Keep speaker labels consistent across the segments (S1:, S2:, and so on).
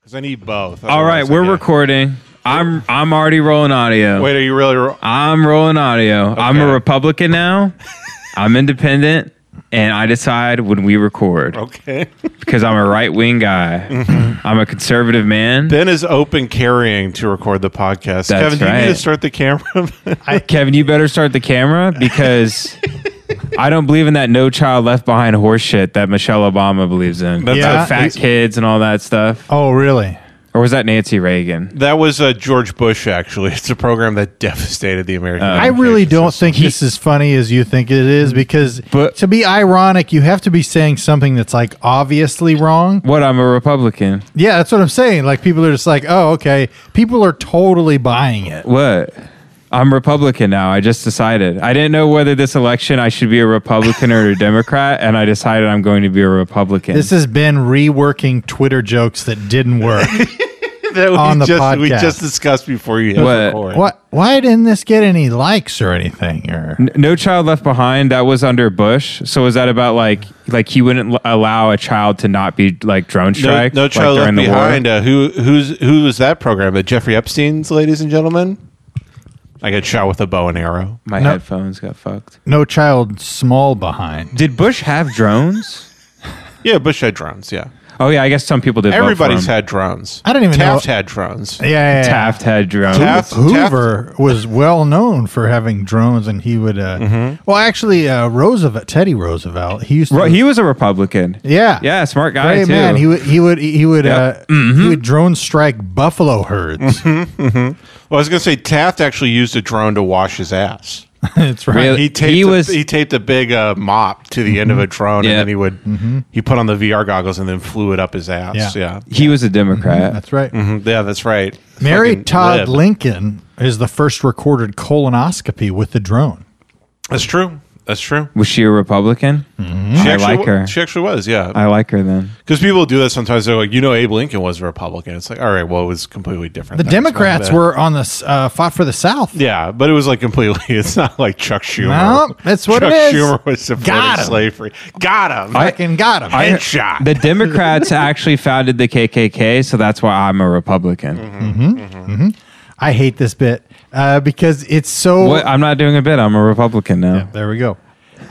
S1: Because I need both.
S2: All right,
S1: Otherwise,
S2: we're
S1: I get-
S2: recording. I'm I'm already rolling audio.
S1: Wait, are you really? Ro-
S2: I'm rolling audio. I'm a
S1: Okay.
S2: Republican now. I'm independent, and I decide when we record
S1: okay.
S2: because I'm a right wing guy.
S1: Mm-hmm.
S2: I'm a conservative man.
S1: Ben is open carrying to record the podcast. Kevin, do you need
S2: right.
S1: to start the camera?
S2: Kevin, you better start the camera because I don't believe in that no child left behind horseshit that Michelle Obama believes in.
S1: That's
S2: The
S3: Yeah.
S1: a-
S2: fat kids and all that stuff.
S3: Oh, really?
S2: Or was that Nancy Reagan?
S1: that was uh, George Bush. Actually, it's a program that devastated the
S2: Oh,
S1: American.
S3: I really
S1: education
S3: don't
S1: system.
S3: think this is Mm. funny as you think it is because
S2: But-
S3: to be ironic, you have to be saying something that's like obviously wrong.
S2: What? I'm a Republican.
S3: Yeah, that's what I'm saying. Like people are just like, oh, okay. People are totally buying it.
S2: What? I'm Republican now. I just decided. I didn't know whether this election I should be a Republican or a Democrat, and I decided I'm going to be a Republican.
S3: This has been reworking Twitter jokes that didn't work.
S1: that we
S3: on the
S1: just, We
S3: podcast.
S1: just discussed before you hit
S2: What?
S1: record.
S3: what? Why didn't this get any likes or anything? Or
S2: N- no Child Left Behind. That was under Bush. So was that about like like he wouldn't l- allow a child to not be like drone
S1: No,
S2: strike?
S1: no
S2: like,
S1: child
S2: during
S1: left
S2: the war?
S1: behind. Uh, who who's who was that program? The Jeffrey Epstein's, ladies and gentlemen. I got shot with a bow and arrow.
S2: My
S3: No.
S2: headphones got fucked.
S3: no child small behind.
S2: Did Bush have drones?
S1: Yeah, Bush had drones. Yeah,
S2: Oh yeah, I guess some people did. vote for
S1: everybody's
S2: him.
S1: had drones.
S3: I don't even know-
S1: Taft had drones.
S3: Yeah, yeah, yeah.
S2: Taft had drones.
S1: Taft-
S3: Hoover was well known for having drones, and he would. Uh, Well, actually, uh, Roosevelt, Teddy Roosevelt, he used to.
S2: Ro- he was a Republican.
S3: yeah,
S2: Yeah, smart guy
S3: Great
S2: too. Mm-hmm.
S3: man. He would. He would. He would.
S2: Yep.
S3: Uh, He would drone strike buffalo herds.
S2: Mm-hmm.
S1: Well, I was gonna say Taft actually used a drone to wash his ass.
S3: That's right.
S2: Really?
S1: He taped
S2: Uh, He
S1: a,
S2: was-
S1: he taped a big uh, mop to the end of a drone,
S2: Yeah.
S1: and then he would he put on the VR goggles and then flew it up his ass. Yeah,
S3: Yeah.
S1: yeah,
S2: He was a Democrat.
S3: That's right.
S1: Mhm. Yeah, that's right.
S3: Mary
S1: Fucking
S3: Todd
S1: lib.
S3: Lincoln is the first recorded colonoscopy with the drone.
S1: That's true. That's true.
S2: Was she a Republican?
S1: She
S2: I
S1: actually
S2: like
S1: wa-
S2: her.
S1: She actually was. Yeah,
S2: I like her then.
S1: because people do that sometimes. They're like, you know, Abe Lincoln was a Republican. It's like, all right, well, it was completely different.
S3: The
S1: That was one
S3: Democrats
S1: of
S3: were on the s- uh, fought for the South.
S1: the- Yeah, but it was like completely. It's not like Chuck Schumer.
S3: No, that's what
S1: Chuck
S3: it is.
S1: Schumer was supporting
S3: Got him.
S1: slavery. Got him.
S3: Fucking got him.
S1: Headshot.
S2: The Democrats actually founded the KKK, so that's why I'm a Republican.
S3: I hate this bit uh, because it's so.
S2: What? I'm not doing a bit. I'm a Republican now.
S3: There we go.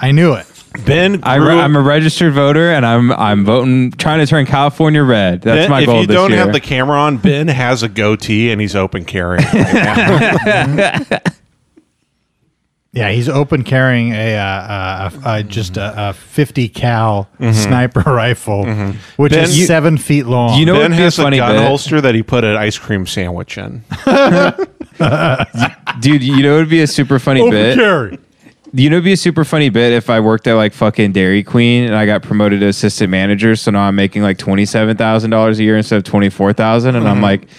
S3: I knew it.
S1: ben,
S2: I
S1: grew-
S2: am a registered voter, and I'm I'm voting, trying to turn California red. That's
S1: Ben-
S2: my
S1: if
S2: goal
S1: you
S2: this
S1: don't
S2: year.
S1: have the camera on, Ben has a goatee and he's open carrying. right now.
S3: Yeah, he's open carrying a, uh, a, a, a just a, a 50 cal
S2: Mm-hmm.
S3: sniper rifle, which
S1: Ben,
S3: is
S1: you-
S3: seven feet long.
S2: you know
S1: ben
S2: what'd be a
S1: has a
S2: funny
S1: gun
S2: bit?
S1: holster that he put an ice cream sandwich in.
S2: dude. You know it'd be a super funny bit.
S3: carry.
S2: You know it'd be a super funny bit if I worked at like fucking Dairy Queen and I got promoted to assistant manager. So now I'm making like twenty seven thousand dollars a year instead of twenty four thousand, and I'm like,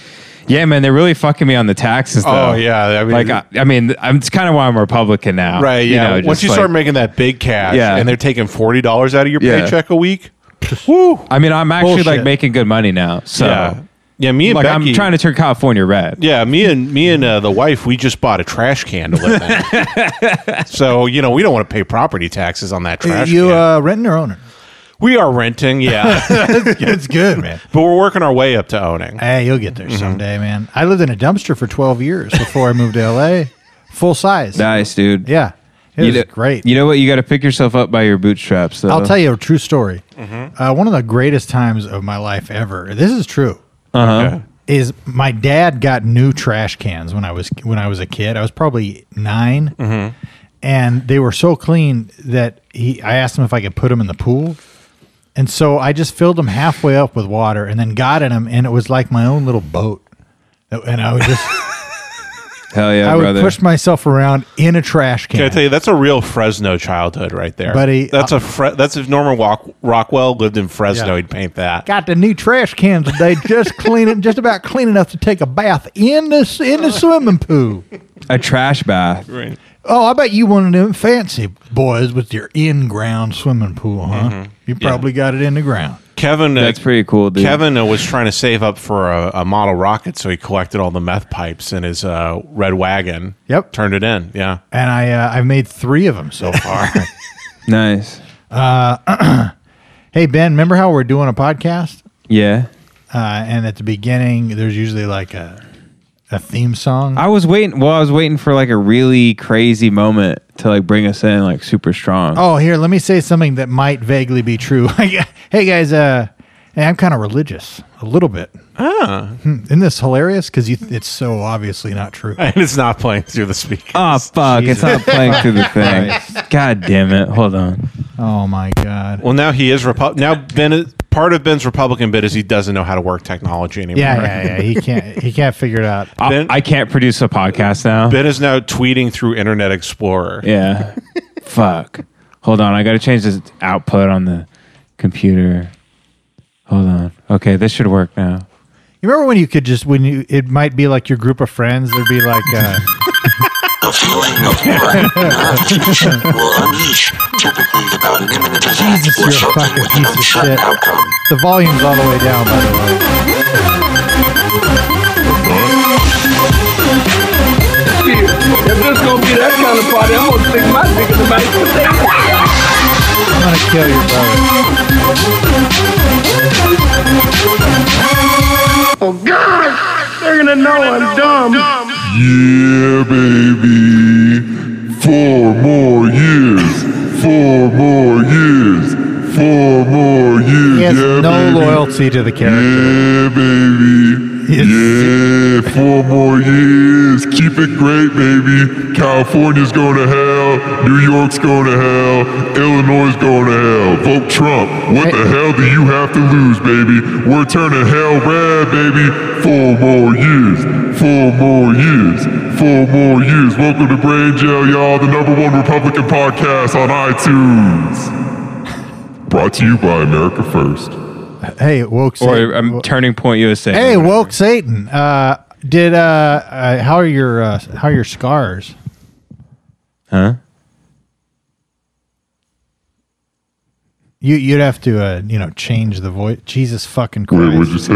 S2: yeah, man, they're really fucking me on the taxes. Though.
S1: Oh, yeah, I mean-
S2: like I, I mean, I'm it's kind of why I'm a Republican now,
S1: Right,
S2: You
S1: yeah.
S2: know,
S1: Once
S2: just
S1: you
S2: like-
S1: start making that big cash
S2: Yeah.
S1: and they're taking forty dollars out of your
S2: Yeah.
S1: paycheck a week. Woo.
S2: I mean, I'm actually like
S3: Bullshit.
S2: making good money now. So
S1: Yeah. Yeah, me and
S2: like
S1: Becky,
S2: I'm trying to turn California red.
S1: Yeah, me and me and uh, the wife, we just bought a trash can to live in. so, you know, we don't want to pay property taxes on that trash
S3: You
S1: can.
S3: uh, renting or owner?
S1: we are renting, yeah.
S3: It's good, man.
S1: but we're working our way up to owning.
S3: Hey, you'll get there
S1: Mm-hmm.
S3: someday, man. I lived in a dumpster for 12 years before I moved to LA, full size.
S2: Nice, dude.
S3: yeah, it was
S2: know-
S3: great.
S2: You know what? You got to pick yourself up by your bootstraps. Though.
S3: I'll tell you a true story. Uh, one of the greatest times of my life ever. This is true.
S1: Okay.
S3: Is my dad got new trash cans when I was when I was a kid. I was probably 9 and they were so clean that he. I asked him if I could put them in the pool, and so I just filled them halfway up with water and then got in them, and it was like my own little boat. And I would just
S2: Hell yeah,
S3: I would
S2: brother.
S3: push myself around in a trash
S1: Can I
S3: can.
S1: tell you that's a real Fresno childhood right there,
S3: Buddy,
S1: That's a Fre- that's if Norman Rock- Rockwell lived in Fresno,
S3: Yeah.
S1: he'd paint that.
S3: Got the new trash cans today, just clean it, just about clean enough to take a bath in the in the swimming pool.
S2: a trash bath.
S1: Right.
S3: Oh, I bet you one of them fancy boys with your in-ground swimming pool, huh? You probably got it in the ground.
S1: Kevin, uh,
S2: That's pretty cool, dude.
S1: Kevin uh, was trying to save up for a, a model rocket, so he collected all the meth pipes in his uh, red wagon.
S3: Yep.
S1: turned it in. Yeah,
S3: And I uh, I've made three of them so far.
S2: Nice.
S3: hey Ben, remember how we're doing a podcast?
S2: Yeah.
S3: uh, and at the beginning, there's usually like a a theme song.
S2: I was waiting. Well, I was waiting for like a really crazy moment to like bring us in like super strong.
S3: oh, here, let me say something that might vaguely be true. hey guys, uh, hey, I'm kind of religious a little bit. Ah, isn't this hilarious? Because it's so obviously not true.
S1: and it's not playing through the speaker.
S2: Oh, fuck. It's not playing through the thing. God damn it. Hold on.
S3: Oh my god.
S1: well, now he is Repu- now Ben. Is, part of Ben's Republican bit is he doesn't know how to work technology anymore.
S3: Yeah, yeah, yeah. He can't. He can't figure it out.
S2: I-
S1: Ben-
S2: I can't produce a podcast now.
S1: Ben is now tweeting through Internet Explorer.
S2: Yeah. Fuck. Hold on. I got to change this output on the computer. Hold on. Okay, this should work now.
S3: You remember when you could just when you it might be like your group of friends. There'd be like, uh,
S4: The feeling of horror and confusion will unleash, typically about an imminent attack
S3: Jesus,
S4: or
S3: you're a
S4: something
S3: fucking
S4: with an
S3: piece of
S4: uncertain
S3: shit.
S4: outcome.
S3: the volume's all the way down. By the way.
S5: If this gonna be that kind of party, I'm gonna stick my dick in the back of the
S3: I'm gonna kill your brother.
S5: Oh God, they're gonna know I'm dumb.
S6: Yeah, baby. Four more years. Four more years. Four more years.
S3: He has
S6: yeah,
S3: no
S6: baby.
S3: loyalty to the character.
S6: Yeah, baby.
S3: Yes.
S6: Yeah, four more years. Keep it great, baby. California's going to hell. New York's going to hell. Illinois's going to hell. Vote Trump. What the hell do you have to lose, baby? We're turning hell red, baby. Four more years. Four more years. Four more years. Welcome to Brain Jail, y'all, the number one Republican podcast on iTunes. Brought to you by America First.
S3: Hey, woke Satan.
S2: Or um, Turning Point USA.
S3: hey, woke Satan. Uh, did uh, uh, how are your uh, how are your scars?
S2: Huh?
S3: You you'd have to uh, you know change the voice. Jesus fucking
S6: Wait, what'd
S3: Christ.
S6: you say?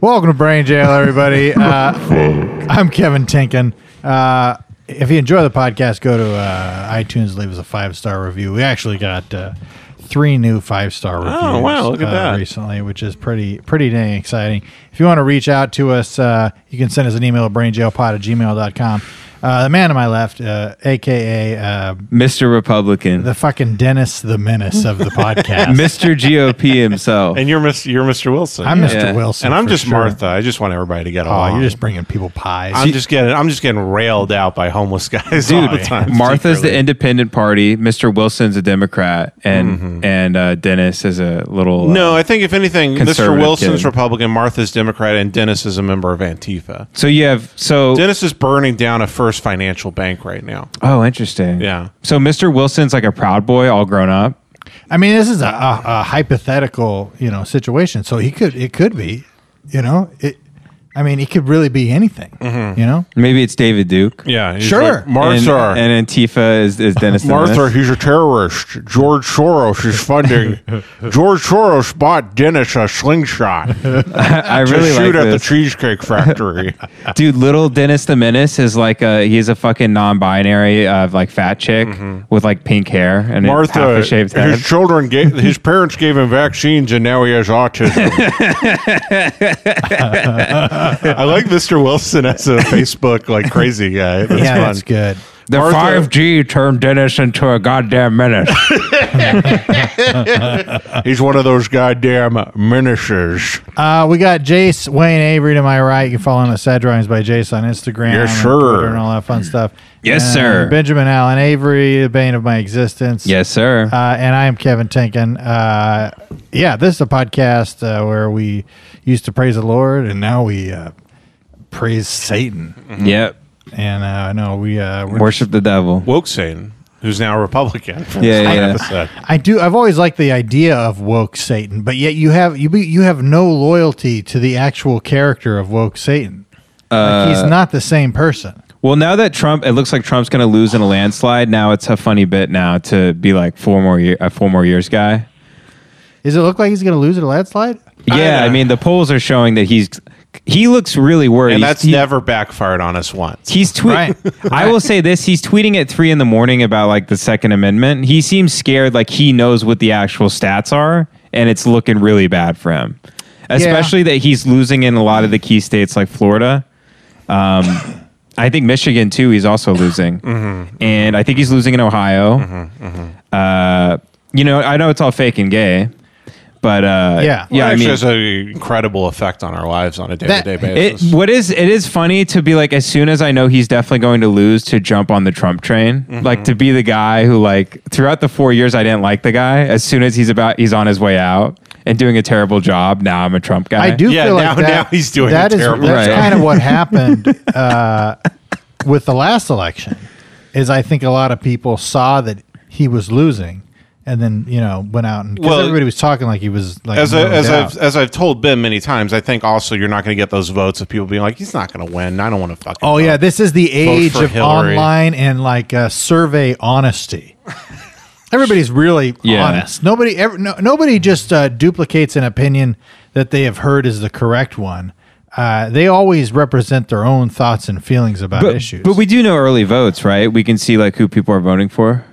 S3: Welcome to Brain Jail, everybody. Uh,
S6: Fuck.
S3: I'm Kevin Tinkin. Uh, if you enjoy the podcast, go to uh, iTunes, leave us a five star review. We actually got uh, three new five star reviews.
S1: Oh, wow, look at
S3: uh,
S1: that.
S3: Recently, which is pretty pretty dang exciting. If you want to reach out to us, uh, you can send us an email at brainjailpod at gmail.com. Uh, the man to my left, uh, aka uh,
S2: Mr. Republican.
S3: the fucking Dennis the Menace of the podcast.
S2: Mr. GOP himself.
S1: And you're Mr. You're Mr. Wilson.
S3: I'm Mr.
S2: Yeah.
S3: Wilson,
S1: and I'm
S3: for
S1: just
S3: sure.
S1: Martha. I just want everybody to get
S3: Oh,
S1: along.
S3: you're just bringing people pies.
S1: I'm just getting I'm just getting railed out by homeless guys all the
S2: Dude,
S1: time.
S2: Martha's the
S1: secretly.
S2: independent party. Mr. Wilson's a Democrat, and and uh, Dennis is a little. uh,
S1: Mm-hmm. No, I think if anything, Mr.
S2: Conservative
S1: Wilson's
S2: kid.
S1: Republican, Martha's Democrat, and Dennis is a member of Antifa.
S2: So you have so.
S1: Dennis is burning down a first financial bank right now.
S2: oh, interesting.
S1: Yeah.
S2: So Mr. Wilson's like a proud boy, all grown up.
S3: I mean, this is a, a, a hypothetical, you know, situation. So he could, it could be, you know, it. I mean, it could really be anything,
S1: Mm-hmm.
S3: you know.
S2: Maybe it's David Duke.
S1: Yeah, he's
S3: Sure.
S1: Like, Martha,
S2: And, and Antifa is, is Dennis. the
S1: Martha,
S2: Menace.
S1: he's a terrorist. George Soros is funding. George Soros bought Dennis a slingshot to
S2: I really
S1: shoot
S2: like
S1: at the
S2: this.
S1: Cheesecake Factory.
S2: Dude, little Dennis the Menace is like a he's a fucking non-binary uh, like fat chick with like pink hair and Martha, half
S1: Mm-hmm. Martha,
S2: a shaved head.
S1: his children gave his parents gave him vaccines, and now he has autism. I like Mr. Wilson as a Facebook like crazy guy. That's
S3: yeah,
S1: fun.
S3: that's good.
S2: the
S1: Martha-
S2: five G turned Dennis into a goddamn menace.
S1: He's one of those goddamn ministers.
S3: Uh, we got Jace Wayne Avery to my right. You can follow him at Sad Drawings by Jace on Instagram,
S1: Yes,
S3: and
S1: sir.
S3: Twitter and all that fun stuff.
S2: Yes,
S3: And
S2: sir.
S3: Benjamin Allen Avery, the bane of my existence.
S2: yes, sir.
S3: Uh, and I am Kevin Tinkin. Uh, yeah, this is a podcast uh, where we used to praise the Lord, and now we uh, praise Satan.
S2: yep.
S3: And uh, no, we uh, we're
S2: Worship the devil.
S1: Woke Satan, who's now a Republican.
S2: Yeah, yeah.
S1: Episode.
S3: I do. I've always liked the idea of woke Satan, but yet you have you be- you have no loyalty to the actual character of woke Satan. like
S1: Uh,
S3: he's not the same person.
S2: Well, now that Trump, it looks like Trump's going to lose in a landslide. Now it's a funny bit now to be like four more year, a four more years guy.
S3: Does it look like he's going to lose at a landslide?
S2: Yeah, I,
S1: know.
S2: mean the polls are showing that he's he looks really worried.
S1: And
S2: He's-
S1: that's
S2: he-
S1: never backfired on us once.
S2: He's tweet.
S3: Right.
S2: I will say this: he's tweeting at three in the morning about like the Second Amendment. He seems scared, like he knows what the actual stats are, and it's looking really bad for him. especially that he's losing in a lot of the key states like Florida. Um, I think Michigan too. He's also losing,
S3: Mm-hmm.
S2: and I think he's losing in Ohio. Uh, you know, I know it's all fake and gay, but uh,
S3: Yeah.
S2: yeah. I
S1: actually
S2: mean,
S1: has an incredible effect on our lives on a day to day
S3: That-
S2: it,
S1: basis.
S2: what is it is funny to be like as soon as I know he's definitely going to lose to jump on the Trump train,
S1: Mm-hmm.
S2: like to be the guy who like throughout the four years I didn't like the guy. As soon as he's about he's on his way out and doing a terrible job, now I'm a Trump guy.
S3: I do
S1: Yeah,
S3: feel
S1: now-
S3: like
S1: now
S3: that,
S1: he's doing
S3: that
S1: a
S3: is-
S1: terrible
S3: that's
S2: job.
S3: kind of what happened uh, with the last election. Is I think a lot of people saw that he was losing, and then you know went out and 'cause
S1: Well,
S3: everybody was talking like he was like
S1: as I,
S3: no
S1: as
S3: doubt.
S1: I've as I've told Ben many times, I think also you're not going to get those votes of people being like, he's not going to win. I don't want to fucking.
S3: Oh
S2: Uh,
S3: yeah, this is the age
S1: for
S3: of
S1: Hillary.
S3: online and like uh, survey honesty. Everybody's really
S2: Yeah.
S3: honest. Nobody ever, no, nobody just uh, duplicates an opinion that they have heard is the correct one. Uh, they always represent their own thoughts and feelings about
S2: but,
S3: issues.
S2: but we do know early votes, right? We can see like who people are voting for.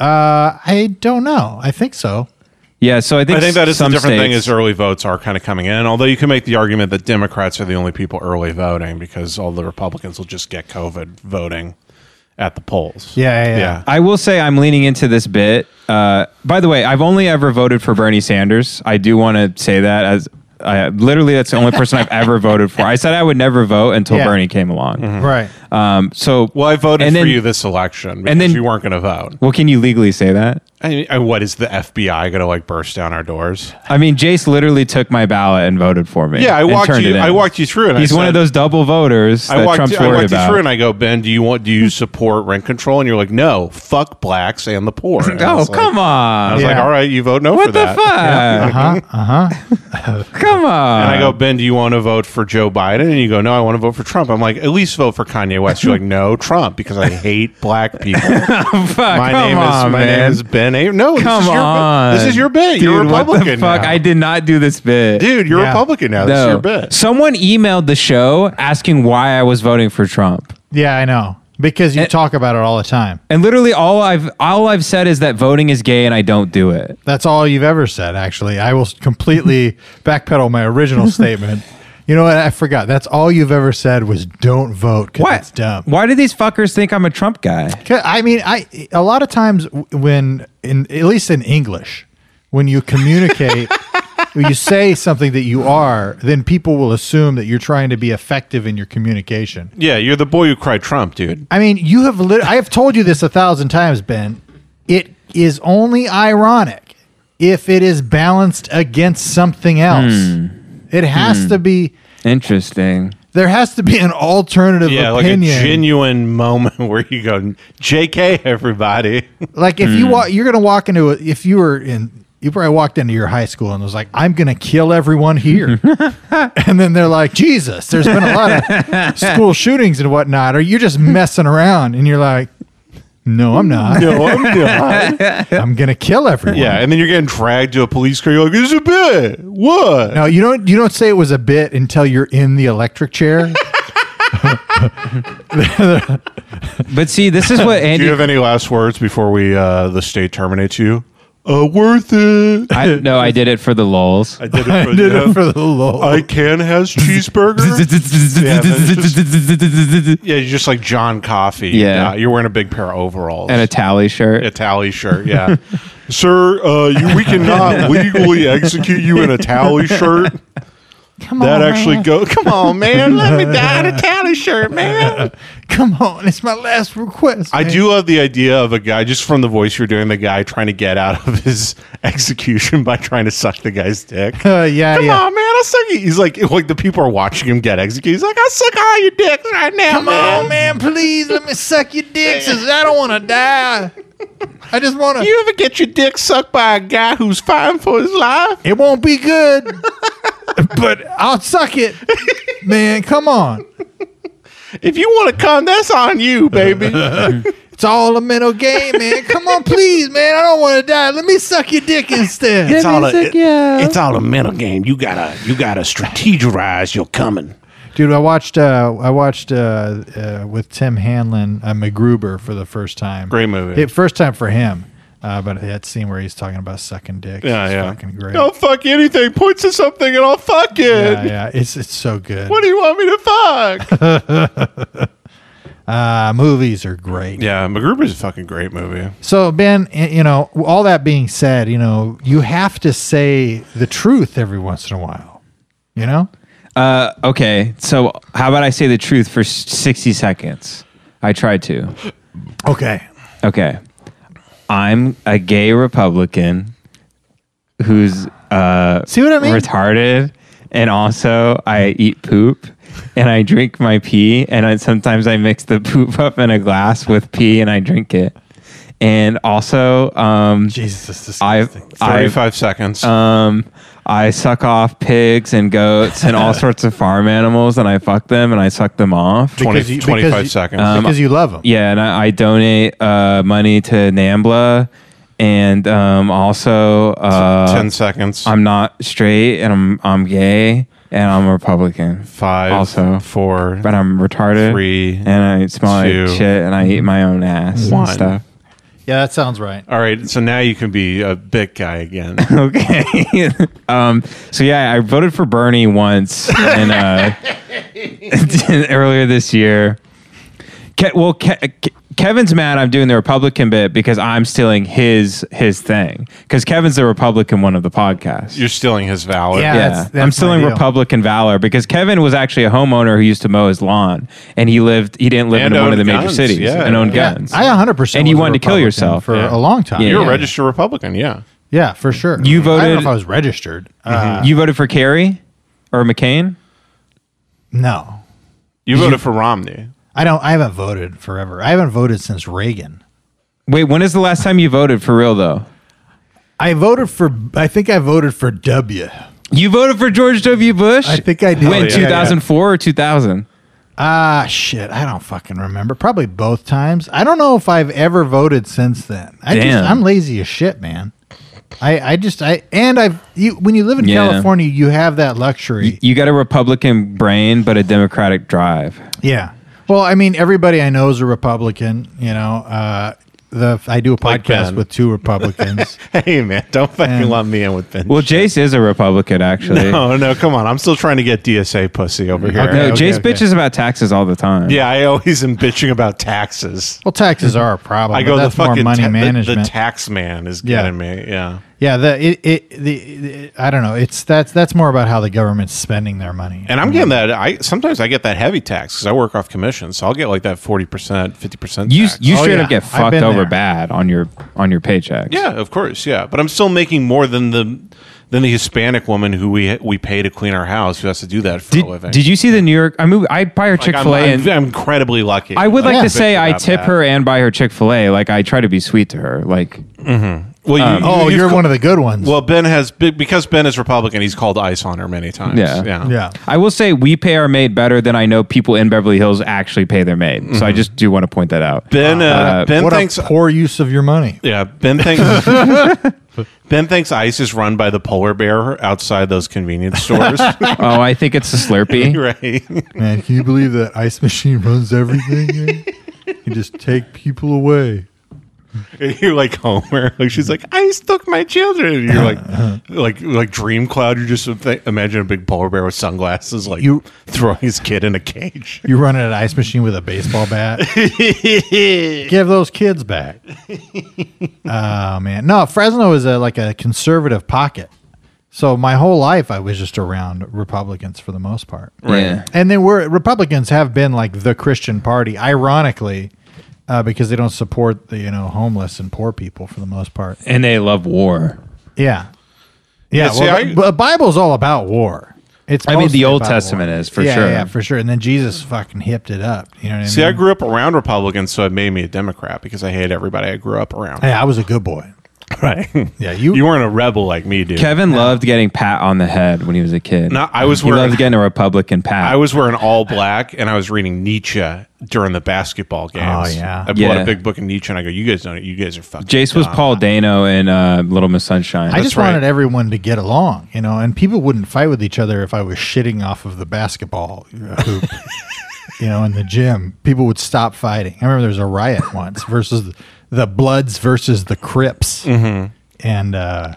S3: uh, I don't know. I think so.
S2: Yeah, so I think
S1: I think that is a
S2: some
S1: different thing.
S2: states-
S1: Is early votes are kind of coming in. Although you can make the argument that Democrats are the only people early voting because all the Republicans will just get COVID voting at the polls.
S3: Yeah, yeah, yeah.
S2: I will say I'm leaning into this bit. Uh, by the way, I've only ever voted for Bernie Sanders. I do want to say that as I literally that's the only person I've ever voted for. I said I would never vote until
S3: Yeah.
S2: Bernie came along.
S3: Right.
S2: Um, so
S1: Mm-hmm. Well, I voted
S2: and
S1: for
S2: then-
S1: you this election because
S2: and then-
S1: you weren't going to vote.
S2: Well, can you legally say that?
S1: I, I, what is the FBI going to like burst down our doors?
S2: I mean, Jace literally took my ballot and voted for me.
S1: Yeah, I
S2: and
S1: walked
S2: turned
S1: you-
S2: it in.
S1: I walked you through and I
S2: He's one
S1: said-
S2: of those double voters that
S1: I walked,
S2: Trump's
S1: I
S2: worried
S1: walked you
S2: about.
S1: through and I go, Ben, do you want do you support rent control? And you're like, no, fuck blacks and the poor. And I
S2: oh,
S1: was like-
S2: come on!
S1: I was like,
S3: Yeah.
S1: all right, you vote no for
S2: what the
S1: that.
S2: fuck?
S3: Uh huh.
S2: Come on!
S1: And I go, Ben, do you want to vote for Joe Biden? And you go, no, I want to vote for Trump. I'm like, at least vote for Kanye West. You're like, no, Trump, because I hate black people.
S2: Fuck,
S1: My
S2: come
S1: name
S2: on,
S1: is my
S2: man.
S1: name is Ben. A- no, this
S2: Come
S1: is
S2: on.
S1: your bit. This is your bit. you're a
S2: Dude, what the
S1: Republican.
S2: fuck?
S1: now.
S2: I did not do this bit.
S1: dude, you're
S3: Yeah.
S1: Republican now. This is your bit.
S2: Someone emailed the show asking why I was voting for Trump.
S3: Yeah, I know because you talk about it all the time.
S2: And literally all I've all I've said is that voting is gay and I don't do it.
S3: That's all you've ever said, actually. I will completely backpedal my original statement. You know what? I forgot. That's all you've ever said was don't vote because
S2: What?
S3: it's dumb.
S2: Why do these fuckers think I'm a Trump guy?
S3: 'Cause, I mean, I a lot of times w- when in at least in English, when you communicate, when you say something that you are, then people will assume that you're trying to be effective in your communication.
S1: Yeah, you're the boy who cried Trump, dude.
S3: I mean, you have lit- I have told you this a thousand times, Ben. It is only ironic if it is balanced against something else. It has to be
S2: Interesting.
S3: there has to be an alternative
S1: Yeah, like a
S3: opinion.
S1: genuine moment where you go, JK, everybody.
S3: Like if you walk, you're gonna walk into a, if you were in, you probably walked into your high school and was like, "I'm gonna kill everyone here," and then they're like, "Jesus, there's been a lot of school shootings and whatnot," or you're just messing around and you're like, "No, I'm not.
S1: No, I'm not.
S3: I'm gonna kill everyone."
S1: Yeah, and then you're getting dragged to a police car. You're like, "This is a bit. What?"
S3: No, you don't. You don't say it was a bit until you're in the electric chair.
S2: But see, this is what
S1: Do
S2: Andy
S1: you have any last words before we uh, the state terminates you? Uh, worth it.
S2: I, no, I did it for the lulz.
S1: I did it for, uh,
S3: Did it for the Lord.
S1: I can has cheeseburger. yeah, you're just like John Coffey. Uh,
S2: Yeah.
S1: you're wearing a big pair of overalls
S2: and a tally shirt.
S1: a tally shirt. Yeah, sir, uh, you, we cannot legally execute you in a tally shirt.
S3: Come
S1: That
S3: on,
S1: actually
S3: man.
S1: go. Come on, man. Let me die in a tally shirt, man.
S3: Come on, it's my last request.
S1: I
S3: man.
S1: do love the idea of a guy, just from the voice you're doing, the guy trying to get out of his execution by trying to suck the guy's dick.
S3: Uh, yeah,
S1: Come
S3: yeah.
S1: on, man, I'll suck you. He's like, like the people are watching him get executed. He's like, I'll suck all your dicks right now,
S3: Come
S1: man.
S3: on, man, please let me suck your dick since I don't want to die. I just want to.
S1: You ever get your dick sucked by a guy who's fighting for his life?
S3: It won't be good, but I'll suck it. Man, come on.
S1: If you want to come, that's on you, baby.
S3: It's all a mental game, man. Come on, please, man. I don't want to die. Let me suck your dick instead.
S1: it's all a, it- it's all a mental game. You gotta you gotta strategize your coming.
S3: Dude, I watched uh, I watched uh, uh, with Tim Hanlon uh, MacGruber for the first time.
S1: Great movie.
S3: It, first time for him. Uh, but that scene where he's talking about sucking dicks
S1: Yeah,
S3: is
S1: yeah.
S3: fucking great.
S1: Don't fuck anything. Point to something and I'll fuck it.
S3: yeah, yeah, it's it's so good.
S1: What do you want me to fuck?
S3: Uh, movies are great.
S1: yeah, MacGruber's a fucking great movie.
S3: So Ben, y- you know, all that being said, you know, you have to say the truth every once in a while. You know,
S2: Uh, okay, so how about I say the truth for s- 60 seconds? I tried to.
S3: okay,
S2: Okay. I'm a gay Republican who's uh,
S3: See what I mean?
S2: retarded, and also I eat poop and I drink my pee, and I, sometimes I mix the poop up in a glass with pee and I drink it. And also, um,
S3: Jesus, this is
S2: I,
S3: disgusting.
S2: I
S1: 35 seconds.
S2: um, I suck off pigs and goats and all sorts of farm animals, and I fuck them and I suck them off.
S1: 20
S3: because you- because
S1: 25
S3: you-
S1: seconds.
S3: because you love them.
S2: Yeah, and I, I donate uh, money to NAMBLA, and um, also uh,
S1: 10 seconds.
S2: I'm not straight, and I'm I'm gay, and I'm a Republican.
S1: Five.
S2: also-
S1: Four.
S2: But I'm retarded,
S1: Three,
S2: and I smell
S1: two,
S2: like shit, and I eat my own ass
S1: one.
S2: and stuff.
S3: Yeah, that sounds right.
S1: All right. So now you can be a big guy again.
S2: Okay. um, so yeah, I voted for Bernie once in, uh, earlier this year. Ke- well, Ke- Ke- Kevin's mad. I'm doing the Republican bit because I'm stealing his his thing because Kevin's the Republican one of the podcast.
S1: You're stealing his valor.
S3: Yeah.
S2: yeah,
S3: that's-
S2: I'm
S3: that's
S2: stealing
S3: my deal.
S2: Republican valor because Kevin was actually a homeowner who used to mow his lawn, and he lived. He didn't live
S1: And
S2: in one
S1: owned
S2: of the major
S1: guns,
S2: cities
S1: yeah.
S2: and owned
S1: Yeah,
S2: guns.
S3: I 100 percent.
S2: And you wanted to kill yourself.
S3: for
S1: Yeah.
S3: a long time.
S2: Yeah.
S1: You're
S3: Yeah,
S1: a registered Republican. Yeah.
S3: for sure.
S2: You
S3: I don't
S2: voted- Mm-hmm.
S3: know if I was registered. Uh,
S2: you voted for Kerry or McCain.
S3: no,
S1: You voted for Romney.
S3: I don't. I haven't voted forever. I haven't voted since Reagan.
S2: Wait, when is the last time you voted for real though?
S3: I voted for. I think I voted for W.
S2: You voted for George W. Bush?
S3: I think I did. Oh,
S2: When,
S3: Yeah, yeah.
S2: 2004 or 2000?
S3: Ah, shit. I don't fucking remember. Probably both times. I don't know if I've ever voted since then. I
S2: Damn.
S3: just I'm lazy as shit, man. I, I just I and I've you when you live in
S2: Yeah.
S3: California you have that luxury.
S2: You got a Republican brain, but a Democratic drive.
S3: yeah. Well, I mean everybody I know is a Republican, you know. Uh the I do a
S1: Like
S3: podcast
S1: Ben.
S3: with two Republicans.
S1: Hey, man. Don't fucking
S3: And-
S1: lump me in with Ben.
S2: Well, Jace is a Republican, actually.
S1: no, no. Come on. I'm still trying to get DSA pussy over here.
S2: No,
S3: Okay, okay,
S2: Jace
S3: okay.
S2: bitches about taxes all the time.
S1: Yeah. I always am bitching about taxes.
S3: well, taxes are a problem.
S1: I
S3: but
S1: go the
S3: that's
S1: fucking
S3: more money
S1: ta- the- The,
S3: management.
S1: tax man is
S3: Yeah.
S1: getting me. Yeah.
S3: yeah, the it, it the, the I don't know. It's that's that's more about how the government's spending their money.
S1: And I'm getting that. I sometimes I get that heavy tax because I work off commission, so I'll get like that forty percent, fifty percent.
S2: You you
S3: Oh,
S2: straight
S3: yeah.
S2: up get
S3: I've
S2: fucked
S3: been
S2: over
S3: there.
S2: bad on your on your paychecks.
S1: yeah, of course, yeah. But I'm still making more than the than the Hispanic woman who we we pay to clean our house who has to do that for a living.
S2: Did, did you see the New York? I mean, I buy her Chick
S1: Oh, Like, I'm,
S2: Fil A,
S1: I'm-
S2: and
S1: I'm incredibly lucky.
S2: I would like
S1: I'm
S2: to say
S1: bitched
S2: I
S1: about
S2: tip
S1: that.
S2: her and buy her Chick Fil A. Like I try to be sweet to her. Like
S1: Well, you,
S2: um,
S3: oh,
S1: you,
S3: you're one of the good ones.
S1: Well, Ben has be- because Ben is Republican. He's called ice on her many times.
S2: Yeah.
S1: yeah,
S3: yeah.
S2: I will say we pay our maid better than I know people in Beverly Hills actually pay their maid. So I
S3: Mm-hmm.
S2: just do want to point that out.
S1: Ben, uh, Ben
S3: what
S1: thinks
S3: a poor use of your money.
S1: Yeah, Ben thinks Ben thinks ICE is run by the polar bear outside those convenience stores.
S2: oh, I think it's a Slurpee.
S1: right?
S3: Man, can you believe that ice machine runs everything? you just take people away.
S1: And you're like Homer. Like she's like, ICE took my children. And you're like, like, like Dream Cloud. You just th- imagine a big polar bear with sunglasses, like you
S3: You-
S1: throwing his kid in a cage.
S3: You run an ice machine with a baseball bat. Give those kids back. oh man, no. Fresno is a like a conservative pocket. So my whole life, I was just around Republicans for the most part.
S2: Right.
S3: and they were Republicans have been like the Christian party, ironically, uh, because they don't support the you know homeless and poor people for the most part.
S2: And they love war.
S3: Yeah. Yeah.
S1: Yeah, see,
S3: well,
S1: I-
S3: the- the Bible's all about war. It's
S2: I mean,
S3: mostly
S2: the Old
S3: about
S2: Testament is, for
S3: Yeah,
S2: sure.
S3: Yeah, for sure. And then Jesus fucking hipped it up. You know what I
S1: See, I
S3: mean?
S1: grew up around Republicans, so it made me a Democrat because I hate everybody I grew up around.
S3: hey, I was a good boy.
S1: Right?
S3: Yeah, you-
S1: you weren't a rebel like me, dude.
S2: Kevin loved getting pat on the head when he was a kid.
S1: No, I was
S2: He
S1: wearing-
S2: loved getting a Republican pat.
S1: I was wearing all black and I was reading Nietzsche during the basketball games.
S3: Oh, yeah.
S1: I bought
S2: Yeah.
S1: a big book of Nietzsche and I go, You guys know it. You guys are fucking.
S2: Jace was Paul Dano in uh, Little Miss Sunshine.
S3: I just
S1: right.
S3: wanted everyone to get along, you know, and people wouldn't fight with each other if I was shitting off of the basketball hoop, you know, in the gym. People would stop fighting. I remember there was a riot once versus the, the Bloods versus the Crips,
S1: Mm-hmm.
S3: and uh,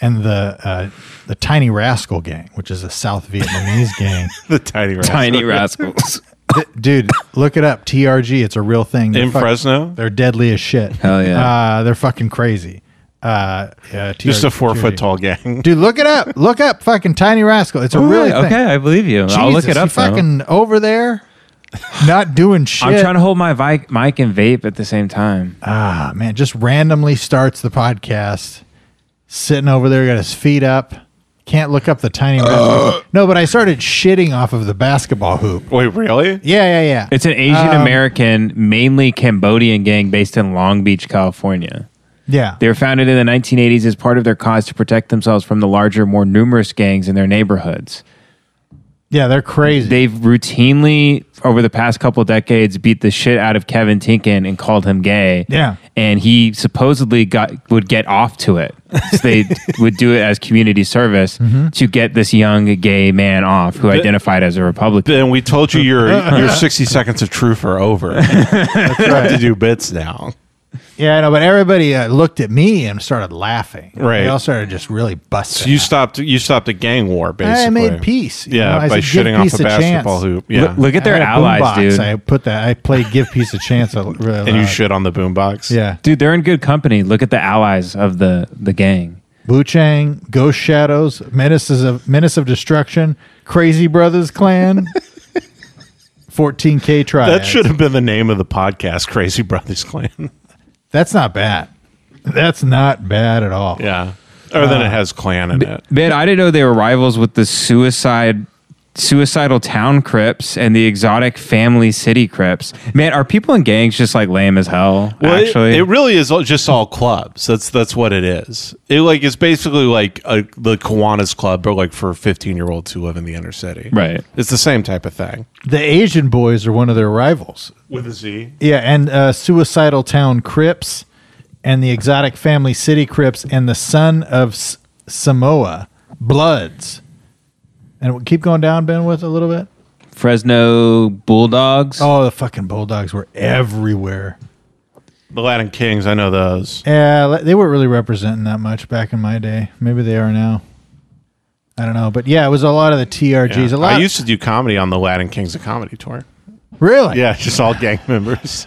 S3: and the uh, the Tiny Rascal Gang, which is a South Vietnamese gang.
S1: the tiny rascal.
S2: Tiny rascals.
S3: Th- Dude, look it up. TRG, it's a real thing. They're
S1: In Fresno?
S3: they're deadly as shit.
S2: Hell yeah.
S3: uh, they're fucking crazy. Uh, yeah, TRG,
S1: Just a four foot
S3: TRG.
S1: tall gang.
S3: Dude, look it up. Look up, fucking Tiny Rascal. It's a real thing.
S2: okay, I believe you. I'll look it
S3: Jesus,
S2: up.
S3: you Fucking over there, not doing shit.
S2: I'm trying to hold my vi- mic and vape at the same time.
S3: Ah, man, just randomly starts the podcast, sitting over there, got his feet up. Can't look up the tiny. rascal. No, but I started shitting off of the basketball hoop.
S1: Wait, really?
S3: Yeah, yeah, yeah.
S2: It's an Asian
S3: um,
S2: American, mainly Cambodian gang based in Long Beach, California.
S3: yeah.
S2: They were founded in the 1980s as part of their cause to protect themselves from the larger, more numerous gangs in their neighborhoods.
S3: Yeah, they're crazy.
S2: They've routinely, over the past couple decades, beat the shit out of Kevin Tinkin and called him gay.
S3: Yeah.
S2: and he supposedly got would get off to it. So they would do it as community service
S3: Mm-hmm.
S2: to get this young gay man off who identified as a Republican.
S1: Then we told you your your sixty seconds of truth are over. you have to do bits now.
S3: yeah, I know, but everybody uh, looked at me and started laughing.
S1: Right.
S3: They all started just really busting.
S1: So you
S3: out.
S1: stopped you stopped a gang war basically.
S3: I made peace. you
S1: Yeah,
S3: know, I
S1: by
S3: said, "Give
S1: shitting off
S3: peace
S1: the
S3: a chance."
S1: basketball hoop. Yeah.
S2: Look, look at their
S3: I had a boombox.
S2: allies, dude.
S3: I put that. I played "Give Peace a Chance." I really
S1: and you
S3: loud.
S1: shit on the boombox.
S3: Yeah,
S2: dude, they're in good company. Look at the allies of the the gang.
S3: Wuchang, Ghost Shadows, Menaces of Menace of Destruction, Crazy Brothers Clan, 14K Triad.
S1: That should have been the name of the podcast, Crazy Brothers Clan.
S3: That's not bad. That's not bad at all.
S1: yeah. Or then
S3: Uh,
S1: it has clan in it.
S2: Man, I didn't know they were rivals with the suicide suicidal town crips and the exotic family city crips. Man, are people in gangs just like lame as hell?
S1: Well, it-
S2: actually,
S1: it, really is all, just all clubs. That's that's what it is. It like it's basically like a, the Kiwanis Club, but like for fifteen year olds who live in the inner city.
S2: right.
S1: It's the same type of thing.
S3: The Asian boys are one of their rivals.
S1: With a Z.
S3: Yeah, and uh, Suicidal Town Crips and the Exotic Family City Crips and the Son of S- Samoa Bloods. And we'll keep going down, Ben, with a little bit.
S2: Fresno Bulldogs.
S3: Oh, the fucking Bulldogs were everywhere.
S1: The Latin Kings, I know those.
S3: Yeah, li- they weren't really representing that much back in my day. Maybe they are now. I don't know, but yeah, it was a lot of the TRGs. A lot.
S1: I used to do comedy on the Latin Kings of Comedy Tour.
S3: really,
S1: Yeah, just all gang members.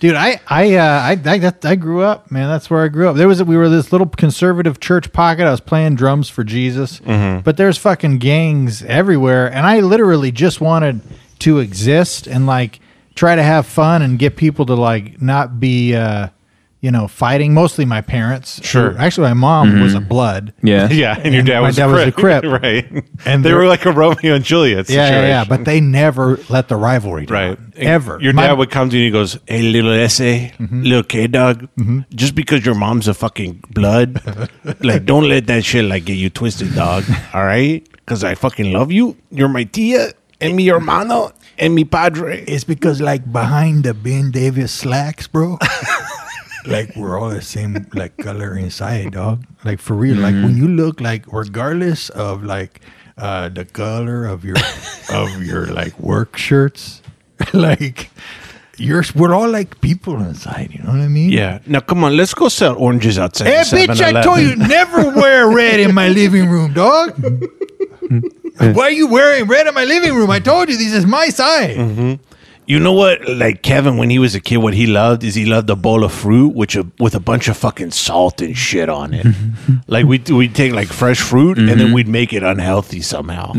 S3: dude. I I uh, I I, that, I grew up, man. That's where I grew up. There was we were this little conservative church pocket. I was playing drums for Jesus,
S1: Mm-hmm.
S3: but there's fucking gangs everywhere, and I literally just wanted to exist and like try to have fun and get people to like not be. Uh, you know, fighting mostly my parents.
S1: Sure. Mm-hmm.
S3: Actually, my mom was a blood.
S2: yeah.
S1: Yeah, and your
S3: And
S1: dad,
S3: my
S1: was,
S3: dad
S1: a
S3: was a
S1: crip.
S3: Crip.
S1: right?
S3: And
S1: And they
S3: they're-
S1: were like a Romeo and Juliet
S3: Yeah,
S1: situation.
S3: yeah, yeah, but they never let the rivalry down.
S1: right And
S3: Ever.
S1: Your
S3: My- Mm-hmm.
S1: dad would come to you and he goes, "Hey, little essay, little K dog, just because your mom's a fucking blood, like don't let that shit like get you twisted, dog. All right, because I fucking love you. You're my tia and mi hermano and mi padre."
S3: It's because like behind the Ben Davis slacks, bro. like we're all the same like color inside, dog. Like for real. Like
S1: Mm-hmm.
S3: when you look like regardless of like uh the color of your of your like work shirts, like you're we're all like people inside, you know what I mean?
S1: Yeah. Now come on, let's go sell oranges outside.
S3: Hey
S1: the
S3: bitch, I
S1: 7-Eleven.
S3: told you never wear red in my living room, dog. Why are you wearing red in my living room? I told you this is my side.
S1: You know what? Like Kevin, when he was a kid, what he loved is he loved a bowl of fruit, which a, with a bunch of fucking salt and shit on it. like we we'd take like fresh fruit and
S3: Mm-hmm.
S1: then we'd make it unhealthy somehow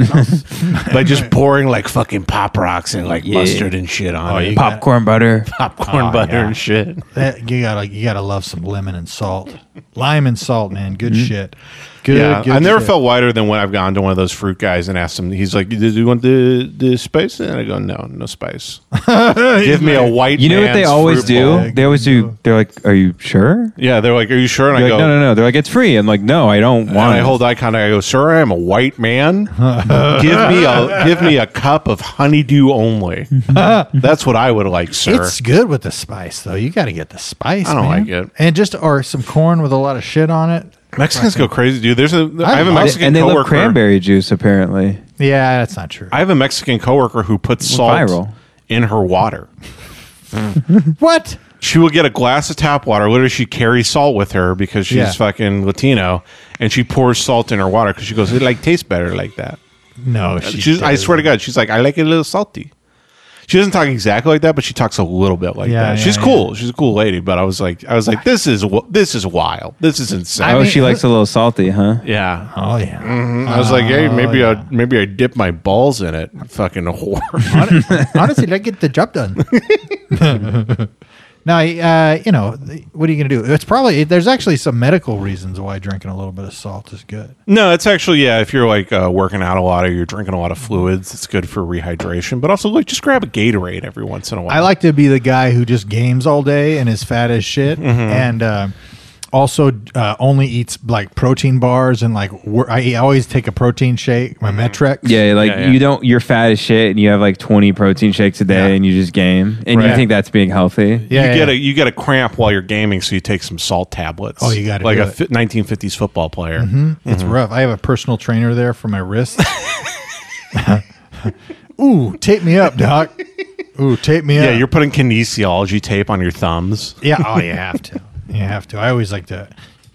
S1: by just pouring like fucking pop rocks and like mustard and shit
S3: Oh,
S1: on it, pop,
S2: Popcorn butter.
S1: popcorn butter and shit.
S3: That Eh, you gotta you gotta love some lemon and salt, lime and salt, man. Good shit. Mm-hmm. Good. good shit.
S1: wider than when I've gone to one of those fruit guys and asked him. He's like, "Do you want the the spice?" And I go, "No, no spice. Give me a white."
S2: You know what they always do? They always do. They're like, "Are you sure?"
S1: Yeah, they're like, "Are you sure?" And
S2: They're like, no, no, no. They're like, "It's free." I'm like, "No, I don't
S1: And
S2: want."
S1: I
S2: it."
S1: hold eye contact. I go, "Sir, I am a white man. give me a give me a cup of honeydew only. That's what I would like, sir."
S3: It's good with the spice though. You gotta get the spice.
S1: I don't
S3: man.
S1: like it.
S3: And just or some corn with a lot of shit on it.
S1: Mexicans go crazy, dude. There's a I have a
S3: love it.
S1: Mexican
S2: and they
S1: coworker.
S2: love cranberry juice apparently.
S3: Yeah, that's not true.
S1: I have a Mexican coworker who puts salt
S2: Viral.
S1: in her water.
S3: what?
S1: she will get a glass of tap water. Literally, she carries salt with her because she's
S3: Yeah.
S1: fucking Latino, and she pours salt in her water because she goes, "It like tastes better like that."
S3: No, she
S1: She's, I
S3: does.
S1: swear to God, she's like, "I like it a little salty." She doesn't talk exactly like that, but she talks a little bit like
S3: Yeah,
S1: that.
S3: yeah,
S1: she's
S3: yeah.
S1: cool. She's a cool lady. But I was like, I was like, this is wi- this is wild. This is insane.
S2: oh, she likes a little salty, huh?
S1: yeah.
S3: Oh yeah.
S1: I was like, hey, maybe
S3: Oh,
S1: I maybe I dip my balls in it. Fucking whore.
S3: Hon- Honestly, that get the job done. now, uh, you know, the- what are you going to do? It's probably there's actually some medical reasons why drinking a little bit of salt is good.
S1: No, it's actually yeah. If you're like uh, working out a lot or you're drinking a lot of fluids, it's good for rehydration. But also, like, just grab a Gatorade every once in a while.
S3: I like to be the guy who just games all day and is fat as shit, and uh, also uh, only eats like protein bars and like wor- I always take a protein shake, my Metrex.
S2: Yeah, like
S1: Yeah, yeah.
S2: you don't. You're fat as shit, and you have like 20 protein shakes a day, and you just game, and
S3: Right.
S2: you think that's being healthy.
S1: You
S3: yeah, yeah.
S1: get a you get a cramp while you're gaming, so you take some salt tablets.
S3: Oh, you gotta
S1: like
S3: do
S1: a
S3: it. Mm-hmm.
S1: fi- 1950s football player.
S3: It's rough. I have a personal trainer there for my wrist. Ooh, tape me up, doc. Ooh, tape me
S1: Yeah,
S3: up.
S1: you're putting kinesiology tape on your thumbs.
S3: Yeah. Oh, you have to. You have to. I always like to,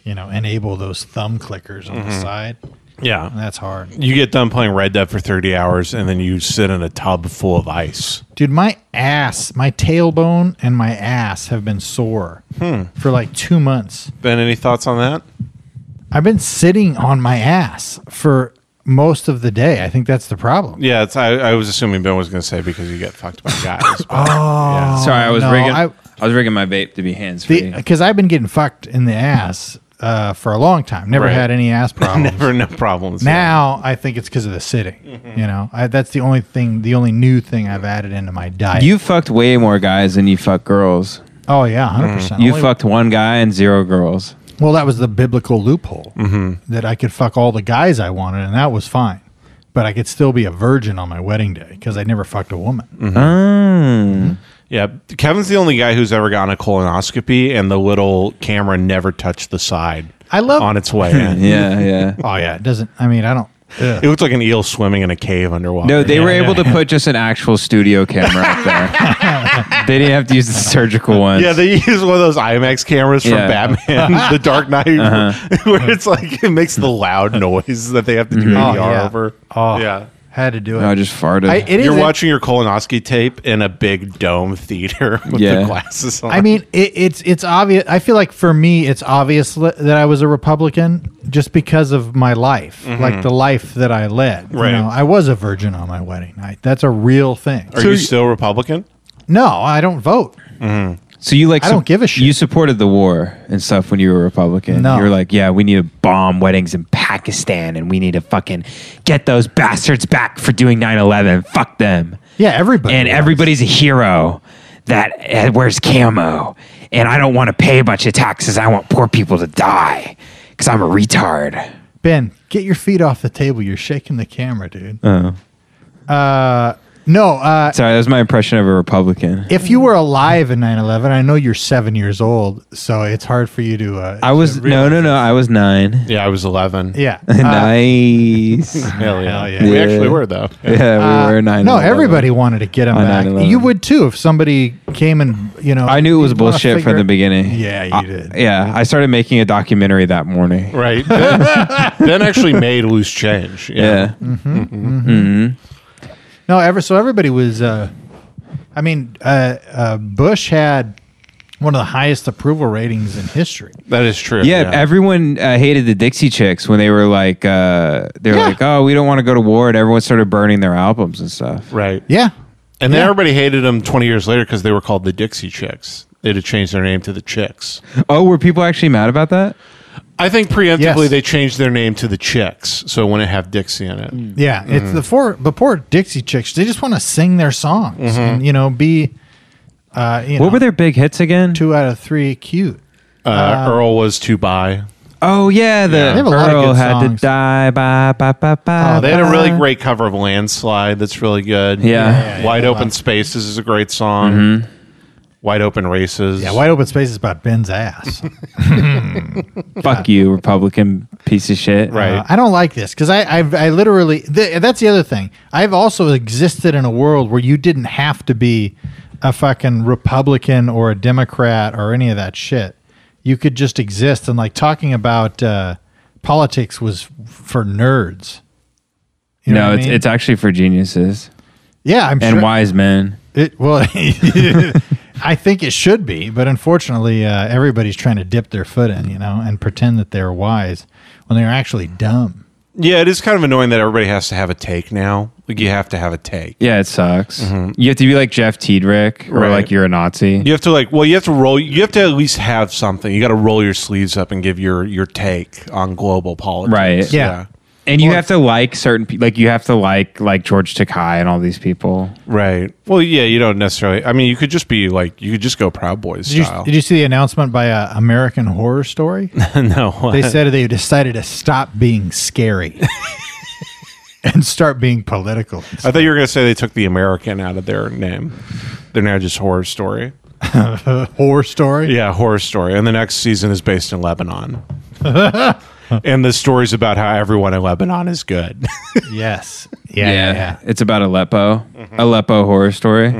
S3: you know, enable those thumb clickers on
S1: Mm-hmm.
S3: the side. And
S1: Yeah,
S3: that's hard.
S1: you get done playing Red Dead for 30 hours, and then you sit in a tub full of ice.
S3: Dude, my ass, my tailbone and my ass have been sore
S1: Hmm.
S3: for like two months.
S1: Ben, any thoughts on that?
S3: I've been sitting on my ass for most of the day. I think that's the problem.
S1: Yeah, it's, I, I was assuming Ben was going to say because you get fucked by guys. but-
S2: Sorry, I was
S3: Oh, no,
S2: rigging.
S3: I-
S2: I, was rigging my vape to be hands free.
S3: Because I've been getting fucked in the ass uh, for a long time. Never
S1: Right.
S3: had any ass problems.
S1: Never, no problems.
S3: Now I think it's because of the sitting.
S1: Mm-hmm.
S3: You know, I, that's the only thing, the only new thing I've added into my diet.
S2: You fucked way more guys than you fucked girls.
S3: oh yeah, hundred percent.
S1: Mm.
S2: You fucked one guy and zero girls.
S3: Well, that was the biblical loophole that I could fuck all the guys I wanted, and that was fine. But I could still be a virgin on my wedding day because I never fucked a woman.
S1: Yeah, Kevin's the only guy who's ever gotten a colonoscopy, and the little camera never touched the side.
S3: I love-
S1: on its way in.
S2: Yeah, yeah.
S3: Oh yeah, it doesn't. I mean, I don't. ugh.
S1: It looked like an eel swimming in a cave underwater.
S2: No, they were able to put just an actual studio camera up there. they didn't have to use the surgical ones.
S1: Yeah, they use one of those IMAX cameras from
S2: Yeah. Uh-huh.
S1: Batman, The Dark Knight, where it's like it makes the loud noise that they have to do
S3: Oh,
S2: Mm-hmm.
S1: ADR
S3: yeah.
S1: over.
S3: Oh.
S1: yeah.
S3: Had to do it.
S2: No, Oh, I just farted.
S3: I, it
S1: You're
S3: is-
S1: watching your colonoscopy tape in a big dome theater with the
S2: Yeah.
S1: glasses on.
S3: I mean, it, it's it's obvious. I feel like for me, it's obvious li- that I was a Republican just because of my life, like the life that I led.
S1: Right.
S3: I was a virgin on my wedding night. That's a real thing.
S1: are you still Republican?
S3: No, I don't vote.
S2: so you like?
S3: I don't give a shit.
S2: You supported the war and stuff when you were a Republican.
S3: No.
S2: you were like, yeah, we need to bomb weddings in Pakistan, and we need to fucking get those bastards back for doing 9-11. Fuck them.
S3: Yeah, everybody.
S7: and
S3: was.
S7: everybody's a hero
S2: eh,
S7: that uh, wears camo. And I don't want to pay a bunch of taxes. I want poor people to die because I'm a retard.
S3: Ben, get your feet off the table. You're shaking the camera, dude. Uh, no, uh,
S2: Oh. Sorry, that was my impression of a Republican.
S3: if you were alive in 9 11, I know you're seven years old, so it's hard for you to. Uh,
S2: I was no, no, no. I was nine.
S1: Yeah, I was 11.
S3: yeah. Uh,
S2: nice.
S1: Hell yeah.
S3: Hell yeah. Uh,
S1: We
S2: Yeah.
S1: actually were, though.
S2: yeah, we were nine.
S3: no,
S2: and 11.
S3: everybody wanted to get him
S2: On
S3: back.
S2: 9/11.
S3: You would too if somebody came and, you know.
S2: I knew it was
S3: you'd wanna
S2: bullshit
S3: figure
S2: from the
S3: it-
S2: beginning.
S3: Yeah, you
S2: I-
S3: did.
S2: Yeah, I started making a documentary that morning.
S1: Right. Ben, Ben actually made loose change.
S2: Yeah. Mm-hmm.
S3: No, ever so everybody was. Uh, I mean, uh, uh, Bush had one of the highest approval ratings in history.
S1: That is true.
S2: Yeah, everyone uh, hated the Dixie Chicks when they were like, uh, they were
S3: Yeah.
S2: like, oh, we don't want to go to war, and everyone started burning their albums and stuff.
S1: right.
S3: Yeah.
S1: And then
S3: Yeah.
S1: everybody hated them 20 years later because they were called the Dixie Chicks. They'd have changed their name to the Chicks.
S2: Oh, were people actually mad about that?
S1: I think preemptively
S3: Yes.
S1: they changed their name to the Chicks, so it wouldn't have Dixie in it.
S2: Mm.
S3: Yeah, it's the four before Dixie Chicks. They just want to sing their songs and you know be. Uh, you
S2: What
S3: know,
S2: were their big hits again?
S3: Two out of three cute.
S1: Uh, Earl was to buy.
S2: Oh yeah, the
S3: They have a lot of
S2: Earl
S3: good
S2: had
S3: songs.
S2: to die. Ba, ba, ba, ba,
S3: Oh,
S1: They had a
S2: ba.
S1: really great cover of Landslide that's really good.
S2: uh, Yeah. Yeah, Mm-hmm.
S1: Wide Open Spaces is a great song. Wide Open Races.
S3: Yeah, wide open space is about Ben's ass.
S2: Fuck you, Republican piece of shit.
S1: Right.
S3: Uh, I don't like this because I I've, I literally th- that's the other thing. I've also existed in a world where you didn't have to be a fucking Republican or a Democrat or any of that shit. You could just exist. And like talking about uh, politics was f- for nerds. You know
S2: no,
S3: what I
S2: it's
S3: mean?
S2: it's actually for geniuses
S3: yeah, I'm
S2: and
S3: sure
S2: wise men.
S3: it. Well, I think it should be, but unfortunately, uh, everybody's trying to dip their foot in, you know, and pretend that they're wise when they're actually dumb.
S1: Yeah, it is kind of annoying that everybody has to have a take now. Like you have to have a take.
S2: Yeah, it sucks.
S3: Mm-hmm.
S2: You have to be like Jeff Tiedrick or
S1: Right.
S2: like you're a Nazi.
S1: You have to like, well, you have to roll. You have to at least have something. You got to roll your sleeves up and give your your take on global politics.
S2: Right.
S3: Yeah.
S2: And you have to like certain people. Like you have to like like George Takai and all these people.
S1: Right. Well, yeah. You don't necessarily. I mean, you could just be like, you could just go Proud Boys
S3: Did you,
S1: style.
S3: did you see the announcement by uh, American Horror Story?
S1: no.
S3: They said they decided to stop being scary and start being political.
S1: I thought you were going to say they took the American out of their name. They're now just horror story.
S3: horror story.
S1: Yeah, horror story. And the next season is based in Lebanon. and the stories about how everyone in Lebanon is good.
S3: Yes. Yeah, yeah. yeah. Mm-hmm.
S2: It's about Aleppo. Aleppo horror story.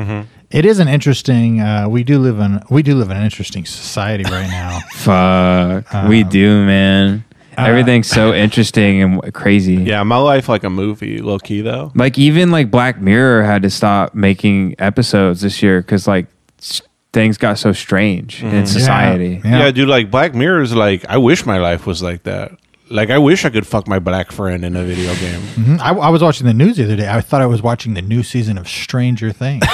S3: It is an interesting. Uh, we do live in we do live in an interesting society right now.
S2: Fuck.
S3: Um,
S2: we do, man.
S3: uh,
S2: Everything's so interesting and w- crazy.
S1: yeah, my life like a movie, low key though.
S2: Like even like Black Mirror had to stop making episodes this year because like s- things got so strange in society.
S3: Mm-hmm. Yeah.
S1: Yeah. dude, like Black Mirror is like I wish my life was like that. Like I wish I could fuck my black friend in a video game.
S2: Mm-hmm.
S3: Mhm. I, I was watching the news the other day. I thought I was watching the new season of Stranger Things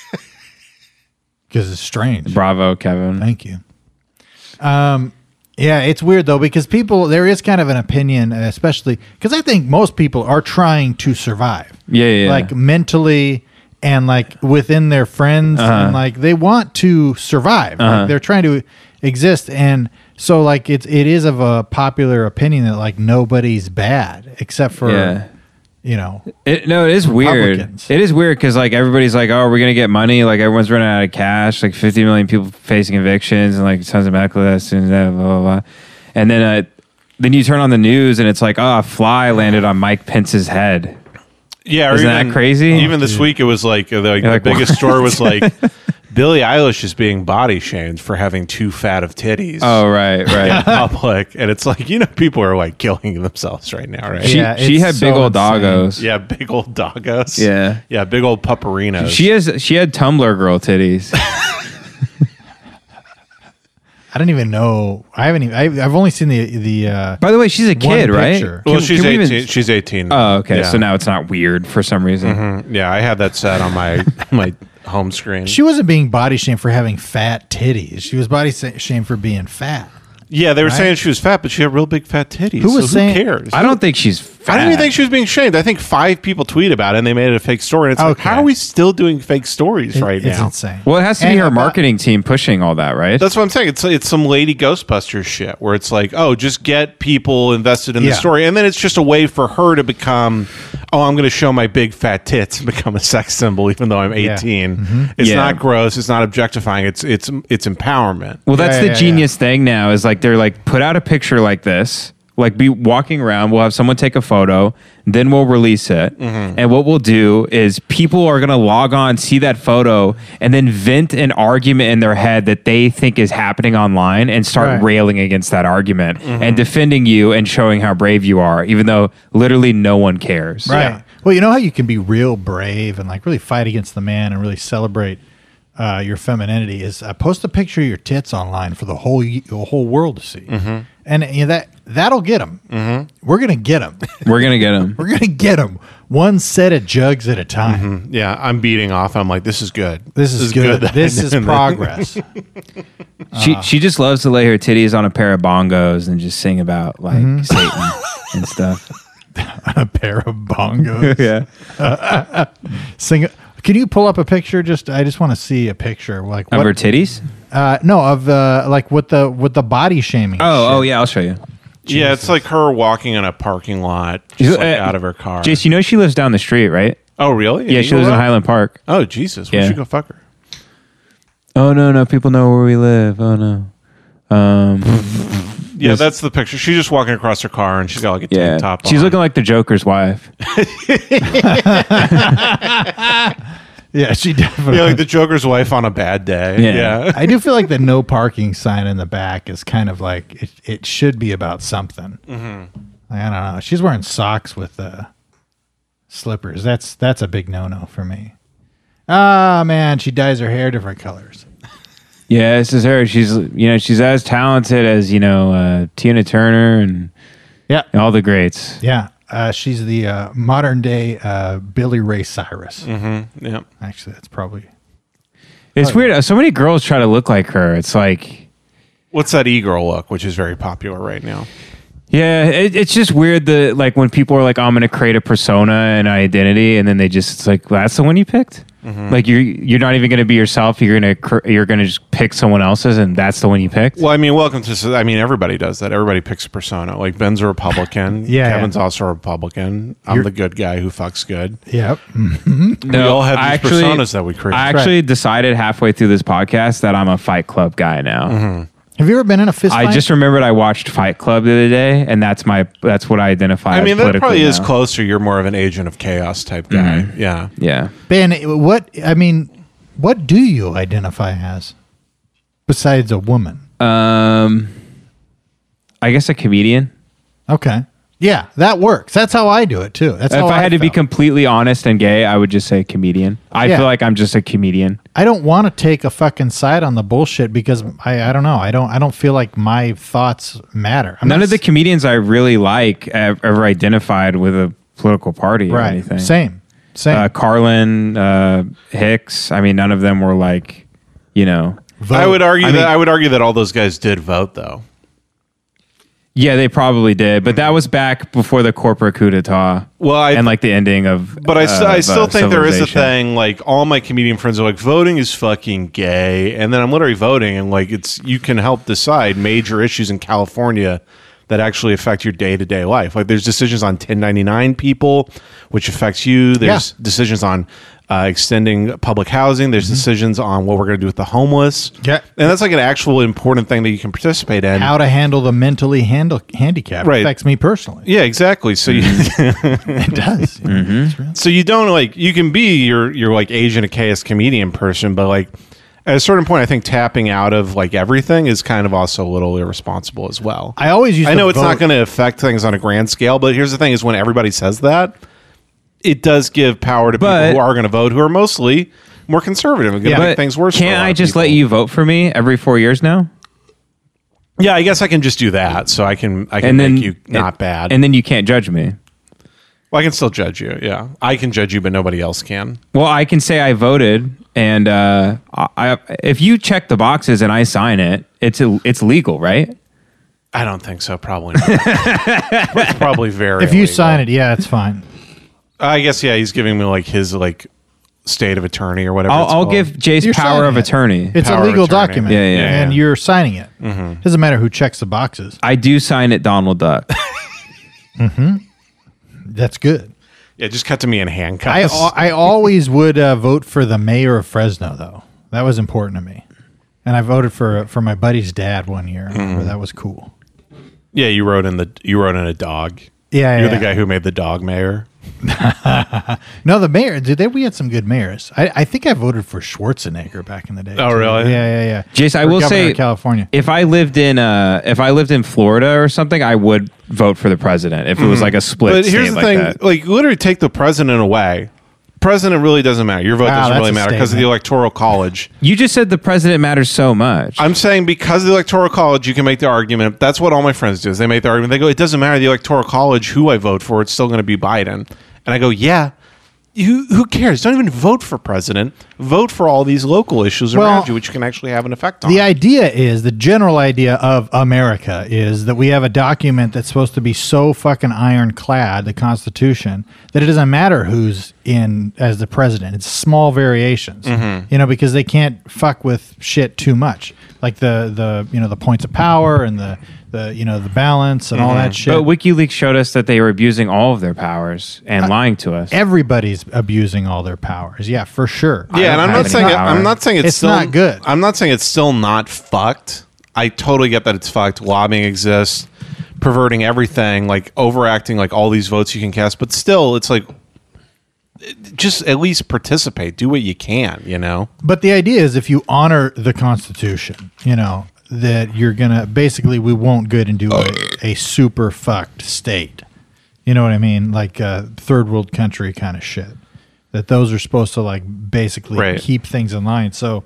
S3: because it's strange.
S2: Bravo, Kevin.
S3: Thank you. Um, yeah, it's weird though because people there is kind of an opinion, uh, especially because I think most people are trying to survive,
S2: Yeah, yeah. yeah.
S3: like mentally and like within their friends,
S2: Uh-huh.
S3: and like they want to survive. Like, they're trying to exist, and so like it's it is of a popular opinion that like nobody's bad except for
S2: Yeah.
S3: you know
S2: It, no, it is weird.
S3: Republicans.
S2: It is weird because like everybody's like, oh, we're gonna get money. Like everyone's running out of cash. Like 50 million people facing evictions and like tons of medical tests and blah blah blah. And then uh, then you turn on the news and it's like, oh, a fly landed on Mike Pence's head.
S1: Yeah, or
S2: Isn't that crazy?
S1: Even this week, it was like the, like, the
S2: like,
S1: biggest story was like Billie Eilish is being body shamed for having too fat of titties
S2: Oh right,
S1: in
S2: right.
S1: public, and it's like you know people are like killing themselves right now, right?
S2: she
S3: Yeah,
S2: she
S3: it's
S2: had
S3: so
S2: big old
S3: insane.
S2: doggos.
S1: yeah, big old doggos.
S2: Yeah.
S1: yeah, big old pupperinos.
S2: She has she had Tumblr girl titties.
S3: I don't even know. I haven't. Even, I, I've only seen the the. Uh,
S2: By the way, she's a
S3: One
S2: kid, right?
S3: picture.
S1: well,
S2: Can-
S1: she's
S2: can we even-
S1: eighteen. she's eighteen.
S2: oh, okay.
S1: Yeah.
S2: So now it's not weird for some reason.
S1: yeah, I had that set on my my home screen.
S3: She wasn't being body shamed for having fat titties. She was body sa- shamed for being fat.
S1: yeah, they were
S3: Right.
S1: saying she was fat, but she had real big fat titties.
S3: Who
S1: so
S3: was saying-
S1: Who cares?
S2: I don't think she's. Fat.
S1: I don't even think she was being shamed. I think five people tweet about it and they made it a fake story. And it's like,
S3: Okay.
S1: how are we still doing fake stories
S3: It-
S1: right
S3: it's
S1: now?
S3: insane.
S2: Well, it has to be
S3: And uh,
S2: her
S3: about-
S2: marketing team pushing all that, right?
S1: That's what I'm saying. It's it's some lady Ghostbusters shit where it's like, oh, just get people invested in the
S3: Yeah.
S1: story, and then it's just a way for her to become, oh, I'm going to show my big fat tits and become a sex symbol, even though I'm 18.
S3: Mm-hmm.
S1: It's
S2: Yeah.
S1: not gross. It's not objectifying. It's it's it's empowerment.
S2: well, that's
S3: Yeah,
S2: the
S3: yeah, yeah.
S2: genius thing now is like they're like put out a picture like this, like be walking around. We'll have someone take a photo, then we'll release it.
S3: Mm-hmm.
S2: And what we'll do is people are gonna log on, see that photo, and then vent an argument in their head that they think is happening online, and start
S3: Right. Mm-hmm.
S2: railing against that argument and defending you and showing how brave you are, even though literally no one cares.
S3: Right. Well, you know how you can be real brave and like really fight against the man and really celebrate uh, your femininity is uh, post a picture of your tits online for the whole y- the whole world to see, and uh, you know, that that'll get them. Mm-hmm. We're gonna get them.
S2: We're gonna get them.
S3: We're gonna get them. One set of jugs at a time.
S1: Yeah, I'm beating off. I'm like, this is good.
S3: Mm-hmm. This is good. This is progress. Uh.
S2: She she just loves to lay her titties on a pair of bongos and just sing about like
S3: Mm-hmm.
S2: Satan and stuff.
S3: a pair of bongos.
S2: Yeah.
S3: Sing. Can you pull up a picture? Just I just want to see a picture. Like
S2: Of her
S3: what?
S2: titties?
S3: Uh, no, of the like with the with the body shaming.
S2: Oh, oh yeah, I'll show you.
S1: Yeah, it's like her walking in a parking lot, just
S2: You-
S1: like
S2: uh,
S1: out of her car.
S2: Jace, you know she lives down the street, right?
S1: oh, really?
S2: Yeah, she lives in Highland Park.
S1: Oh, Jesus. We
S2: Yeah.
S1: should go fuck her.
S2: Oh no, no, people know where we live. Oh no. Um
S1: Yeah,
S2: Yes.
S1: that's the picture. She's just walking across her car and she's got like a
S2: yeah.
S1: tank top
S2: She's
S1: on.
S2: looking like the Joker's wife.
S3: Yeah, she definitely.
S1: Yeah, like the Joker's wife on a bad day.
S2: Yeah.
S1: Yeah.
S3: I do feel like the no parking sign in the back is kind of like it, it should be about something.
S2: Mm-hmm.
S3: Like, I don't know. She's wearing socks with uh, slippers. That's that's a big no no for me. Ah man, she dyes her hair different colors.
S2: Yeah, this is her. She's you know she's as talented as you know uh, Tina Turner and
S3: Yeah,
S2: and all the greats.
S3: yeah. Uh, she's the uh, modern day uh, Billy Ray Cyrus.
S2: Mm-hmm.
S1: Yeah.
S3: Actually, that's probably
S2: It's weird. So many girls try to look like her. It's like
S1: What's that e girl look, which is very popular right now?
S2: yeah, it, it's just weird. The like when people are like, I'm gonna create a persona and identity, and then they just it's like well, that's the one you picked. Like you're you're not even gonna be yourself. You're gonna cr- you're gonna just pick someone else's, and that's the one you picked.
S1: Well, I mean, welcome to. I mean, everybody does that. Everybody picks a persona. Like Ben's a Republican.
S3: Yeah,
S1: Kevin's
S3: yeah.
S1: also a Republican. I'm the good guy who fucks good.
S3: yeah.
S2: No,
S1: all have these personas that we create.
S2: I actually decided halfway through this podcast that I'm a Fight Club guy now.
S1: Mm-hmm.
S3: Have you ever been in a fist
S2: I
S3: fight?
S2: just remembered I watched Fight Club the other day, and that's my that's what I identify.
S1: I
S2: as
S1: mean, that
S2: politically
S1: probably is
S2: now. Mm-hmm.
S1: closer. You're more of an agent of chaos type guy. Yeah.
S2: Yeah,
S3: Ben, what I mean, what do you identify as besides a woman?
S2: um, I guess a comedian.
S3: Okay. Yeah, that works. That's how I do it too. That's
S2: if
S3: how
S2: I had to be
S3: felt.
S2: completely honest and gay, I would just say comedian. I
S3: Yeah.
S2: feel like I'm just a comedian.
S3: I don't want to take a fucking side on the bullshit because I, I don't know. I don't I don't feel like my thoughts matter. I'm
S2: None
S3: not
S2: of the
S3: s-
S2: comedians I really like ev- ever identified with a political party or anything.
S3: right. Same. Same.
S2: Uh, Carlin, uh, Hicks. I mean, none of them were like, you know.
S3: Vote.
S1: I would argue
S2: I
S1: that
S2: mean-
S1: I would argue that all those guys did vote though.
S2: Yeah, they probably did, but that was back before the corporate coup d'etat.
S1: Well, I
S2: and like the ending of.
S1: But I, st- I
S2: of,
S1: still
S2: uh,
S1: think there is a
S2: Civilization.
S1: thing like all my comedian friends are like voting is fucking gay, and then I'm literally voting, and like it's you can help decide major issues in California that actually affect your day to day life. Like there's decisions on 1099 people, which affects you. There's
S3: Yeah. Mm-hmm.
S1: decisions on uh, extending public housing. There's decisions on what we're going to do with the homeless.
S3: Yeah.
S1: and that's like an actual important thing that you can participate in.
S3: how to handle the mentally handle handicap
S1: Right.
S3: affects me personally.
S1: yeah, exactly. So
S3: Mm-hmm.
S1: you.
S3: It does.
S2: Mm-hmm.
S3: It's real.
S1: so you don't like you can be your your like Asian chaos comedian person, but like at a certain point, I think tapping out of like everything is kind of also a little irresponsible as well.
S3: I always used
S1: I know
S3: to
S1: it's not
S3: vote-
S1: going to affect things on a grand scale, but here's the thing: is when everybody says that, it does give power to
S2: But-
S1: people who are going to vote, who are mostly more conservative and going to make
S2: But
S1: things worse. for a
S2: Can't
S1: lot
S2: I
S1: of
S2: just let
S1: people.
S2: you vote for me every four years now?
S1: Yeah, I guess I can just do that, so I can I can
S2: And then
S1: make you not bad,
S2: And then you can't judge me.
S1: well, I can still judge you. Yeah, I can judge you, but nobody else can.
S2: Well, I can say I voted, and uh, I, if you check the boxes and I sign it, it's it's legal, right?
S1: I don't think so. Probably not. it's probably very.
S3: If you sign it, yeah, it's fine.
S1: I guess yeah. He's giving me like his like state of attorney or whatever.
S2: I'll,
S1: it's
S2: I'll
S1: called.
S2: give Jace
S3: You're
S2: power
S3: signing
S2: of
S3: it.
S2: attorney.
S3: It's
S1: Power
S3: a
S1: of
S3: legal
S1: attorney. Mm-hmm.
S3: document.
S2: Yeah, yeah,
S3: And
S1: yeah.
S3: you're signing it. Doesn't matter who checks the boxes.
S2: I do sign it, Donald Duck.
S3: That's good.
S1: Yeah, just cut to me in handcuffs.
S3: I, al- I always would uh, vote for the mayor of Fresno, though. That was important to me. And I voted for for my buddy's dad one year. I remember
S1: Mm-hmm.
S3: That was cool.
S1: yeah, you wrote in the you wrote in a dog.
S3: Yeah,
S1: You're
S3: yeah.
S1: the guy who made the dog mayor.
S3: No, the mayor. Did they? We had some good mayors. I, I think I voted for Schwarzenegger back in the day.
S1: Oh,
S3: too.
S1: really?
S3: Yeah, yeah, yeah.
S2: Jace, I
S3: For
S2: will
S3: governor
S2: say,
S3: of California.
S2: If I lived in uh, if I lived in Florida or something, I would vote for the president. If it
S1: Mm-hmm.
S2: was like a split,
S1: But here's the
S2: state like
S1: thing:
S2: that.
S1: like literally take the president away. President really doesn't matter. Your vote
S3: Wow,
S1: doesn't
S3: that's
S1: really
S3: a
S1: matter because of the
S3: statement.
S1: electoral college.
S2: You just said the president matters so much.
S1: I'm saying because of the electoral college, you can make the argument. That's what all my friends do. Is they make the argument. They go, it doesn't matter the electoral college who I vote for. It's still going to be Biden. And I go, yeah. Who, who cares? Don't even vote for president. Vote for all these local issues
S3: Well,
S1: around you, which you can actually have an effect on.
S3: The idea is the general idea of America is that we have a document that's supposed to be so fucking ironclad, the Constitution, that it doesn't matter who's in as the president. It's small variations, you know, because they can't fuck with shit too much, like the the you know the points of power and the the you know the balance and all that shit.
S2: But WikiLeaks showed us that they were abusing all of their powers and lying to us.
S3: Everybody's abusing all their powers. Yeah, for sure.
S1: yeah,
S2: don't
S1: and I'm
S2: have
S1: not
S2: any
S1: saying it,
S2: power.
S1: I'm not saying it's,
S3: It's
S1: still
S3: not good.
S1: I'm not saying it's still not fucked. I totally get that it's fucked. Lobbying exists, perverting everything, like overacting, like all these votes you can cast. But still, it's like just at least participate. Do what you can. You know.
S3: But the idea is if you honor the Constitution, you know, that you're going to basically, we won't get into a, a super fucked state. You know what I mean? Like uh, third world country kind of shit. That those are supposed to like basically
S1: Right.
S3: keep things in line. So,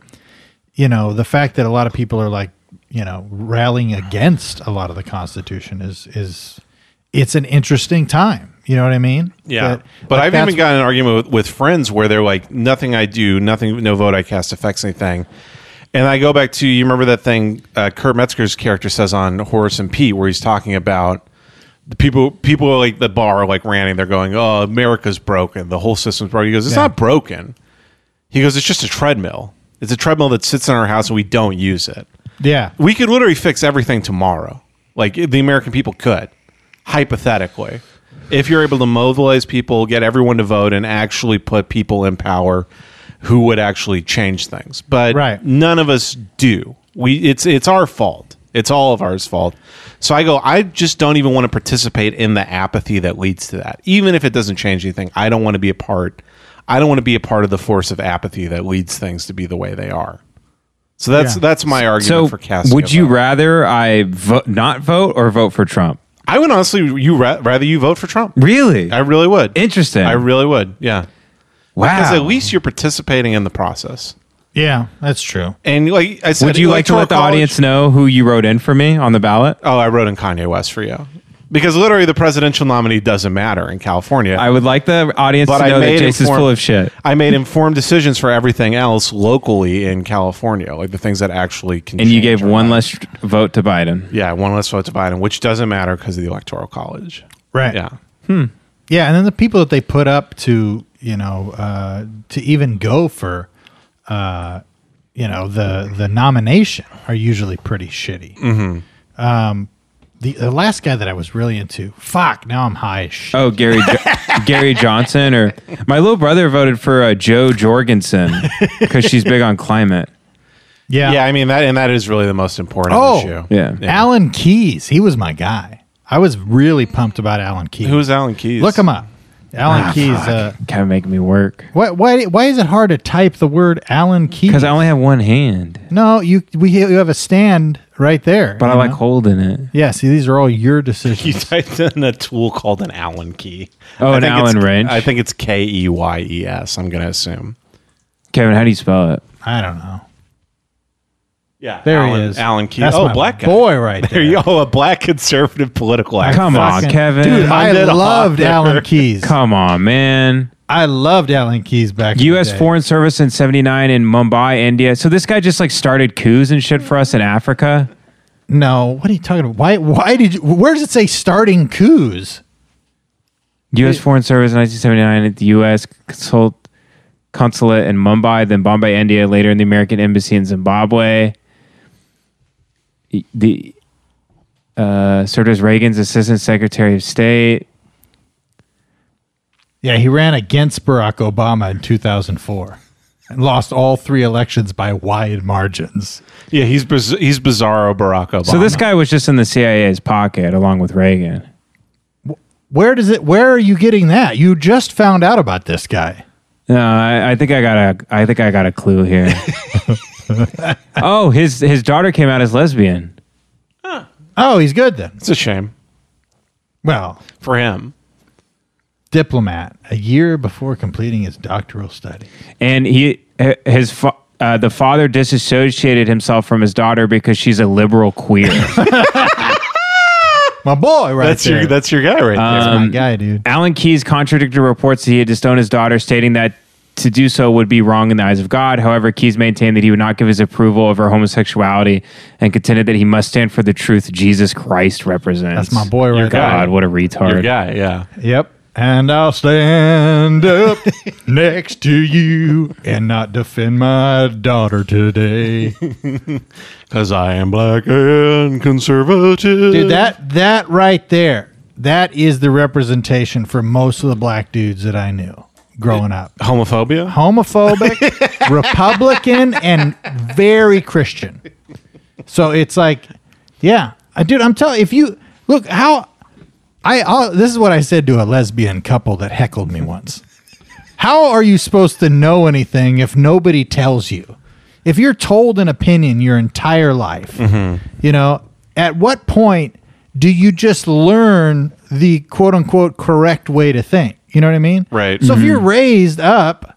S3: you know, the fact that a lot of people are like, you know, rallying against a lot of the Constitution is, is, it's an interesting time. You know what I mean?
S1: Yeah, but,
S3: like,
S1: I've
S3: that's-
S1: even gotten in an argument with, with friends where they're like, "Nothing I do, nothing, no vote I cast affects anything." And I go back to you remember that thing uh, Kurt Metzger's character says on Horace and Pete, where he's talking about the people people at, like the bar are like ranting. They're going, "Oh, America's broken. The whole system's broken." He goes, "It's
S3: Yeah.
S1: not broken." He goes, "It's just a treadmill. It's a treadmill that sits in our house and we don't use it.
S3: Yeah.
S1: We could literally fix everything tomorrow. Like the American people could, hypothetically." if you're able to mobilize people, get everyone to vote, and actually put people in power who would actually change things. But
S3: Right.
S1: none of us do. We it's it's our fault. It's all of ours fault. So I go, I just don't even want to participate in the apathy that leads to that. Even if it doesn't change anything, I don't want to be a part I don't want to be a part of the force of apathy that leads things to be the way they are. So that's
S3: Yeah.
S1: that's my argument
S2: So,
S1: for casting. a
S2: would you
S1: vote.
S2: rather I vo- not vote or vote for Trump?
S1: I would honestly you ra- rather you vote for Trump.
S2: Really?
S1: I really would.
S2: Interesting.
S1: I really would. Yeah. Because
S2: wow.
S1: at least you're participating in the process.
S3: Yeah. That's true.
S1: And like I said,
S2: would you like to
S1: electoral
S2: let the
S1: college-
S2: audience know who you wrote in for me on the ballot?
S1: Oh, I wrote in Kanye West for you because literally the presidential nominee doesn't matter in California.
S2: I would like the audience
S1: but
S2: to know
S1: I
S2: that
S1: made
S2: Jason's
S1: informed-
S2: full of shit.
S1: I made informed decisions for everything else locally in California, like the things that actually can.
S2: And you
S1: change
S2: gave
S1: our
S2: one
S1: lives.
S2: less vote to Biden.
S1: Yeah, one less vote to Biden, which doesn't matter because of the electoral college.
S3: Right.
S1: Yeah.
S3: Yeah, and then the people that they put up to, you know, uh, to even go for, uh, you know, the the nomination are usually pretty shitty. Um,
S2: Mm-hmm.
S3: the, the last guy that I was really into, fuck, now I'm high as shit.
S2: Oh, Gary jo- Gary Johnson or my little brother voted for uh, Joe Jorgensen because she's big on climate.
S3: yeah,
S1: Yeah, I mean that, and that is really the most important
S3: Oh.
S1: issue.
S2: Yeah.
S3: Alan Keys, he was my guy. I was really pumped about Alan Keys.
S1: Who's Alan Keyes?
S3: Look him up. Alan
S2: Ah,
S3: Keys. Uh,
S2: Kind of making me work
S3: why, why why is it hard to type the word Alan Keys?
S2: because I only have one hand,
S3: no, you we you have a stand right there.
S2: but I
S3: you
S2: like
S3: know?
S2: holding it.
S3: Yeah, see, these are all your decisions.
S1: You typed in a tool called an Allen key.
S2: Oh, an
S1: think it's-
S2: Allen wrench.
S1: I think it's K E Y E S. I'm going to assume.
S2: Kevin, how do you spell it?
S3: I don't know.
S1: Yeah,
S3: There
S1: Allen,
S3: he is.
S1: Alan Key.
S3: That's
S1: oh,
S3: my
S1: black guy.
S3: boy right
S1: There
S3: there.
S1: you go, a black conservative political actor.
S2: Come on,
S3: Fucking-
S2: Kevin.
S3: Dude, I
S1: Find it
S3: loved
S1: out
S3: Alan
S1: there.
S3: Keyes.
S2: Come on, man.
S3: I loved Alan Keyes back in the
S2: U.S.
S3: day.
S2: Foreign Service in '79 in Mumbai, India. So this guy just like started coups and shit for us in Africa.
S3: No, what are you talking about? Why why did you where does it say starting coups?
S2: U.S. Foreign Service in 1979 at the U.S. Consult, consulate in Mumbai, then Bombay, India. Later in the American embassy in Zimbabwe. The uh, served as Reagan's Assistant Secretary of State.
S3: Yeah, he ran against Barack Obama in 2004 and lost all three elections by wide margins.
S1: Yeah, he's biz- he's bizarro Barack Obama.
S2: So this guy was just in the CIA's pocket along with Reagan.
S3: Where does it where are you getting that? You just found out about this guy.
S2: No, I, I think I got a. I think I got a clue here. oh, his his daughter came out as lesbian.
S3: Oh, he's good then.
S1: it's a shame
S3: Well,
S1: for him.
S3: diplomat a year before completing his doctoral study.
S2: and he his fa- uh, the father disassociated himself from his daughter because she's a liberal queer.
S3: My boy right
S1: That's
S3: there.
S1: your that's your guy right
S2: Ah,
S1: there.
S3: my guy, dude.
S2: Alan Keyes contradicted reports that he had disowned his daughter, stating that to do so would be wrong in the eyes of God. However, Keyes maintained that he would not give his approval of her homosexuality and contended that he must stand for the truth Jesus Christ represents.
S3: That's my boy right there.
S2: God, what a retard.
S1: Your guy, yeah.
S3: Yep. And I'll stand up next to you and not defend my daughter today.
S1: Because I am black and conservative.
S3: Dude, that that right there, that is the representation for most of the black dudes that I knew growing up.
S1: homophobia.
S3: Homophobic, Republican, and very Christian. So it's like, yeah, I dude, I'm telling if you look how I I'll, this is what I said to a lesbian couple that heckled me once. How are you supposed to know anything if nobody tells you? If you're told an opinion your entire life, you know, at what point do you just learn the quote unquote correct way to think? You know what I mean?
S1: Right.
S3: So if you're raised up,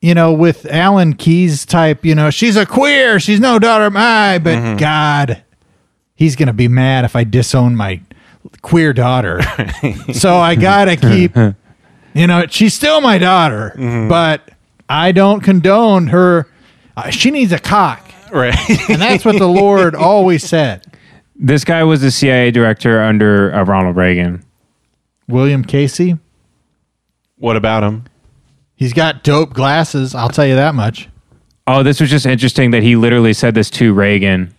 S3: you know, with Alan Keyes type, you know, she's a queer, she's no daughter of mine, but God, he's gonna be mad if I disown my queer daughter. so I gotta keep, you know, she's still my daughter,
S1: Mm-hmm.
S3: but I don't condone her. Uh, she needs a cock,
S1: Right.
S3: and that's what the Lord always said.
S2: This guy was the CIA director under uh, Ronald Reagan.
S3: William Casey,
S1: what about him?
S3: he's got dope glasses. I'll tell you that much.
S2: Oh, this was just interesting that he literally said this to Reagan.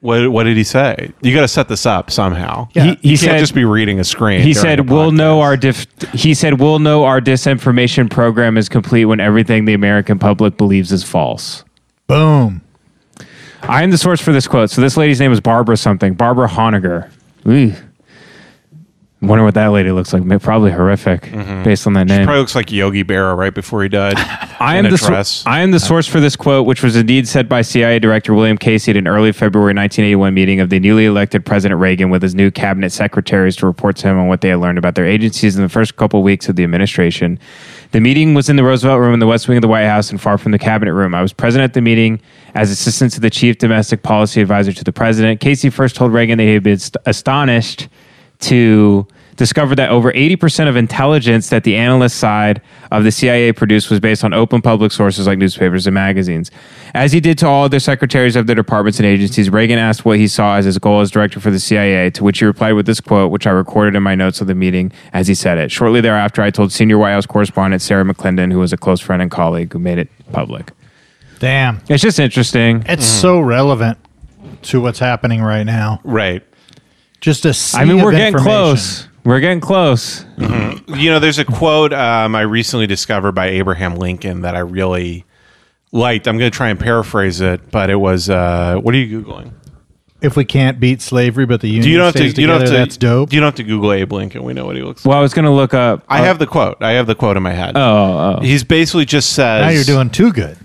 S1: What What did he say? You got to set this up somehow.
S3: Yeah.
S2: He,
S1: He,
S2: he
S1: can't
S2: said
S1: just be reading a screen.
S2: he
S1: during
S2: said
S1: the
S2: we'll know
S1: podcast."
S2: our dif- he said we'll know our disinformation program is complete when everything the American public believes is false.
S3: Boom.
S2: I am the source for this quote. So this lady's name is Barbara something. Barbara Honegger. Ooh. Wonder what that lady looks like. Ma- Probably horrific based on that name.
S1: Probably looks like Yogi Berra right before he died.
S2: I
S1: in
S2: am
S1: a
S2: the sor-
S1: dress.
S2: I am the source for this quote, which was indeed said by CIA Director William Casey at an early February 1981 meeting of the newly elected President Reagan with his new cabinet secretaries to report to him on what they had learned about their agencies in the first couple weeks of the administration. The meeting was in the Roosevelt Room in the West Wing of the White House and far from the cabinet room. I was present at the meeting as assistant to the chief domestic policy advisor to the president. Casey first told Reagan that he had been st- astonished to discover that over 80% of intelligence that the analyst side of the CIA produced was based on open public sources like newspapers and magazines. As he did to all other secretaries of their departments and agencies, Reagan asked what he saw as his goal as director for the CIA, to which he replied with this quote, which I recorded in my notes of the meeting as he said it. Shortly thereafter, I told senior White House correspondent Sarah McClendon, who was a close friend and colleague who made it public.
S3: Damn,
S2: It's just interesting.
S3: it's
S1: Mm-hmm.
S3: so relevant to what's happening right now.
S1: right.
S3: Just a sea
S2: I mean,
S3: of
S2: we're getting
S3: information.
S2: close. We're getting close.
S1: You know, there's a quote um, I recently discovered by Abraham Lincoln that I really liked. I'm going to try and paraphrase it, but it was uh, what are you googling?
S3: If we can't beat slavery, but the union
S1: Do you don't have to?
S3: stays
S1: You don't
S3: together,
S1: have to.
S3: that's dope.
S1: You don't have to Google Abe Lincoln. We know what he looks. like.
S2: Well, I was going to look up.
S1: I have the quote. I have the quote in my head.
S2: Oh, oh.
S1: He's basically just says
S3: now you're doing too good.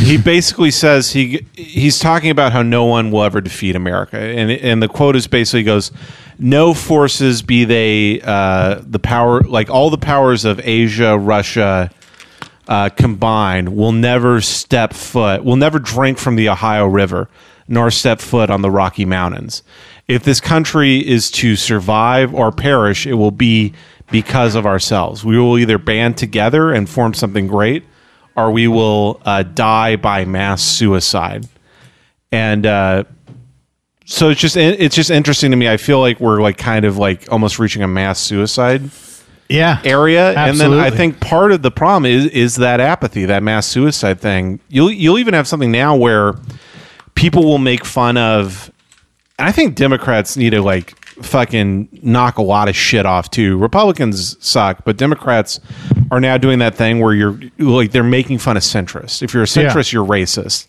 S1: he basically says he he's talking about how no one will ever defeat America, and and the quote is basically goes, "No forces, be they uh, the power like all the powers of Asia, Russia." Uh, combined will never step foot, will never drink from the Ohio River, nor step foot on the Rocky Mountains. If this country is to survive or perish, it will be because of ourselves. We will either band together and form something great, or we will uh, die by mass suicide. And uh, so it's just it's just interesting to me. I feel like we're like kind of like almost reaching a mass suicide
S3: Yeah,
S1: area, and then I
S3: Absolutely.
S1: think part of the problem is is that apathy, that mass suicide thing. You'll you'll even have something now where people will make fun of. And I think Democrats need to like fucking knock a lot of shit off too. Republicans suck, but Democrats are now doing that thing where you're like they're making fun of centrists. If you're a
S3: Yeah.
S1: centrist, you're racist.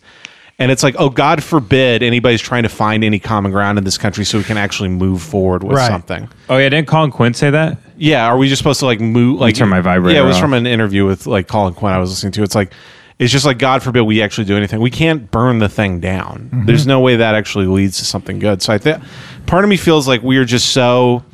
S1: And it's like, oh, God forbid anybody's trying to find any common ground in this country so we can actually move forward with
S3: Right.
S1: something.
S2: Oh yeah, didn't Colin Quinn say that?
S1: Yeah, are we just supposed to like move? Like
S2: turn my vibrator
S1: Yeah, it was
S2: off.
S1: from an interview with like Colin Quinn. I was listening to. It's like it's just like God forbid we actually do anything. We can't burn the thing down.
S2: Mm-hmm.
S1: There's no way that actually leads to something good. So I think part of me feels like we are just so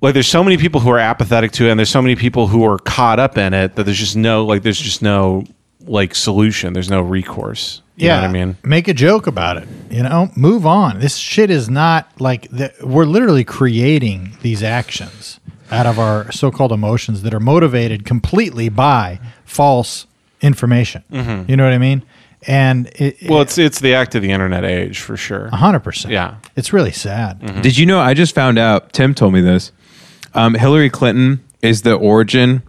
S1: like there's so many people who are apathetic to it, and there's so many people who are caught up in it that there's just no like there's just no like solution. There's no recourse. You
S3: yeah.
S1: know what I mean.
S3: make a joke about it. You know, move on. This shit is not like the, we're literally creating these actions out of our so-called emotions that are motivated completely by false information. You know what I mean? And it,
S1: Mm-hmm. Well, it's it's the act of the internet age for sure.
S2: Uh-huh.
S3: hundred percent.
S1: Yeah. Mm-hmm.
S3: it's really sad.
S8: Mm. Did you know? I just found out. Tim told me this. Um, Hillary Clinton is the origin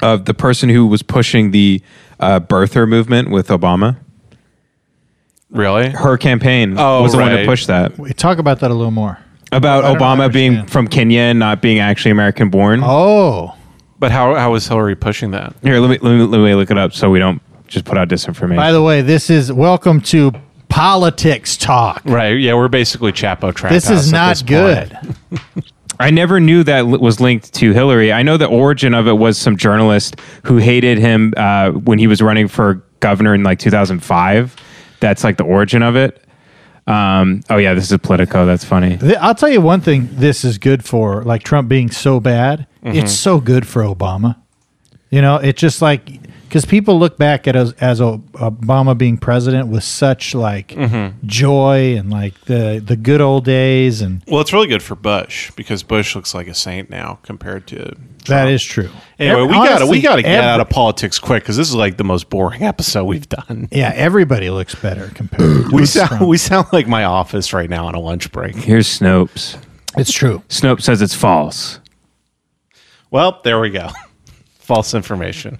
S8: of the person who was pushing the uh, birther movement with Obama.
S1: Really?
S8: Her campaign
S1: Oh,
S8: was the one
S1: right.
S8: to push that
S3: We talk about that a little more.
S8: about
S3: don't
S8: Obama being
S3: understand.
S8: from Kenya and not being actually American born.
S3: Oh,
S1: But how how is Hillary pushing that?
S2: Here, let me, let me let me look it up so we don't just put out disinformation.
S3: by the way, this is welcome to politics talk.
S1: Right. Yeah, we're basically Chapo trap.
S3: This
S1: house
S3: is
S1: at
S3: not
S1: this point.
S3: good.
S2: I never knew that li- was linked to Hillary. I know the origin of it was some journalist who hated him uh, when he was running for governor in like 2005. That's like the origin of it. Um, oh yeah, this is Politico. That's funny.
S3: Th- I'll tell you one thing this is good for, like Trump being so bad,
S1: Mm-hmm.
S3: it's so good for Obama. You know, it's just like because people look back at us as O- Obama being president with such like
S1: Mm-hmm.
S3: joy and like the the good old days, and
S1: Well, it's really good for Bush because Bush looks like a saint now compared to.
S3: that is true.
S1: Anyway,
S3: Ev-
S1: we got to
S3: honestly,
S1: we got to get
S3: every-
S1: out of politics quick because this is like the most boring episode we've done.
S3: Yeah, everybody looks better compared. to
S1: We
S3: us
S1: sound
S3: from-
S1: we sound like my office right now on a lunch break.
S2: Here's Snopes.
S3: it's true.
S2: Snopes says it's false.
S1: Well, there we go. False information.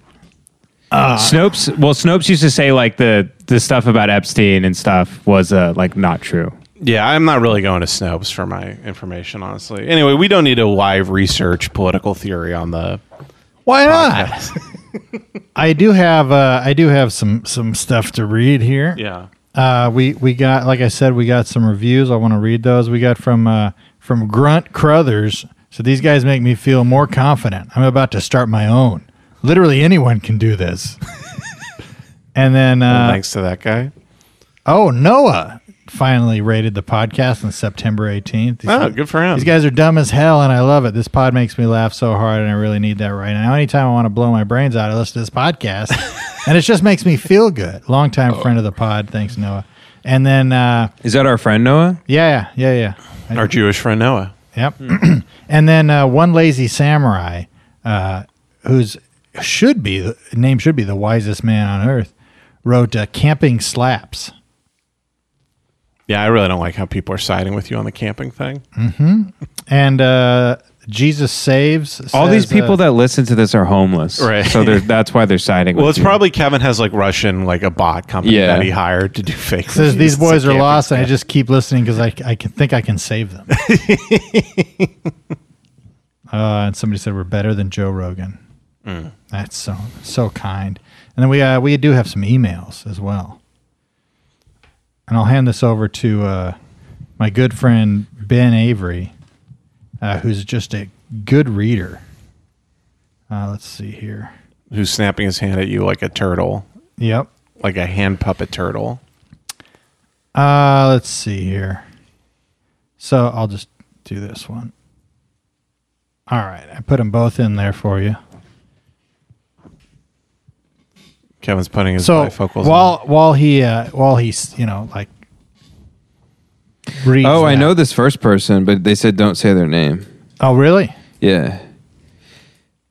S2: Snopes. Well, Snopes used to say like the the stuff about Epstein and stuff was uh, like not true.
S1: Yeah, I'm not really going to Snopes for my information, honestly. Anyway, we don't need to live research political theory on the.
S3: Why not? I do have uh, I do have some some stuff to read here.
S1: Yeah.
S3: Uh, we we got like I said, we got some reviews. I want to read those. We got from uh, from Grunt Crothers. So these guys make me feel more confident. I'm about to start my own. Literally anyone can do this. and then uh,
S1: Thanks to that guy.
S3: oh Noah finally rated the podcast on September 18th. He
S1: Oh,
S3: said,
S1: good for him.
S3: These guys are dumb as hell, and I love it. This pod makes me laugh so hard, and I really need that right now. Anytime I want to blow my brains out, I listen to this podcast, and it just makes me feel good.
S1: Oh.
S3: Longtime friend of the pod. Thanks, Noah. And then, uh,
S8: Is that our friend Noah?
S3: yeah, yeah, yeah. I-
S1: Our Jewish friend Noah.
S3: Yep.
S1: Hmm.
S3: and then uh, one lazy samurai, uh, whose should be the name should be the wisest man on earth, wrote uh, "Camping Slaps."
S1: Yeah, I really don't like how people are siding with you on the camping thing.
S3: And uh, Jesus saves.
S2: All these
S3: says, uh,
S2: people that listen to this are homeless,
S1: Right.
S2: So they're, that's why they're siding.
S1: Well,
S2: with
S1: it's
S2: you.
S1: probably Kevin has like Russian, like a bot company
S2: Yeah.
S1: that he hired to do fake.
S3: says
S1: reviews.
S3: these boys
S1: It's a
S3: are
S1: camping
S3: lost, and I
S1: site.
S3: just keep listening because I, I can think I can save them. uh, and somebody said we're better than Joe Rogan. That's so so kind. And then we uh, we do have some emails as well. And I'll hand this over to uh, my good friend Ben Avery, uh, who's just a good reader. Uh, let's see here.
S1: who's snapping his hand at you like a turtle,
S3: Yep.
S1: like a hand puppet turtle.
S3: Uh, let's see here. So I'll just do this one. All right, I put them both in there for you.
S1: Kevin's putting his
S3: So
S1: bifocals.
S3: while while he uh, while he's you know like. reads
S8: Oh, I
S3: that-
S8: know this first person, but they said don't say their name.
S3: Oh, really?
S8: Yeah.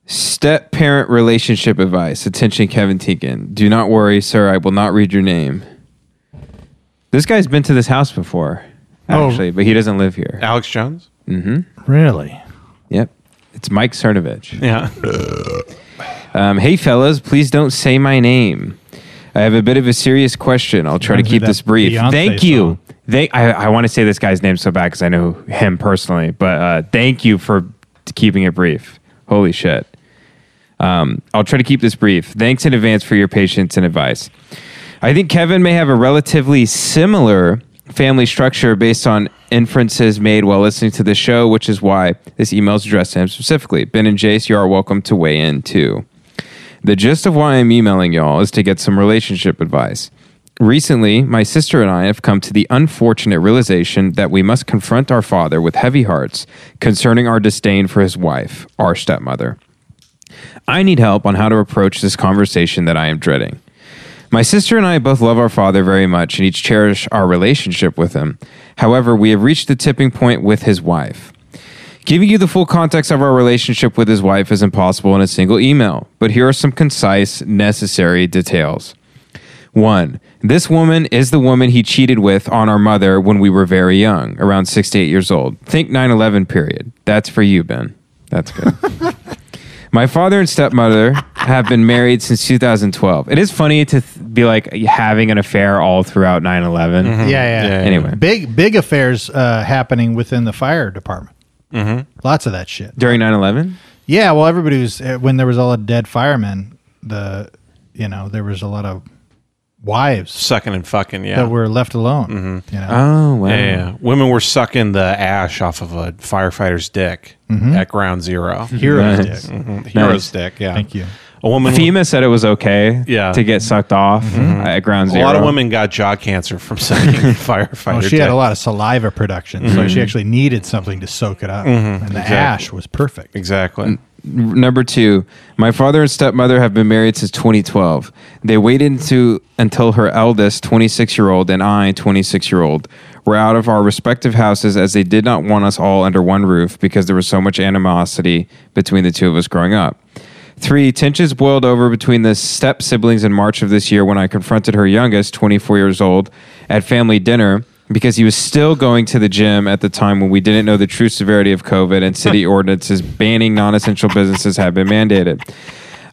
S8: Step parent relationship advice. Attention, Kevin Teakin. Do not worry, sir. I will not read your name. This guy's been to this house before,
S3: Oh.
S8: actually, but he doesn't live here.
S1: on. Alex Jones.
S3: Really?
S8: Yep. It's Mike Cernovich.
S1: Yeah,
S8: Um, hey, fellas, please don't say my name. I have a bit of a serious question. I'll try to
S3: Reminds me
S8: keep
S3: of
S8: this
S3: that
S8: brief.
S3: Beyonce
S8: thank
S3: song.
S8: you.
S2: They, I, I want to say this guy's name so bad because I know him personally, but uh, thank you for t- keeping it brief. Holy shit. Um, I'll try to keep this brief. Thanks in advance for your patience and advice. I think Kevin may have a relatively similar family structure based on inferences made while listening to the show, which is why this email is addressed to him specifically. Ben and Jace, you are welcome to weigh in too. The gist of why I'm emailing y'all is to get some relationship advice. Recently, my sister and I have come to the unfortunate realization that we must confront our father with heavy hearts concerning our disdain for his wife, our stepmother. I need help on how to approach this conversation that I am dreading. My sister and I both love our father very much and each cherish our relationship with him. However, we have reached the tipping point with his wife. Giving you the full context of our relationship with his wife is impossible in a single email, but here are some concise, necessary details. One, this woman is the woman he cheated with on our mother when we were very young, around six to eight years old. Think 9 11 period. That's for you, Ben. That's good. My father and stepmother have been married since 2012. It is funny to th- be like having an affair all throughout 9 11.
S3: Yeah, Mm-hmm. yeah.
S2: Anyway,
S3: Big big affairs uh, happening within the fire department. Mm-hmm. Lots of that shit.
S8: During 9 11?
S3: Yeah, well, everybody was uh, when there was all the dead firemen. The you know there was a lot of wives
S1: sucking and fucking. Yeah.
S3: that were left alone. You know?
S8: Oh, wow.
S1: yeah, yeah. Women were sucking the ash off of a firefighter's dick
S3: Mm-hmm.
S1: at ground zero.
S3: Heroes
S8: Nice.
S3: dick.
S1: Hero's dick. Yeah.
S3: Thank you.
S1: A woman.
S2: FEMA said it was okay
S1: Yeah.
S2: to get sucked off uh, at ground
S1: a
S2: zero.
S1: lot of women got jaw cancer from sucking firefighter.
S3: Well, Oh, she
S1: dick.
S3: had a lot of saliva production, so
S1: Mm-hmm.
S3: she actually needed something to soak it up, and the ash was perfect.
S2: Mm.
S1: Exactly.
S2: Number two, my father and stepmother have been married since 2012. They waited into, until her eldest, 26 year old, and I, 26 year old, were out of our respective houses as they did not want us all under one roof because there was so much animosity between the two of us growing up. Three, tensions boiled over between the step siblings in March of this year when I confronted her youngest, 24 years old, at family dinner because he was still going to the gym at the time when we didn't know the true severity of COVID and city ordinances banning non essential businesses had been mandated.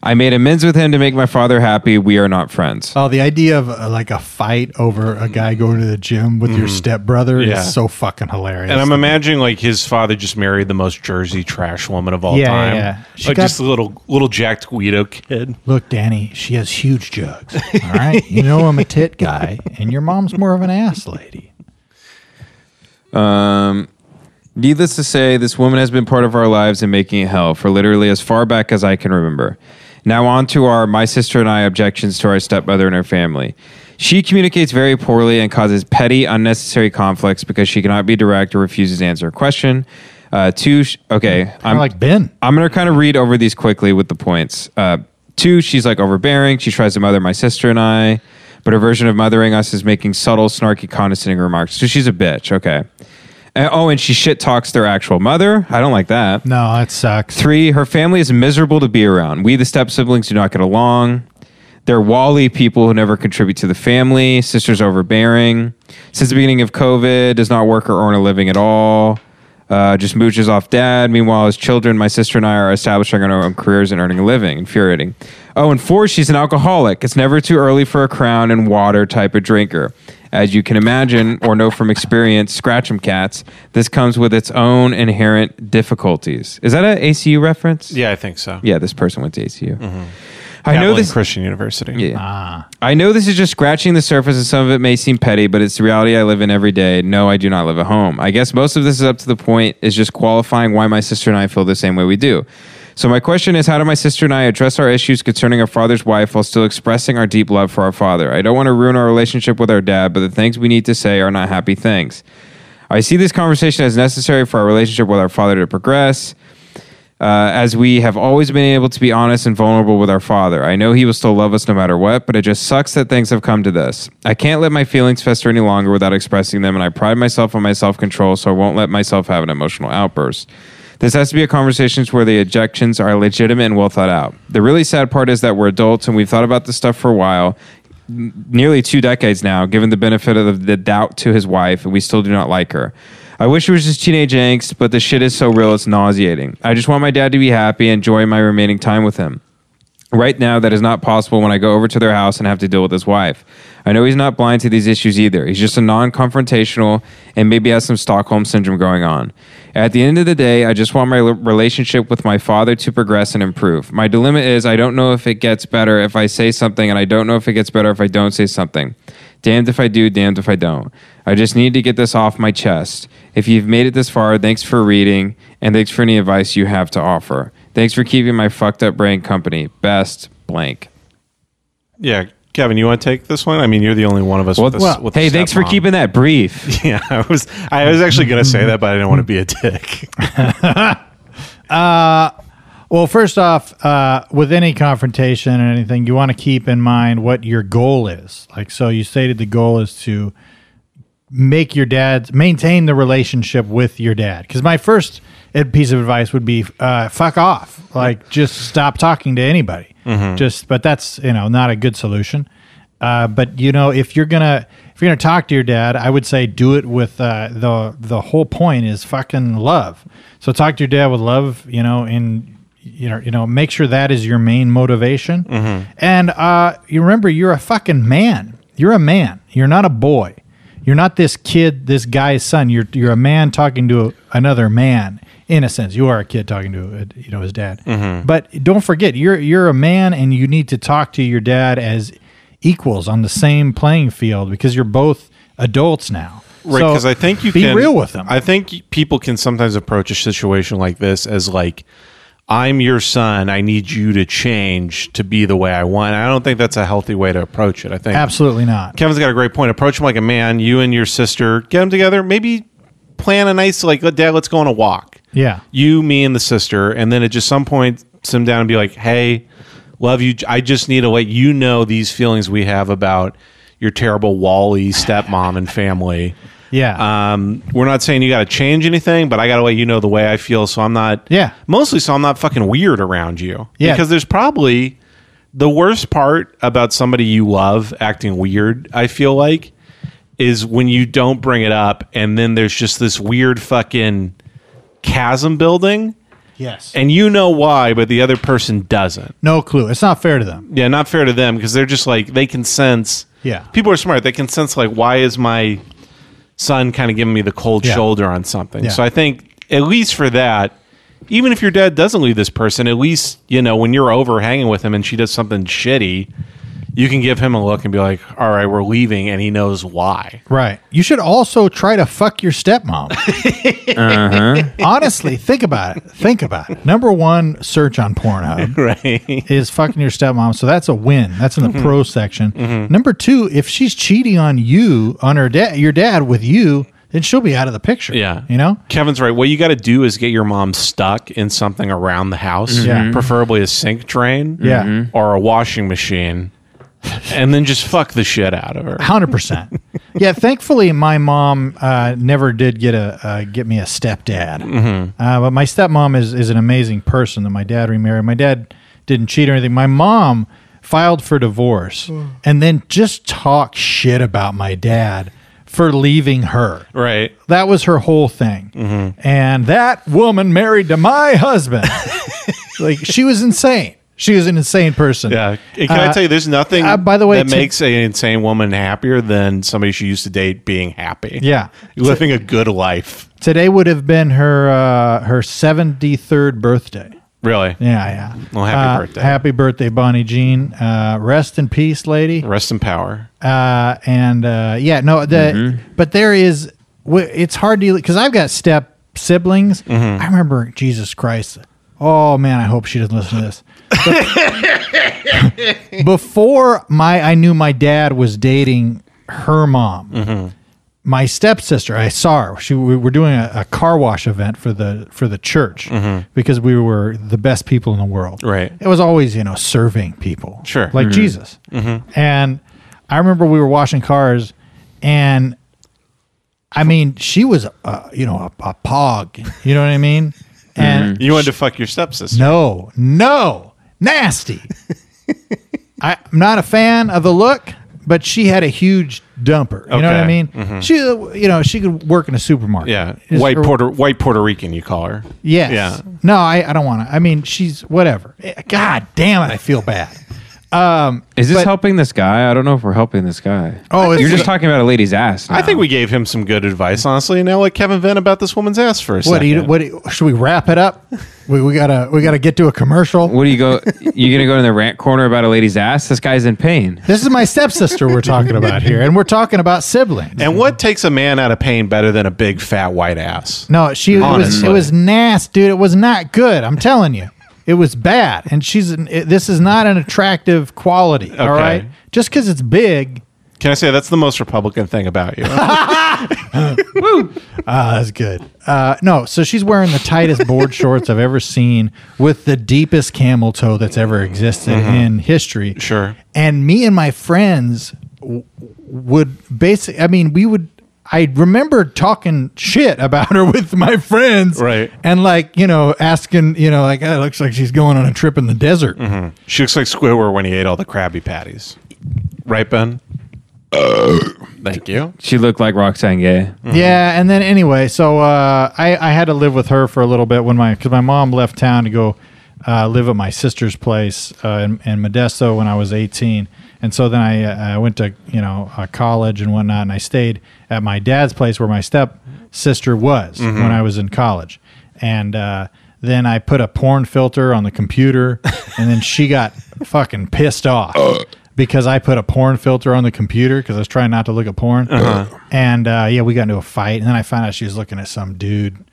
S2: I made amends with him to make my father happy. We are not friends.
S3: Oh, the idea of uh, like a fight over a guy going to the gym with your stepbrother
S1: Mm-hmm. Yeah.
S3: is so fucking hilarious.
S1: And I'm imagining like his father just married the most Jersey trash woman of all
S3: Yeah, yeah,
S1: time.
S3: yeah. She
S1: Like,
S3: got-
S1: just a little little Jack Guido kid.
S3: Look, Danny, she has huge jugs. All right, you know I'm a tit guy, and your mom's more of an ass lady.
S2: Um, needless to say, this woman has been part of our lives and making it hell for literally as far back as I can remember. Now, on to our my sister and I objections to our stepmother and her family. She communicates very poorly and causes petty, unnecessary conflicts because she cannot be direct or refuses to answer a question. Uh, two, sh- okay,
S3: I'm like Ben.
S2: I'm gonna kind of read over these quickly with the points. Uh, two, she's like overbearing. She tries to mother my sister and I, but her version of mothering us is making subtle, snarky, condescending remarks. So she's a bitch. Okay. And, oh, and she shit talks their actual mother. I don't like that.
S3: No, that sucks.
S2: Three, her family is miserable to be around. We, the step siblings, do not get along. They're Wally people who never contribute to the family. Sister's overbearing. Since the beginning of COVID, does not work or earn a living at all. Uh, just mooches off dad. Meanwhile, as children, my sister and I are establishing our own careers and earning a living. Infuriating. Oh, and four, she's an alcoholic. It's never too early for a crown and water type of drinker. As you can imagine or know from experience, Scratchem Cats, this comes with its own inherent difficulties. Is that an ACU reference?
S1: Yeah, I think so.
S2: Yeah, this person went to ACU. I
S1: I
S2: know this.
S1: Christian University.
S2: Yeah. I know this is just scratching the surface and some of it may seem petty, but it's the reality I live in every day. No, I do not live at home. I guess most of this is up to the point is just qualifying why my sister and I feel the same way we do. So my question is how do my sister and I address our issues concerning our father's wife while still expressing our deep love for our father? I don't want to ruin our relationship with our dad, but the things we need to say are not happy things. I see this conversation as necessary for our relationship with our father to progress uh, as we have always been able to be honest and vulnerable with our father. I know he will still love us no matter what, but it just sucks that things have come to this. I can't let my feelings fester any longer without expressing them, and I pride myself on my self control, so I won't let myself have an emotional outburst. This has to be a conversation where the objections are legitimate and well thought out. The really sad part is that we're adults and we've thought about this stuff for a while, nearly two decades now, given the benefit of the doubt to his wife, and we still do not like her. I wish it was just teenage angst, but the shit is so real it's nauseating. I just want my dad to be happy and enjoy my remaining time with him. Right now, that is not possible when I go over to their house and have to deal with his wife. I know he's not blind to these issues either. He's just a non confrontational and maybe has some Stockholm syndrome going on. At the end of the day, I just want my l- relationship with my father to progress and improve. My dilemma is I don't know if it gets better if I say something, and I don't know if it gets better if I don't say something. Damned if I do, damned if I don't. I just need to get this off my chest. If you've made it this far, thanks for reading, and thanks for any advice you have to offer. Thanks for keeping my fucked up brain company. Best blank.
S1: Yeah. Kevin, you want to take this one? I mean, you're the only one of us with this. with
S2: hey,
S1: the
S2: thanks for
S1: stepmom.
S2: keeping that brief.
S1: Yeah, I was I was actually gonna say that, but I didn't want to be a dick.
S3: Well, first off, uh, with any confrontation or anything, you want to keep in mind what your goal is. Like, so you stated the goal is to make your dad's maintain the relationship with your dad. Because my first ed- piece of advice would be uh, fuck off. Like, just stop talking to anybody. Just, but that's you know not a good solution. Uh, but you know, if you're gonna if you're gonna talk to your dad, I would say do it with uh, the the whole point is fucking love. So talk to your dad with love, you know, and you know, you know, make sure that is your main motivation. And uh, you remember, you're a fucking man. You're a man. You're not a boy. You're not this kid, this guy's son. You're you're a man talking to another man. In a sense, you are a kid talking to uh, you know
S1: Mm-hmm.
S3: his dad. But don't forget, you're you're a man, and you need to talk to your dad as equals on the same playing field because you're both adults now.
S1: Right,
S3: So
S1: because I think you
S3: be
S1: can
S3: real with them.
S1: I think people can sometimes approach a situation like this as like, "I'm your son. I need you to change to be the way I want." I don't think that's a healthy way to approach it. I think
S3: Absolutely not.
S1: Kevin's got a great point. Approach him like a man. You and your sister get them together. Maybe plan a nice like, "Dad, let's go on a walk."
S3: Yeah.
S1: you, me, and the sister, and then at just some point, sim down and be like, "Hey, love you. I just need to let you know these feelings we have about your terrible Wally stepmom and family.
S3: Yeah.
S1: Um, we're not saying you got to change anything, but I got to let you know the way I feel, so I'm not.
S3: Yeah.
S1: mostly so I'm not fucking weird around you.
S3: Yeah.
S1: because there's probably the worst part about somebody you love acting weird. I feel like is when you don't bring it up, and then there's just this weird fucking chasm building
S3: yes.
S1: and you know why, but the other person doesn't.
S3: no clue. It's not fair to them.
S1: Yeah, not fair to them because they're just like they can sense.
S3: Yeah.
S1: people are smart. They can sense like why is my son kind of giving me the cold
S3: Yeah.
S1: shoulder on something.
S3: Yeah.
S1: So I think at least for that, even if your dad doesn't leave this person, at least you know when you're over hanging with him and she does something shitty, you can give him a look and be like, "All right, we're leaving," and he knows why.
S3: Right. You should also try to fuck your stepmom.
S1: Uh-huh.
S3: Honestly, think about it. Think about it. Number one search on Pornhub
S1: Right. Mm-hmm.
S3: is fucking your stepmom. So that's a win. That's in the pro section. Number two, if she's cheating on you, on her dad, your dad with you, then she'll be out of the picture.
S1: Yeah.
S3: You know?
S1: Kevin's right. What you got to do is get your mom stuck in something around the house,
S3: Mm-hmm. Yeah.
S1: preferably a sink drain Mm-hmm.
S3: Yeah. Mhm.
S1: or a washing machine, and then just fuck the shit out of her.
S3: Hundred percent. Yeah, thankfully my mom uh, never did get a uh, get me a stepdad. Uh, but my stepmom is is an amazing person that my dad remarried. My dad didn't cheat or anything. My mom filed for divorce and then just talk shit about my dad for leaving her.
S1: Right.
S3: That was her whole thing. And that woman married to my husband. like she was insane. She was an insane person.
S1: Yeah. And can I
S3: Uh,
S1: tell you, there's nothing
S3: uh, by the way,
S1: that
S3: to-
S1: makes an insane woman happier than somebody she used to date being happy.
S3: Yeah.
S1: Living a good life.
S3: Today would have been her uh, her seventy third birthday.
S1: Really.
S3: Yeah, yeah.
S1: Well, happy
S3: Uh,
S1: birthday.
S3: Happy birthday, Bonnie Jean. Uh, rest in peace, lady.
S1: Rest in power.
S3: Uh, and uh, yeah, no, the but there is. w- It's hard to because I've got step siblings. I remember Jesus Christ. Oh man, I hope she doesn't listen to this. But- Before my, I knew my dad was dating her mom. My stepsister, I saw her. She we were doing a, a car wash event for the for the church because we were the best people in the world.
S1: Right.
S3: It was always you know serving people.
S1: Sure. Mm-hmm.
S3: Like Jesus. And I remember we were washing cars, and I mean, she was, uh, you know, a, a pog. You know what I mean?
S1: Mm-hmm.
S3: And
S1: You wanted to fuck your stepsister.
S3: no, no, nasty. I, I'm not a fan of the look, but she had a huge dumper. You know what I
S1: Okay. Mm-hmm.
S3: mean? She, uh, you know, she could work in a supermarket.
S1: Yeah.
S3: Just-
S1: White
S3: or-
S1: Puerto white Puerto Rican, you call her.
S3: Yes.
S1: Yeah.
S3: No, I, I don't want to. I mean, she's whatever. Eh, God damn it, I feel bad. Um,
S2: Is this
S3: But-
S2: helping this guy? I don't know if we're helping this guy.
S3: Oh, it's-
S2: you're just talking about a lady's ass.
S1: I think we gave him some good advice, honestly. Now let Kevin vent about this woman's ass for a
S3: What do
S1: second.
S3: you? What do you- should we wrap it up? We, we gotta we gotta get to a commercial.
S2: What do you go? you gonna go in the rant corner about a lady's ass? This guy's in pain.
S3: This is my stepsister we're talking about here, and we're talking about siblings.
S1: And what takes a man out of pain better than a big fat white ass?
S3: No, she it was it
S1: Honestly.
S3: was nasty, dude. It was not good. I'm telling you, it was bad. And she's an, it, this is not an attractive quality. All
S1: Okay.
S3: right, just because it's big.
S1: Can I say that's the most Republican thing about you?
S3: Ah, that's good. Uh, no, so she's wearing the tightest board shorts I've ever seen with the deepest camel toe that's ever existed in history.
S1: Mm-hmm. Sure.
S3: And me and my friends w- would basically, I mean, we would, I remember talking shit about her with my friends.
S1: Right.
S3: And like, you know, asking, you know, like, "Ah, it looks like she's going on a trip in the desert.
S1: Mm-hmm. she looks like Squidward when he ate all the Krabby Patties. Right, Ben? Uh, Thank you.
S2: She looked like Roxanne Gay.
S3: Yeah, and then anyway, so uh, I I had to live with her for a little bit when my because my mom left town to go uh, live at my sister's place uh, in, in Modesto when I was eighteen, and so then I uh, I went to you know uh, college and whatnot, and I stayed at my dad's place where my step sister was when I was in college, and. Uh, then I put a porn filter on the computer, and then she got fucking pissed off because I put a porn filter on the computer because I was trying not to look at porn.
S1: Uh-huh.
S3: And uh, yeah, we got into a fight, and then I found out she was looking at some dude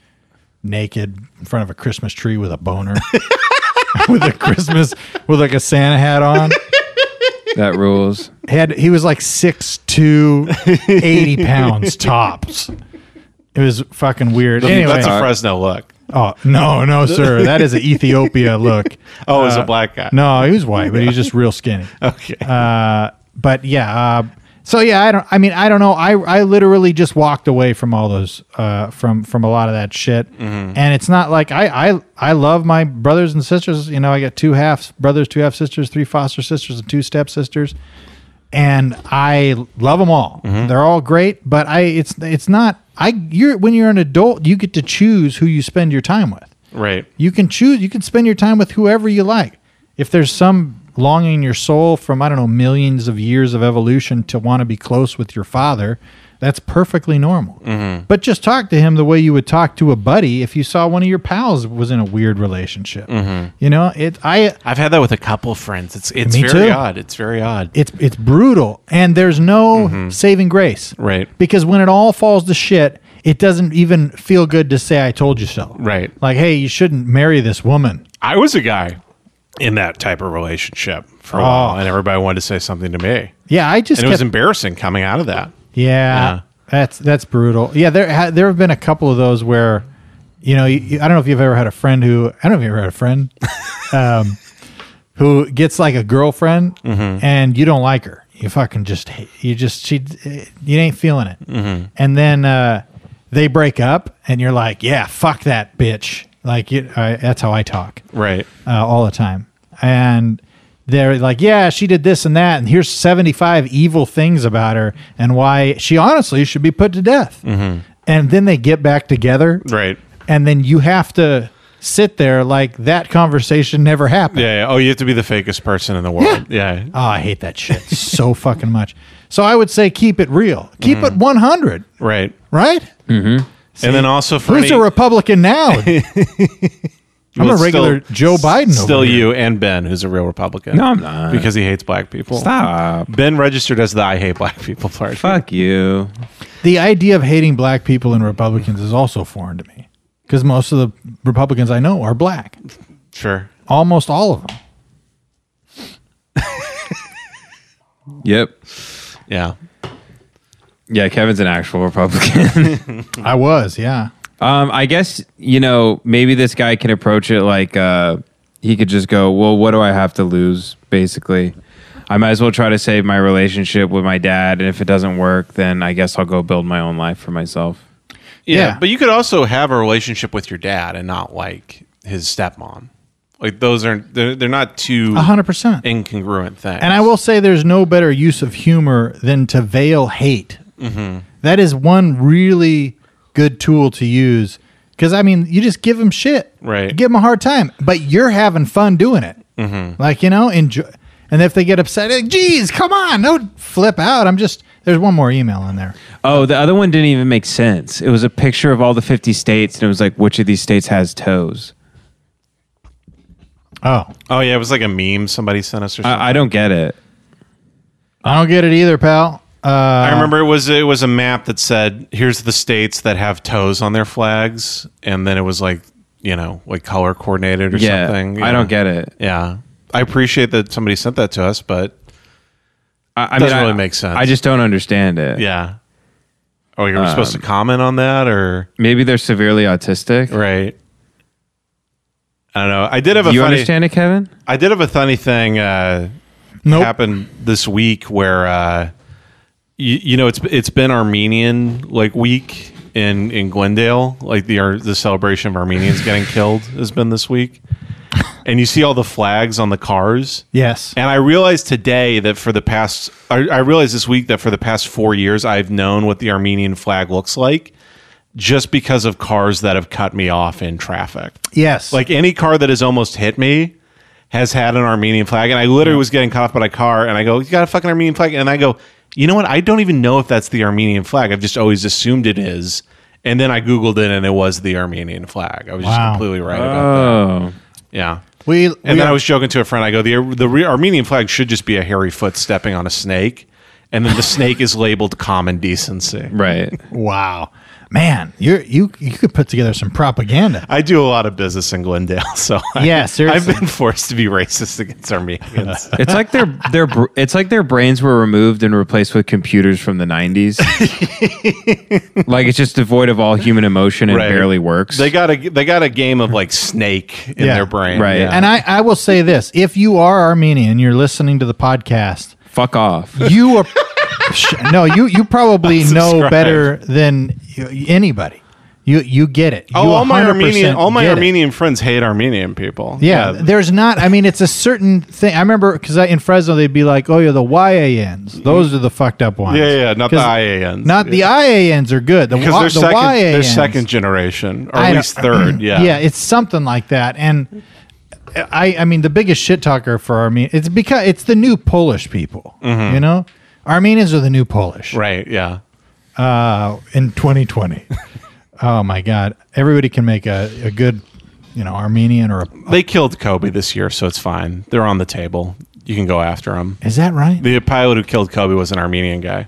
S3: naked in front of a Christmas tree with a boner, with a Christmas with like a Santa hat on.
S2: That rules.
S3: Had he was like six to eighty pounds tops. It was fucking weird. Anyway,
S1: That's a Fresno look.
S3: oh no, no, sir, that is an Ethiopia look. Uh,
S1: Oh, it's a black guy. Oh,
S3: No, he was white, but he was just real skinny.
S1: Okay.
S3: uh, But yeah, uh, so yeah, I don't. I mean, I don't know. I I literally just walked away from all those uh, from from a lot of that shit. And it's not like I I I love my brothers and sisters. You know, I got two half brothers, two half sisters, three foster sisters, and two stepsisters. And I love them all. They're all great, but I it's it's not. I you're when you're an adult, you get to choose who you spend your time with.
S1: right.
S3: You can choose. You can spend your time with whoever you like. If there's some longing in your soul from I don't know millions of years of evolution to want to be close with your father, that's perfectly normal.
S1: Mm-hmm.
S3: But just talk to him the way you would talk to a buddy if you saw one of your pals was in a weird relationship.
S1: Mm-hmm.
S3: You know, it. I
S1: I've had that with a couple friends. It's it's
S3: Me
S1: very
S3: too.
S1: odd. It's very odd.
S3: it's it's brutal and there's no saving grace
S1: Mm-hmm. Right.
S3: because when it all falls to shit it doesn't even feel good to say i told you so
S1: Right.
S3: like hey you shouldn't marry this woman
S1: I was a guy in that type of relationship for a
S3: Oh.
S1: while, and everybody wanted to say something to me,
S3: yeah i just
S1: and it was
S3: kept,
S1: embarrassing coming out of that.
S3: Yeah,
S1: Yeah.
S3: that's that's brutal. Yeah, there ha, there have been a couple of those where, you know, you, I don't know if you've ever had a friend who I don't know if you ever had a friend, um, who gets like a girlfriend and you don't like her. You fucking just hate- you just she you ain't feeling it, and then uh, they break up and you're like, yeah, fuck that bitch. Like you, I, that's how I talk
S1: Right.
S3: uh, all the time. And they're like, yeah, she did this and that. And here's 75 evil things about her and why she honestly should be put to death. And then they get back together.
S1: Mm-hmm. Right.
S3: And then you have to sit there like that conversation never happened.
S1: Yeah, yeah. Oh, you have to be the fakest person in the world. Yeah.
S3: Oh, I hate that shit so fucking much. So I would say keep it real, keep
S1: Mm-hmm.
S3: it 100,
S1: Right.
S3: right?
S1: and then also for
S3: Who's
S1: any-
S3: a Republican now? I'm
S1: well,
S3: a regular
S1: still-
S3: Joe Biden.
S1: Still
S3: over here.
S1: you and Ben, who's a real Republican.
S2: No, I'm not.
S1: Because he hates black people.
S2: Stop.
S1: Ben registered as the I hate black people part.
S2: Fuck you.
S3: the idea of hating black people and Republicans is also foreign to me because most of the Republicans I know are black,
S1: Sure.
S3: almost all of them.
S2: Yep.
S1: Yeah.
S2: Yeah, Kevin's an actual Republican.
S3: I was, yeah.
S2: Um, I guess you know maybe this guy can approach it like uh, he could just go, well, what do I have to lose? Basically, I might as well try to save my relationship with my dad, and if it doesn't work, then I guess I'll go build my own life for myself.
S1: yeah.
S3: Yeah.
S1: But you could also have a relationship with your dad and not like his stepmom. Like those are they're, they're not two
S3: A hundred percent.
S1: incongruent things.
S3: And I will say there's no better use of humor than to veil hate. That is one really good tool to use because, I mean, you just give them shit.
S1: Right.
S3: Give them a hard time, but you're having fun doing it. Like, you know, enjoy. And if they get upset, like, geez, come on, no flip out. I'm just, there's one more email in there.
S2: Oh, the other one didn't even make sense. It was a picture of all the fifty states, and it was like, which of these states has toes?
S3: Oh.
S1: Oh yeah, it was like a meme somebody sent us or something.
S2: I, I don't get it.
S3: I don't get it either, pal. Uh,
S1: I remember it was it was a map that said here's the states that have toes on their flags, and then it was like you know like color coordinated or
S2: Yeah,
S1: something.
S2: I
S1: Yeah.
S2: don't get it.
S1: Yeah, I appreciate that somebody sent that to us, but
S2: I, I
S1: Doesn't
S2: mean, I-
S1: really make sense.
S2: I just don't understand it.
S1: yeah. Oh, you were supposed
S2: Um,
S1: to comment on that, or
S2: Maybe they're severely autistic.
S1: right? I don't know. I did have a
S2: Do you
S1: funny.
S2: understand it, Kevin?
S1: I did have a funny thing. Uh,
S3: Nope.
S1: happened this week where uh, you, you know it's it's been Armenian like week in in Glendale, like the Ar- the celebration of Armenians getting killed has been this week, and you see all the flags on the cars.
S3: Yes.
S1: And I realized today that for the past, I, I realized this week that for the past four years, I've known what the Armenian flag looks like just because of cars that have cut me off in traffic.
S3: Yes.
S1: Like any car that has almost hit me has had an Armenian flag. And I literally was getting caught up by a car and I go, You got a fucking Armenian flag? And I go, You know what? I don't even know if that's the Armenian flag. I've just always assumed it is. And then I Googled it and it was the Armenian flag. I was just
S3: Wow.
S1: completely right about that.
S2: Oh.
S1: Yeah.
S3: We,
S1: And
S3: we
S1: then I
S3: are-
S1: was joking to a friend. I go, the the re- Armenian flag should just be a hairy foot stepping on a snake, and then the snake is labeled common decency.
S2: Right.
S3: wow, man, you you you could put together some propaganda.
S1: I do a lot of business in Glendale, so I,
S3: Yeah, seriously.
S1: I've been forced to be racist against Armenians.
S2: It's like their their br- it's like their brains were removed and replaced with computers from the 90s. like it's just devoid of all human emotion and
S1: Right.
S2: barely works.
S1: they got a they got a game of like snake in
S3: Yeah.
S1: their brain,
S2: Right.
S1: Yeah.
S3: And I, I will say this: if you are Armenian, you're listening to the podcast.
S2: Fuck off.
S3: You are sh- no, you you probably know
S1: Unsubscribe.
S3: better than y- anybody. You you get it.
S1: oh,
S3: You
S1: all my
S3: 100%
S1: Armenian all my
S3: get it.
S1: Armenian friends hate Armenian people.
S3: Yeah, there's not. I mean, it's a certain thing. I remember because in Fresno they'd be like, "Oh, yeah, the YANs. Those are the fucked up ones."
S1: Mm. yeah, yeah, yeah, not the
S3: 'Cause-
S1: IANs.
S3: Not the IANs are good. The,
S1: because
S3: wa-
S1: they're
S3: the
S1: second
S3: YANs.
S1: they're second generation or
S3: I
S1: at
S3: don't-
S1: least third. Yeah,
S3: yeah, it's something like that. And I, I mean, the biggest shit talker for Armenians, it's because it's the new Polish people. You know, Armenians are the new Polish
S1: Mm-hmm. right. Yeah,
S3: uh, in 2020. oh my God, everybody can make a, a good, you know, Armenian or a,
S1: they killed Kobe this year, so it's fine. They're on the table. You can go after them.
S3: is that right?
S1: The pilot who killed Kobe was an Armenian guy.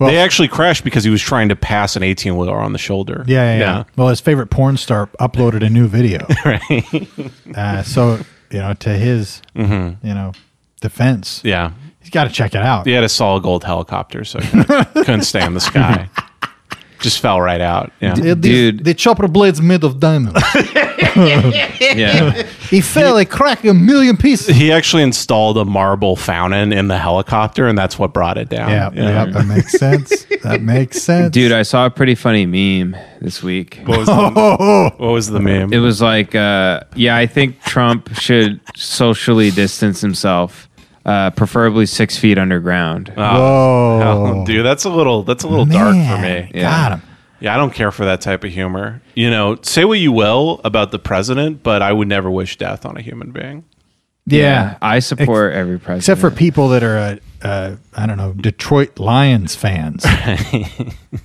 S3: Well-
S1: they actually crashed because he was trying to pass an 18 wheeler on the shoulder.
S3: Yeah, yeah, yeah. Well, his favorite porn star uploaded a new video. right. uh, so, you know, to his, you know, defense,
S1: Mm-hmm. Yeah.
S3: he's got to check it out.
S1: He had a solid gold helicopter, so he couldn't, couldn't stay in the sky. Just fell right out. Yeah.
S3: Uh, these-
S2: Dude.
S3: the chopper blades made of diamonds.
S2: Yeah.
S3: he fell, he cracked a million pieces.
S1: He actually installed a marble fountain in the helicopter, and that's what brought it down.
S3: Yeah, yeah, that makes sense. That makes sense,
S2: Dude, I saw a pretty funny meme this week.
S1: What was the, what was the meme?
S2: It was like, uh, yeah, I think Trump should socially distance himself, uh, preferably six feet underground.
S1: Ah.
S3: Whoa,
S1: Oh, dude, that's a little that's a little dark for
S3: Man,
S1: me.
S3: Got him.
S1: Yeah, I don't care for that type of humor. You know, say what you will about the president, but I would never wish death on a human being.
S3: Yeah.
S2: I support every president.
S3: Except for people that are, uh, uh, I don't know, Detroit Lions fans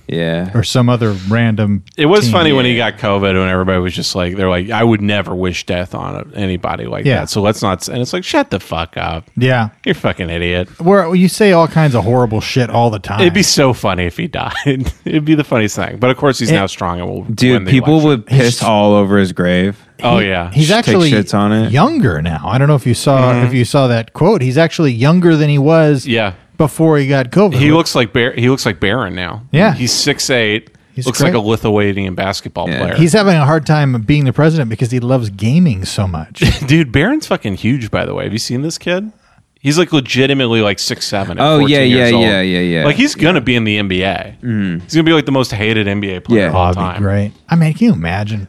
S2: yeah.
S3: or some other random.
S1: It was
S3: team.
S1: funny when he got COVID, when everybody was just like, they're like, I would never wish death on anybody like
S3: Yeah.
S1: that. So let's not. s- And it's like, shut the fuck up.
S3: Yeah.
S1: You're a fucking idiot.
S3: Where you say all kinds of horrible shit all the time.
S1: It'd be so funny if he died. It'd be the funniest thing. But of course, he's now strong and will. win
S2: Dude,
S1: the
S2: people
S1: election.
S2: would piss all over his grave.
S1: Oh yeah,
S3: He's
S2: Just take
S3: actually
S2: shits on it.
S3: younger now. I don't know if you saw if you saw that quote. He's actually younger than he was
S1: Mm-hmm. Yeah.
S3: before he got COVID.
S1: he looks like Bar- he looks like Baron now.
S3: Yeah.
S1: he's six eight.
S3: He's
S1: looks like
S3: great.
S1: a Lithuanian basketball player.
S3: He's having a hard time being the president because he loves gaming so much.
S1: dude. Baron's fucking huge. By the way, have you seen this kid? He's like legitimately like six seven.
S2: Oh, yeah, yeah, yeah, yeah, yeah. Mm.
S1: Like he's gonna be in the NBA. He's gonna be like the most hated NBA player
S2: Yeah.
S1: of all
S3: That'd be
S1: time.
S3: great. I mean, can you imagine?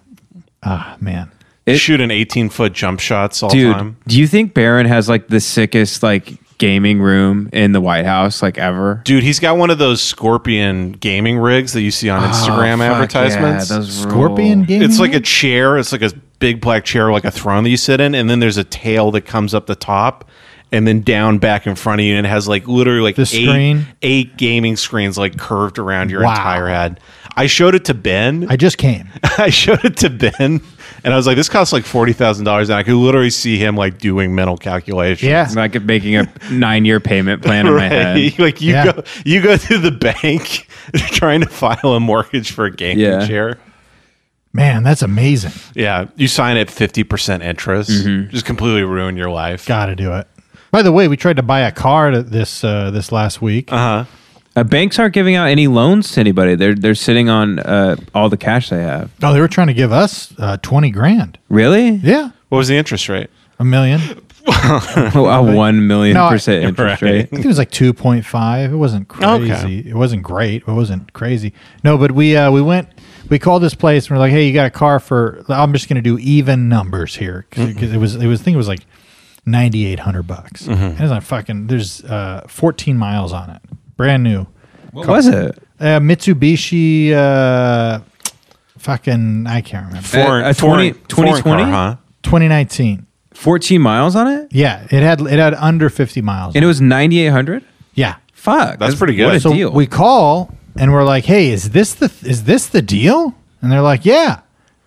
S3: Ah, man.
S2: It-
S1: Shooting eighteen foot jump shots all
S2: Dude,
S1: time.
S2: do you think Barron has like the sickest like gaming room in the White House like ever?
S1: Dude, he's got one of those scorpion gaming rigs that you see
S3: Oh,
S1: on Instagram
S2: Fuck
S1: advertisements.
S2: yeah, those
S3: Scorpion
S2: rule.
S3: gaming.
S1: it's like a chair. It's like a big black chair, like a throne that you sit in, and then there's a tail that comes up the top and then down back in front of you, and it has like literally like
S3: The
S1: eight,
S3: screen?
S1: eight gaming screens like curved around your
S3: Wow.
S1: entire head. I showed it to Ben.
S3: I just came.
S1: I showed it to Ben, and I was like, "This costs like forty thousand dollars," and I could literally see him like doing mental calculations.
S3: Yeah.
S2: Like making a nine year payment plan in my head.
S1: Right. Like you
S3: Yeah.
S1: go you go to the bank trying to file a mortgage for a gaming
S2: Yeah.
S1: chair.
S3: Man, that's amazing.
S1: Yeah. You sign at fifty percent interest. Just completely ruin your life.
S3: Got to do it. By the way, we tried to buy a car to- this uh, this last week.
S1: Uh-huh.
S2: Uh, banks aren't giving out any loans to anybody. They're they're sitting on uh, all the cash they have.
S3: oh, they were trying to give us uh, twenty grand.
S2: Really?
S3: Yeah,
S1: What was the interest rate?
S3: a million.
S2: a one million
S3: No, I-
S2: percent interest rate.
S3: I think it was like two point five. It wasn't crazy.
S1: Okay.
S3: It wasn't great. It wasn't crazy. No, but we uh, we went. We called this place and we're like, "Hey, you got a car for?" I'm just going to do even numbers here because it was it was I think it was like ninety eight hundred bucks. And it's not fucking. There's uh, fourteen miles on it, brand new.
S2: What was it?
S3: Uh, Mitsubishi. Uh, fucking, I can't remember.
S2: A- a 20 2020?
S1: car, huh?
S3: 2019.
S2: Fourteen miles on it,
S3: Yeah, it had it had under 50 miles.
S2: and it was ninety eight hundred.
S3: yeah.
S2: Fuck,
S1: That's pretty good.
S2: What a
S1: So
S2: deal.
S3: We call and we're like, "Hey, is this the is this the deal?" And they're like, "Yeah."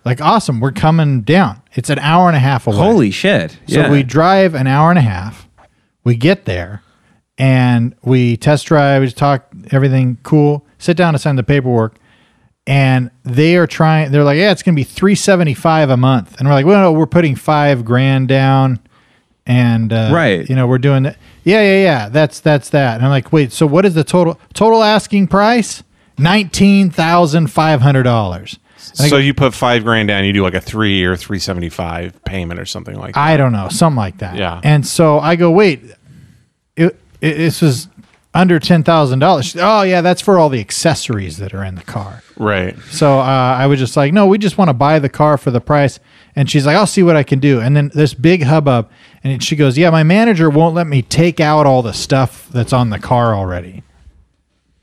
S3: Like, awesome, we're coming down. It's an hour and a half away.
S2: Holy shit.
S3: So
S2: Yeah.
S3: we drive an hour and a half. We get there and we test drive, we talk everything cool, sit down to sign the paperwork. And they are trying, they're like, yeah, it's going to be 375 a month. And we're like, well, no, we're putting five grand down. And, uh,
S2: Right.
S3: you know, we're doing that. Yeah, yeah, yeah. That's, that's that. And I'm like, wait, so what is the total, total asking price? $19,500.
S1: so you put five grand down, you do like a three or three seventy five payment or something like that.
S3: I don't know, something like that.
S1: Yeah.
S3: And so I go, wait, it, it, this was under ten thousand dollars. Oh yeah, that's for all the accessories that are in the car.
S1: right.
S3: So uh, I was just like, no, we just want to buy the car for the price. And she's like, I'll see what I can do. And then this big hubbub, and she goes, yeah, my manager won't let me take out all the stuff that's on the car already.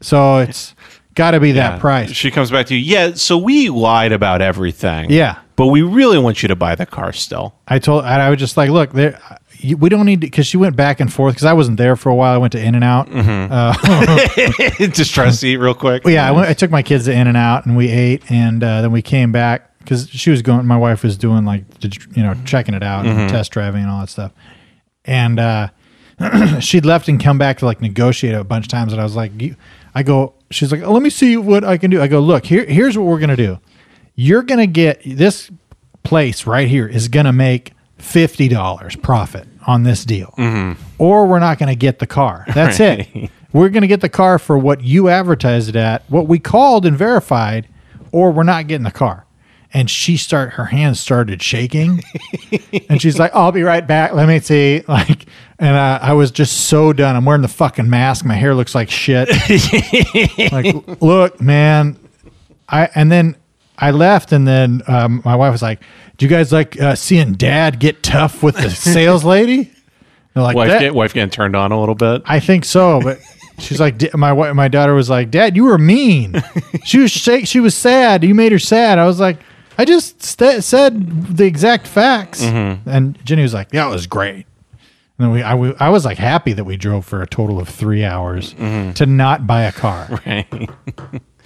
S3: So it's got to be that
S1: Yeah.
S3: price.
S1: She comes back to you. Yeah. So we lied about everything.
S3: Yeah.
S1: But we really want you to buy the car still.
S3: I told, and I was just like, look, there, you- we don't need to, because she went back and forth, because I wasn't there for a while. I went to In and Out.
S1: Just try to see it real quick.
S3: Well, yeah, I, went, I took my kids to In and Out, and we ate, and uh, then we came back because she was going. My wife was doing like the- you know checking it out, and test driving, and all that stuff. And uh, she'd left and come back to like negotiate a bunch of times, and I was like, you, I go. She's like, let me see what I can do. I go, look here. Here's what we're gonna do. You're gonna get this place right here is gonna make fifty dollars profit on this deal or we're not going to get the car. That's it. We're going to get the car for what you advertised it at, what we called and verified, or we're not getting the car. And she start her hands started shaking, and she's like, "I'll be right back. Let me see." Like, and uh, I was just so done. I'm wearing the fucking mask. My hair looks like shit. like, look, man, I and then I left, and then um, my wife was like, "Do you guys like uh, seeing Dad get tough with the sales lady?" They're like,
S1: Wife,
S3: "That-
S1: get, wife getting turned on a little bit.
S3: I think so, but she's like, "Di- my wa- my daughter was like, Dad, you were mean. She was shake, she was sad. You made her sad. I was like, I just st- said the exact facts.
S2: Mm-hmm.
S3: And Jenny was like, that was great. And then we, I, wa- I was like happy that we drove for a total of three hours
S2: Mm-hmm.
S3: to not buy a car.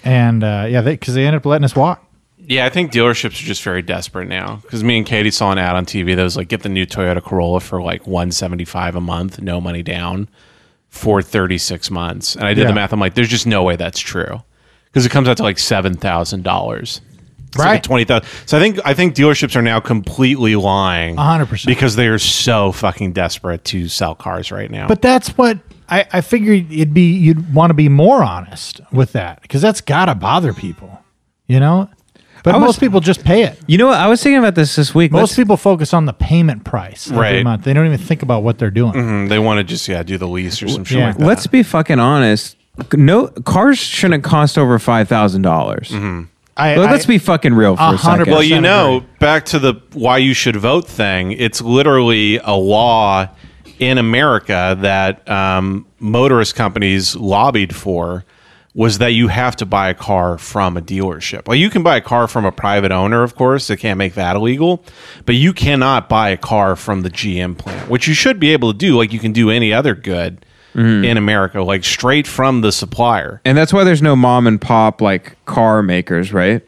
S3: And uh, yeah, because they, ended up letting us walk.
S1: Yeah, I think dealerships are just very desperate now. Because me and Katie saw an ad on TV that was like, get the new Toyota Corolla for like one seventy five a month, no money down, for thirty six months. And I did
S3: Yeah.
S1: the math. I'm like, there's just no way that's true, because it comes out to like seven thousand dollars.
S3: Right.
S1: twenty thousand. So I think I think dealerships are now completely lying,
S3: 100%.
S1: because they are so fucking desperate to sell cars right now.
S3: But that's what I, I figured it'd be. You'd want to be more honest with that because that's gotta bother people, you know. But
S2: I was-
S3: most people just pay it.
S2: You know what? I was thinking about this this week.
S3: Most
S2: Let's-
S3: people focus on the payment price every
S1: Right.
S3: month. They don't even think about what they're doing.
S1: Mm, they want to just yeah do the lease or some shit
S3: Yeah.
S1: like that.
S2: Let's be fucking honest. No cars shouldn't cost over five dollars.
S3: I,
S2: Let's
S3: I-
S2: be fucking real for
S3: A
S2: a
S3: hundred
S2: second.
S1: Mm-hmm. Well, you
S3: Percent
S1: know, back to the why you should vote thing. It's literally a law in America that um, motorist companies lobbied for was that you have to buy a car from a dealership. Like you can buy a car from a private owner, of course, they can't make that illegal, but you cannot buy a car from the GM plant, which you should be able to do, like you can do any other good in America, like straight from the supplier.
S2: and that's why there's no mom and pop like car makers, right?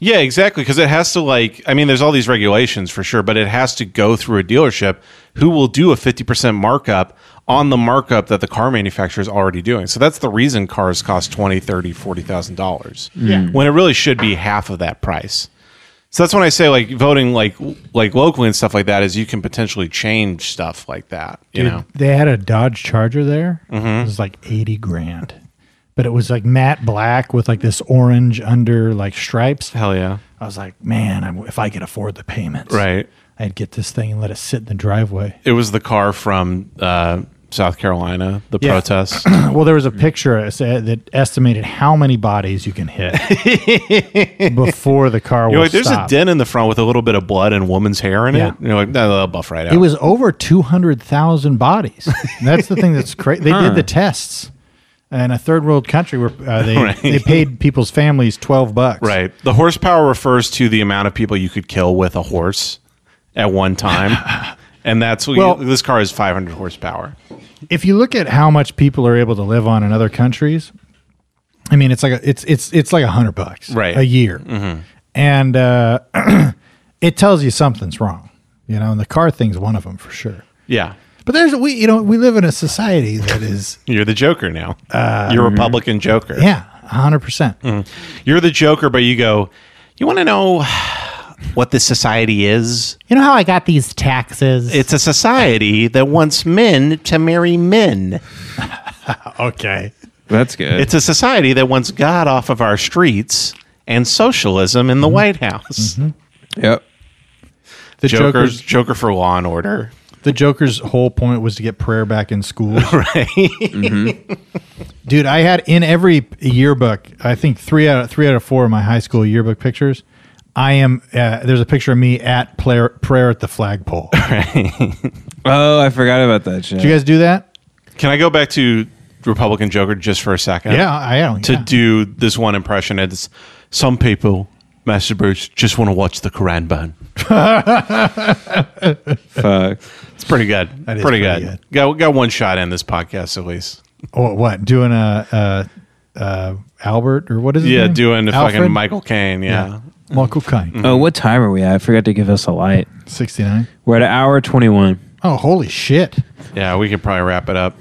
S1: Yeah, exactly. Because it has to like, I mean, there's all these regulations for sure, but it has to go through a dealership who will do a 50% markup on the markup that the car manufacturer is already doing. So that's the reason cars cost 20, 30, 40,000 dollars. Yeah. When it really should be half of that price. So that's when I say like voting like like locally and stuff like that is you can potentially change stuff like that, you
S3: Dude,
S1: know. Mm-hmm.
S3: they had a Dodge Charger there. It was like eighty grand, but it was like matte black with like this orange under like stripes.
S1: Hell yeah.
S3: I was like, man, I, if I could afford the payments,
S1: Right.
S3: I'd get this thing and let it sit in the driveway.
S1: It was the car from uh, South Carolina, the
S3: Yeah.
S1: protests.
S3: Well, there was a picture that said- that estimated how many bodies you can hit before the car
S1: You're
S3: will
S1: like, there's
S3: stop.
S1: a dent in the front with a little bit of blood and woman's hair in
S3: Yeah.
S1: it. And you're like, no, they'll buff right out.
S3: It was over 200,000 bodies. And that's the thing that's crazy. They did the tests in a third world country where uh, they,
S1: Right.
S3: they paid people's families 12 bucks.
S1: right. The horsepower refers to the amount of people you could kill with a horse at one time. and that's what
S3: Well-
S1: you, this car is 500 horsepower.
S3: If you look at how much people are able to live on in other countries, I mean, it's like a, it's it's it's like a hundred bucks
S1: Right. Mm-hmm.
S3: a year, and uh, it tells you something's wrong. You know, and the car thing's one of them for sure.
S1: Yeah.
S3: But there's we you know we live in a society that is
S1: You're the Joker now. You're Republican Joker.
S3: Uh, mm-hmm. yeah hundred percent
S1: Mm. You're the Joker, but you go, you want to know what this society is?
S3: You know how I got these taxes?
S1: It's a society that wants men to marry men.
S3: okay.
S8: That's good.
S1: It's a society that wants God off of our streets and socialism in the White
S8: yep.
S1: House.
S3: Mm-hmm. The
S1: Joker's
S3: Joker's,
S1: Joker for Law and Order.
S3: the Joker's whole point was to get prayer back in school. right. Dude, I had in every yearbook, I think 3 out of 3 out of 4 of my high school yearbook pictures, I am uh, there's a picture of me at prayer prayer at the flagpole. Did
S8: Oh, I forgot about that shit.
S3: you guys do that?
S1: Can I go back to Republican Joker just for a second?
S3: Yeah, I don't.
S1: to
S3: yeah.
S1: do this one impression. It's some people, Master Bruce, just want to watch the Quran burn.
S8: Fuck.
S1: It's pretty good.
S3: That is
S1: pretty,
S3: pretty Mm-hmm.
S1: good. Got got one shot in this podcast at least.
S3: Or Oh, what? Doing a uh, uh, Albert or what is it?
S1: Yeah, doing the fucking Michael Caine. Yeah. Mm.
S3: Michael Kine,
S2: Oh, what time are we at? I forgot to give us a light.
S3: 69.
S2: We're at an hour 21.
S3: Oh, holy shit.
S1: yeah, We could probably wrap it up.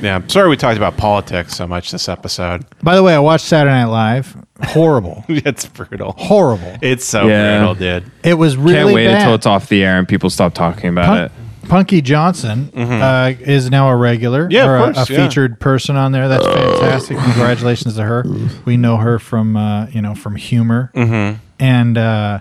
S1: Yeah, I'm sorry we talked about politics so much this episode.
S3: By the way, I watched Saturday Night Live. Horrible.
S1: it's brutal.
S3: horrible.
S1: It's so
S2: Yeah.
S1: brutal, dude.
S3: It was really
S2: Can't wait
S3: bad.
S2: until it's off the air and people stop talking about
S3: Punk-
S2: it.
S3: Punky Johnson uh, is now a regular,
S1: Mm-hmm. Yeah, of
S3: or a-
S1: course,
S3: a,
S1: yeah.
S3: featured person on there. That's fantastic. Congratulations to her. We know her from uh, you know from humor,
S1: Mm-hmm.
S3: and uh,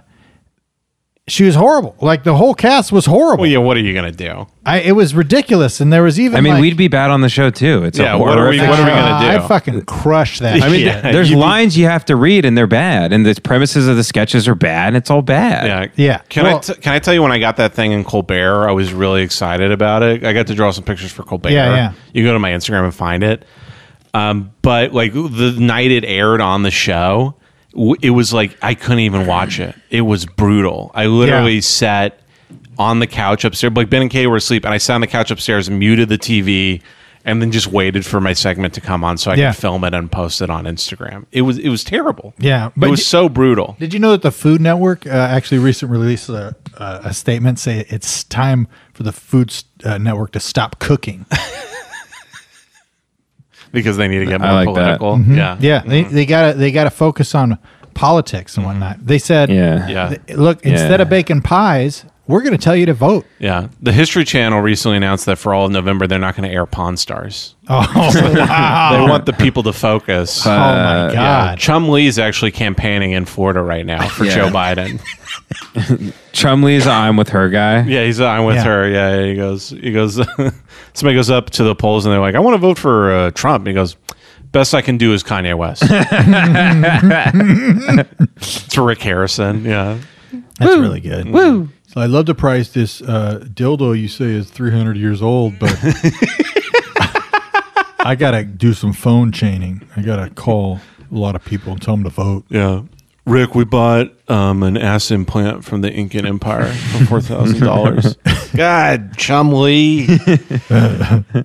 S3: she was horrible. Like the whole cast was horrible.
S1: Well, yeah. What are you gonna do?
S3: I, it was ridiculous, and there was even.
S2: I mean,
S3: like,
S2: we'd be bad on the show too. It's
S1: Yeah,
S2: a
S1: what are we-
S2: horrific
S1: what are we
S2: show.
S1: gonna
S3: "Ah,
S1: do?"
S3: I fucking crush that.
S1: I
S3: I
S1: mean,
S3: mean,
S1: Yeah,
S2: There's
S1: you'd be-
S2: lines you have to read and they're bad, and the premises of the sketches are bad, and it's all bad.
S1: Yeah.
S3: Yeah.
S1: Can I
S3: Well-
S1: t- can I tell you when I got that thing in Colbert, I was really excited about it. I got to draw some pictures for Colbert.
S3: Yeah, yeah.
S1: You go to my Instagram and find it. Um, but like the night it aired on the show, w- it was like I couldn't even watch it. It was brutal. I literally
S3: Yeah.
S1: sat on the couch upstairs. Like Ben and Kay were asleep, and I sat on the couch upstairs, muted the TV, and then just waited for my segment to come on so I
S3: Yeah.
S1: could film it and post it on Instagram. It was it was terrible.
S3: Yeah,
S1: it
S3: but
S1: was
S3: d-
S1: so brutal.
S3: Did you know that the Food Network uh, actually recently released a, a, a statement say it's time for the Food uh, Network to stop cooking?
S1: because they need to get more
S2: like that. Mm-hmm.
S1: political. Yeah.
S3: Yeah, they, they gotta they gotta focus on politics and whatnot. They said,
S2: Yeah.
S1: Yeah.
S3: th- look, instead of baking pies, we're gonna tell you to vote.
S1: Yeah. The History Channel recently announced that for all of November, they're not going to air Pawn Stars.
S3: Oh, wow.
S1: They want the people to focus.
S3: oh my
S1: yeah.
S3: god!
S1: Chum Lee's actually campaigning in Florida right now for
S2: Yeah.
S1: Joe Biden.
S2: Chumley's a I'm with her guy.
S1: Yeah, he's. I'm with
S3: Yeah.
S1: her. Yeah, yeah, he goes. He goes. somebody goes up to the polls and they're like, "I want to vote for uh, Trump." And he goes, "Best I can do is Kanye West." it's Rick Harrison. Yeah,
S3: That's really good. Woo! So I love the price this uh, dildo you say is three hundred years old, but I gotta do some phone chaining. I gotta call a lot of people and tell them to vote.
S1: yeah. Rick, we bought um, an ass implant from the Incan Empire for four thousand dollars. God, Chum Lee.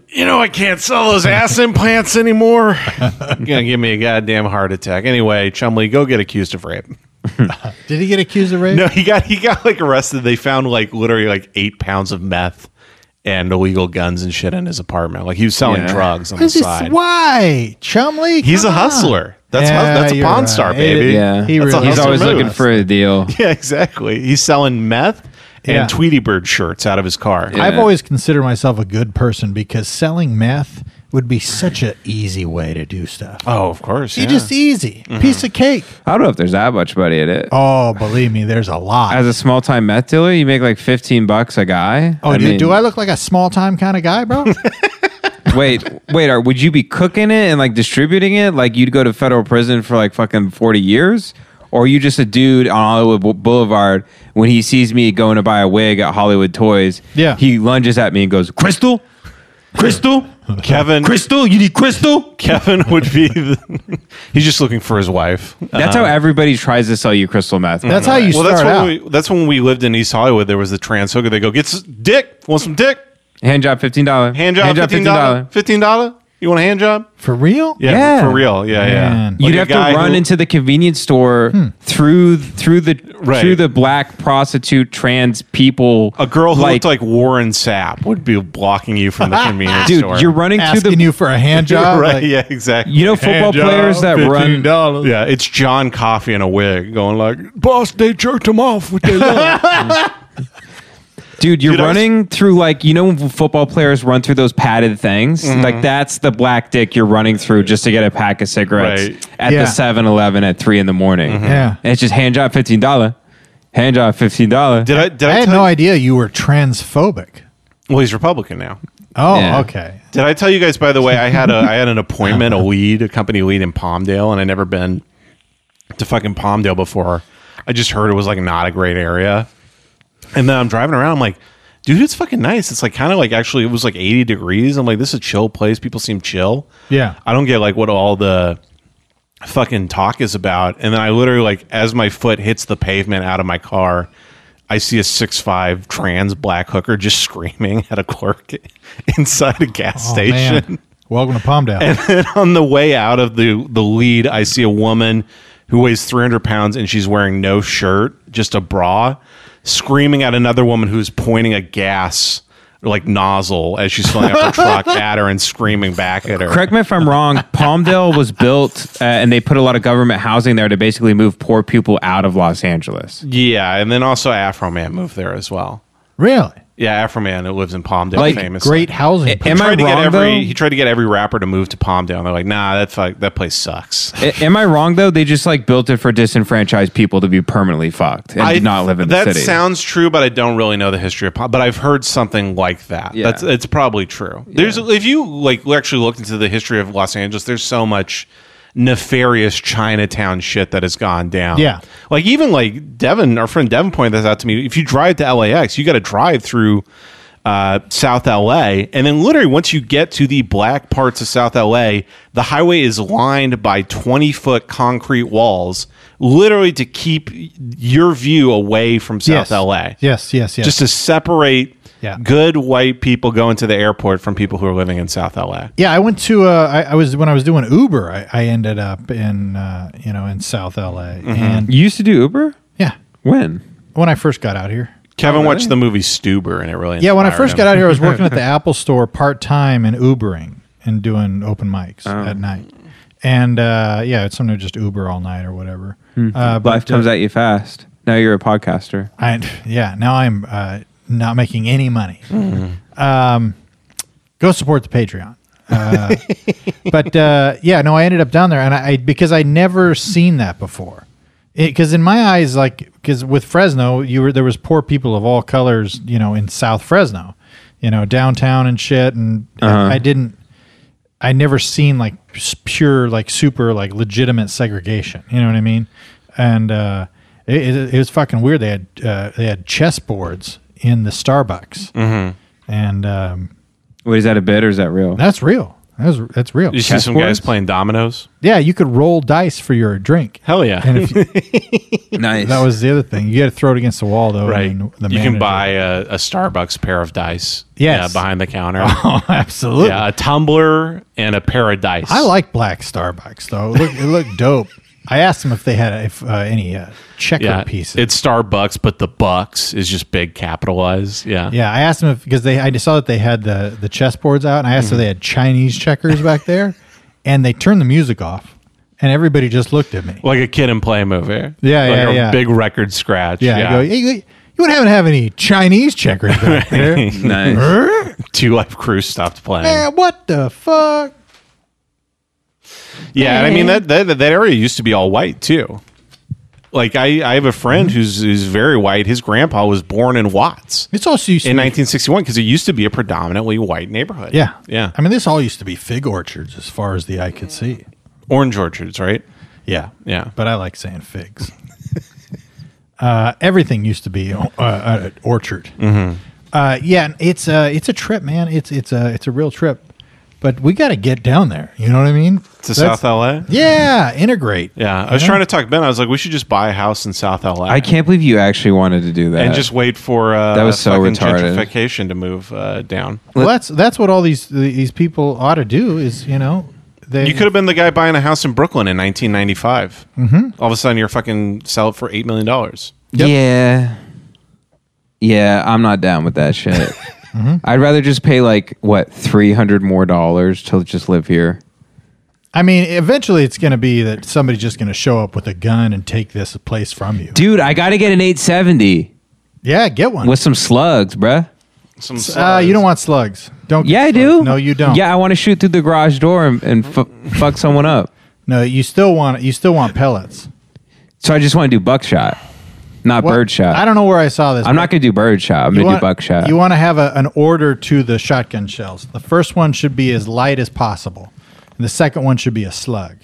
S1: you know I can't sell those ass implants anymore. You're gonna give me a goddamn heart attack. Anyway, Chum Lee, go get accused of rape.
S3: Did he get accused of rape?
S1: No, he got he got like arrested. They found like literally like eight pounds of meth and illegal guns and shit in his apartment. Like he was selling
S2: Yeah.
S1: drugs on the
S3: This is-
S1: side.
S3: why Chumley?
S1: He's a
S3: Come on.
S1: hustler. That's
S3: Yeah,
S1: that's a
S3: you're
S1: pawn
S3: right.
S1: star,
S3: It-
S1: baby.
S2: Yeah.
S3: He
S1: That's a
S3: really
S2: He's
S3: is.
S2: always
S1: move.
S2: looking for a deal.
S1: Yeah, exactly. He's selling meth and
S3: Yeah.
S1: Tweety Bird shirts out of his car.
S3: I've
S2: Yeah.
S3: always considered myself a good person because selling meth would be such an easy way to do stuff.
S1: Oh, of course.
S3: You
S1: yeah. Mm-hmm.
S3: just easy piece of cake.
S2: I don't know if there's that much money in it.
S3: Oh, believe me, there's a lot.
S2: As a small time meth dealer, you make like 15 bucks a guy.
S3: oh,
S2: I
S3: do,
S2: mean-
S3: do I look like a small time kind of guy, bro?
S2: Wait, wait. Are, would you be cooking it and like distributing it? Like you'd go to federal prison for like fucking forty years, or are you just a dude on Hollywood Bou- Boulevard when he sees me going to buy a wig at Hollywood Toys?
S3: Yeah.
S2: he lunges at me and goes, "Crystal, Crystal,
S1: Kevin
S2: Crystal, you need Crystal."
S1: Kevin would be the, he's just looking for his wife.
S2: That's how everybody tries to sell you crystal meth. by
S3: That's
S2: the
S3: how
S2: way.
S3: you
S1: Well,
S3: start
S1: that's when
S3: out.
S1: we that's when we lived in East Hollywood. There was the trans hooker. They go, get s- dick. Want some dick?
S2: hand job fifteen dollar
S1: Hand job, fifteen dollar. Fifteen dollar. You You want a hand job?
S3: For real?
S1: Yeah,
S2: Yeah.
S1: for real. Yeah, yeah.
S3: Man.
S1: Like
S2: You'd
S1: a
S2: have to
S1: guy
S2: run
S1: who-
S2: into the convenience store
S3: Hmm.
S2: through through the
S1: Right.
S2: through the black prostitute trans people.
S1: a girl who looked like Warren Sapp would be blocking you from the convenience
S2: dude.
S1: store.
S2: You're running
S3: Asking
S2: through the
S3: you for a hand job?
S1: right.
S3: Like,
S1: yeah, exactly.
S2: you know football players that run.
S3: $15.
S1: Yeah, it's John Coffey in a wig going like, "Boss, they jerked him off with their love."
S2: Dude, you're
S1: Dude, I was-
S2: running through like you know when football players run through those padded things.
S1: Mm-hmm.
S2: Like that's the black dick you're running through just to get a pack of cigarettes
S1: Right. Mm-hmm.
S2: at
S3: Yeah.
S2: the 7-Eleven at three in the morning.
S3: Yeah.
S2: and it's just hand job fifteen dollar, hand job fifteen dollar.
S1: did I? Did
S3: I
S1: I,
S3: had
S1: tell
S3: no
S1: you-
S3: idea you were transphobic.
S1: Well, he's Republican now.
S3: Oh,
S2: Yeah.
S3: okay.
S1: Did I tell you guys? By the way, I had a I had an appointment, a lead, a company lead in Palmdale, and I never been to fucking Palmdale before. I just heard it was like not a great area, and then I'm driving around. I'm like, dude, it's fucking nice. It's like kind of like actually, it was like 80 degrees. I'm like, this is a chill place. People seem chill.
S3: Yeah.
S1: I don't get like what all the fucking talk is about. And then I literally like as my foot hits the pavement out of my car, I see a six five trans black hooker just screaming at a clerk inside a gas
S3: Oh, man.
S1: station.
S3: Welcome to Palmdale.
S1: And on the way out of the the lead, I see a woman who weighs 300 pounds and she's wearing no shirt, just a bra, screaming at another woman who's pointing a gas like nozzle as she's filling up her truck at her and screaming back at her.
S2: Correct me if I'm wrong. Palmdale was built, uh, and they put a lot of government housing there to basically move poor people out of Los Angeles.
S1: Yeah, and then also Afro Man moved there as well.
S3: really?
S1: Yeah, Afro Man who lives in Palmdale,
S2: Like,
S1: famously.
S3: Great housing.
S2: Am I
S1: Tried to get
S2: wrong
S1: every,
S2: though?
S1: he tried to get every rapper to move to Palmdale. And they're like, nah, that fuck, that place sucks.
S2: A- Am I wrong though? They just like built it for disenfranchised people to be permanently fucked and did not live in the
S1: that
S2: city.
S1: sounds true, but I don't really know the history of Palm. But I've heard something like that.
S2: Yeah.
S1: That's it's probably true. There's if you like actually looked into the history of Los Angeles, there's so much nefarious Chinatown shit that has gone down.
S3: Yeah.
S1: like even like Devin, our friend Devin pointed this out to me. If you drive to LAX, you got to drive through. Uh, South LA, and then literally once you get to the black parts of South LA, the highway is lined by 20 foot concrete walls, literally to keep your view away from South
S3: Yes.
S1: LA.
S3: Yes, yes, yes.
S1: Just to separate
S3: Yeah.
S1: good white people going to the airport from people who are living in South LA.
S3: Yeah, I went to. Uh, I, I was when I was doing Uber. I, I ended up in uh, you know in South LA, and
S2: you used to do Uber?
S3: yeah,
S2: When?
S3: when I first got out here.
S1: Kevin watched the movie Stuber and it really
S3: Yeah, when I
S1: inspired
S3: first
S1: him.
S3: got out here, I was working at the Apple Store part time and Ubering and doing open mics at night. And uh, yeah, it's something to just Uber all night or whatever. Uh,
S2: Life comes at you fast. Now you're a podcaster.
S3: I, yeah, now I'm uh, not making any money. Um, go support the Patreon. Uh, but uh, yeah, no, I ended up down there, and I, I because I never seen that before. Because in my eyes, like because with Fresno, you were there was poor people of all colors, you know, in South Fresno, you know, downtown and shit, and I didn't. I never seen like s- pure, like super, like legitimate segregation. You know what I mean? And uh, it, it, it was fucking weird. They had uh, they had chessboards in the Starbucks,
S1: Mm-hmm.
S3: and um,
S2: Wait, is that a bit or is that real?
S3: that's real. That's that's real.
S1: You see some guys playing dominoes?
S3: Yeah, you could roll dice for your drink.
S1: Hell yeah.
S3: And if you,
S2: nice.
S3: that was the other thing. You got to throw it against the wall though.
S1: right.
S3: and the
S1: you can
S3: manager-
S1: buy a, a Starbucks pair of dice. Yeah,
S3: Yes.
S1: behind the counter.
S3: Oh, absolutely.
S1: yeah, a tumbler and a pair of dice.
S3: I like black Starbucks though. It looked, it looked dope. I asked them if they had if uh, any uh, checker
S1: yeah,
S3: pieces.
S1: It's Starbucks, but the bucks is just big capitalized. Yeah.
S3: Yeah, I asked them if because they I saw that they had the the chessboards out, and I
S1: Mm-hmm.
S3: asked if they had Chinese checkers back there, and they turned the music off, and everybody just looked at me.
S1: Like a kid and play movie.
S3: Yeah,
S1: like
S3: yeah,
S1: a
S3: yeah.
S1: Big record scratch.
S3: yeah, I go, "Hey, you, you wouldn't happen to have any Chinese checkers back there?
S2: nice.
S3: Huh?
S1: Two Life Crew stopped playing.
S3: Man, what the fuck?
S1: Yeah, and I mean that, that that area used to be all white too. Like I, I have a friend
S3: Mm-hmm.
S1: who's who's very white. His grandpa was born in Watts
S3: It's also used to
S1: in
S3: be-
S1: 1961 because it used to be a predominantly white neighborhood.
S3: yeah,
S1: yeah.
S3: I mean, this all used to be fig orchards, as far as the eye could see.
S1: Orange orchards, right?
S3: Yeah,
S1: Yeah.
S3: but I like saying figs. uh, everything used to be uh, uh, an
S1: Mm-hmm.
S3: uh, orchard. Uh, yeah, and it's a it's a trip, man. It's it's a it's a real trip. But we got to get down there. You know what I mean?
S1: to
S3: That's-
S1: South LA.
S3: Yeah, integrate.
S1: Yeah, I was
S3: Yeah.
S1: trying to talk Ben. I was like, we should just buy a house in South LA.
S2: I can't believe you actually wanted to do that.
S1: and just wait for uh,
S2: That was so
S1: fucking
S2: retarded.
S1: gentrification to move uh, down.
S3: Well, that's that's what all these these people ought to do is you know they
S1: You could have been the guy buying a house in Brooklyn in 1995. Mm-hmm. All of a sudden, you're fucking sell it for eight million dollars.
S2: Yeah. Yeah, I'm not down with that shit. Mm-hmm. I'd rather just pay like what, 300 more dollars to just live here.
S3: I mean, eventually it's going to be that somebody's just going to show up with a gun and take this place from you.
S2: Dude, I got to get an 870
S3: Yeah, get one.
S2: with some slugs, bruh.
S1: Some
S3: Uh,
S1: slugs.
S3: you don't want slugs. Don't. get
S2: Yeah, I
S3: slugs.
S2: do.
S3: No, you don't.
S2: Yeah, I want to shoot through the garage door and, and fu- fuck someone up.
S3: No, you still want you still want pellets.
S2: So I just want to do buckshot, not
S3: What-
S2: birdshot.
S3: I don't know where I saw this.
S2: I'm not going to do birdshot. I'm
S3: You
S2: going to do
S3: want-
S2: buckshot.
S3: You want to have a, an order to the shotgun shells. The first one should be as light as possible. And the second one should be a slug.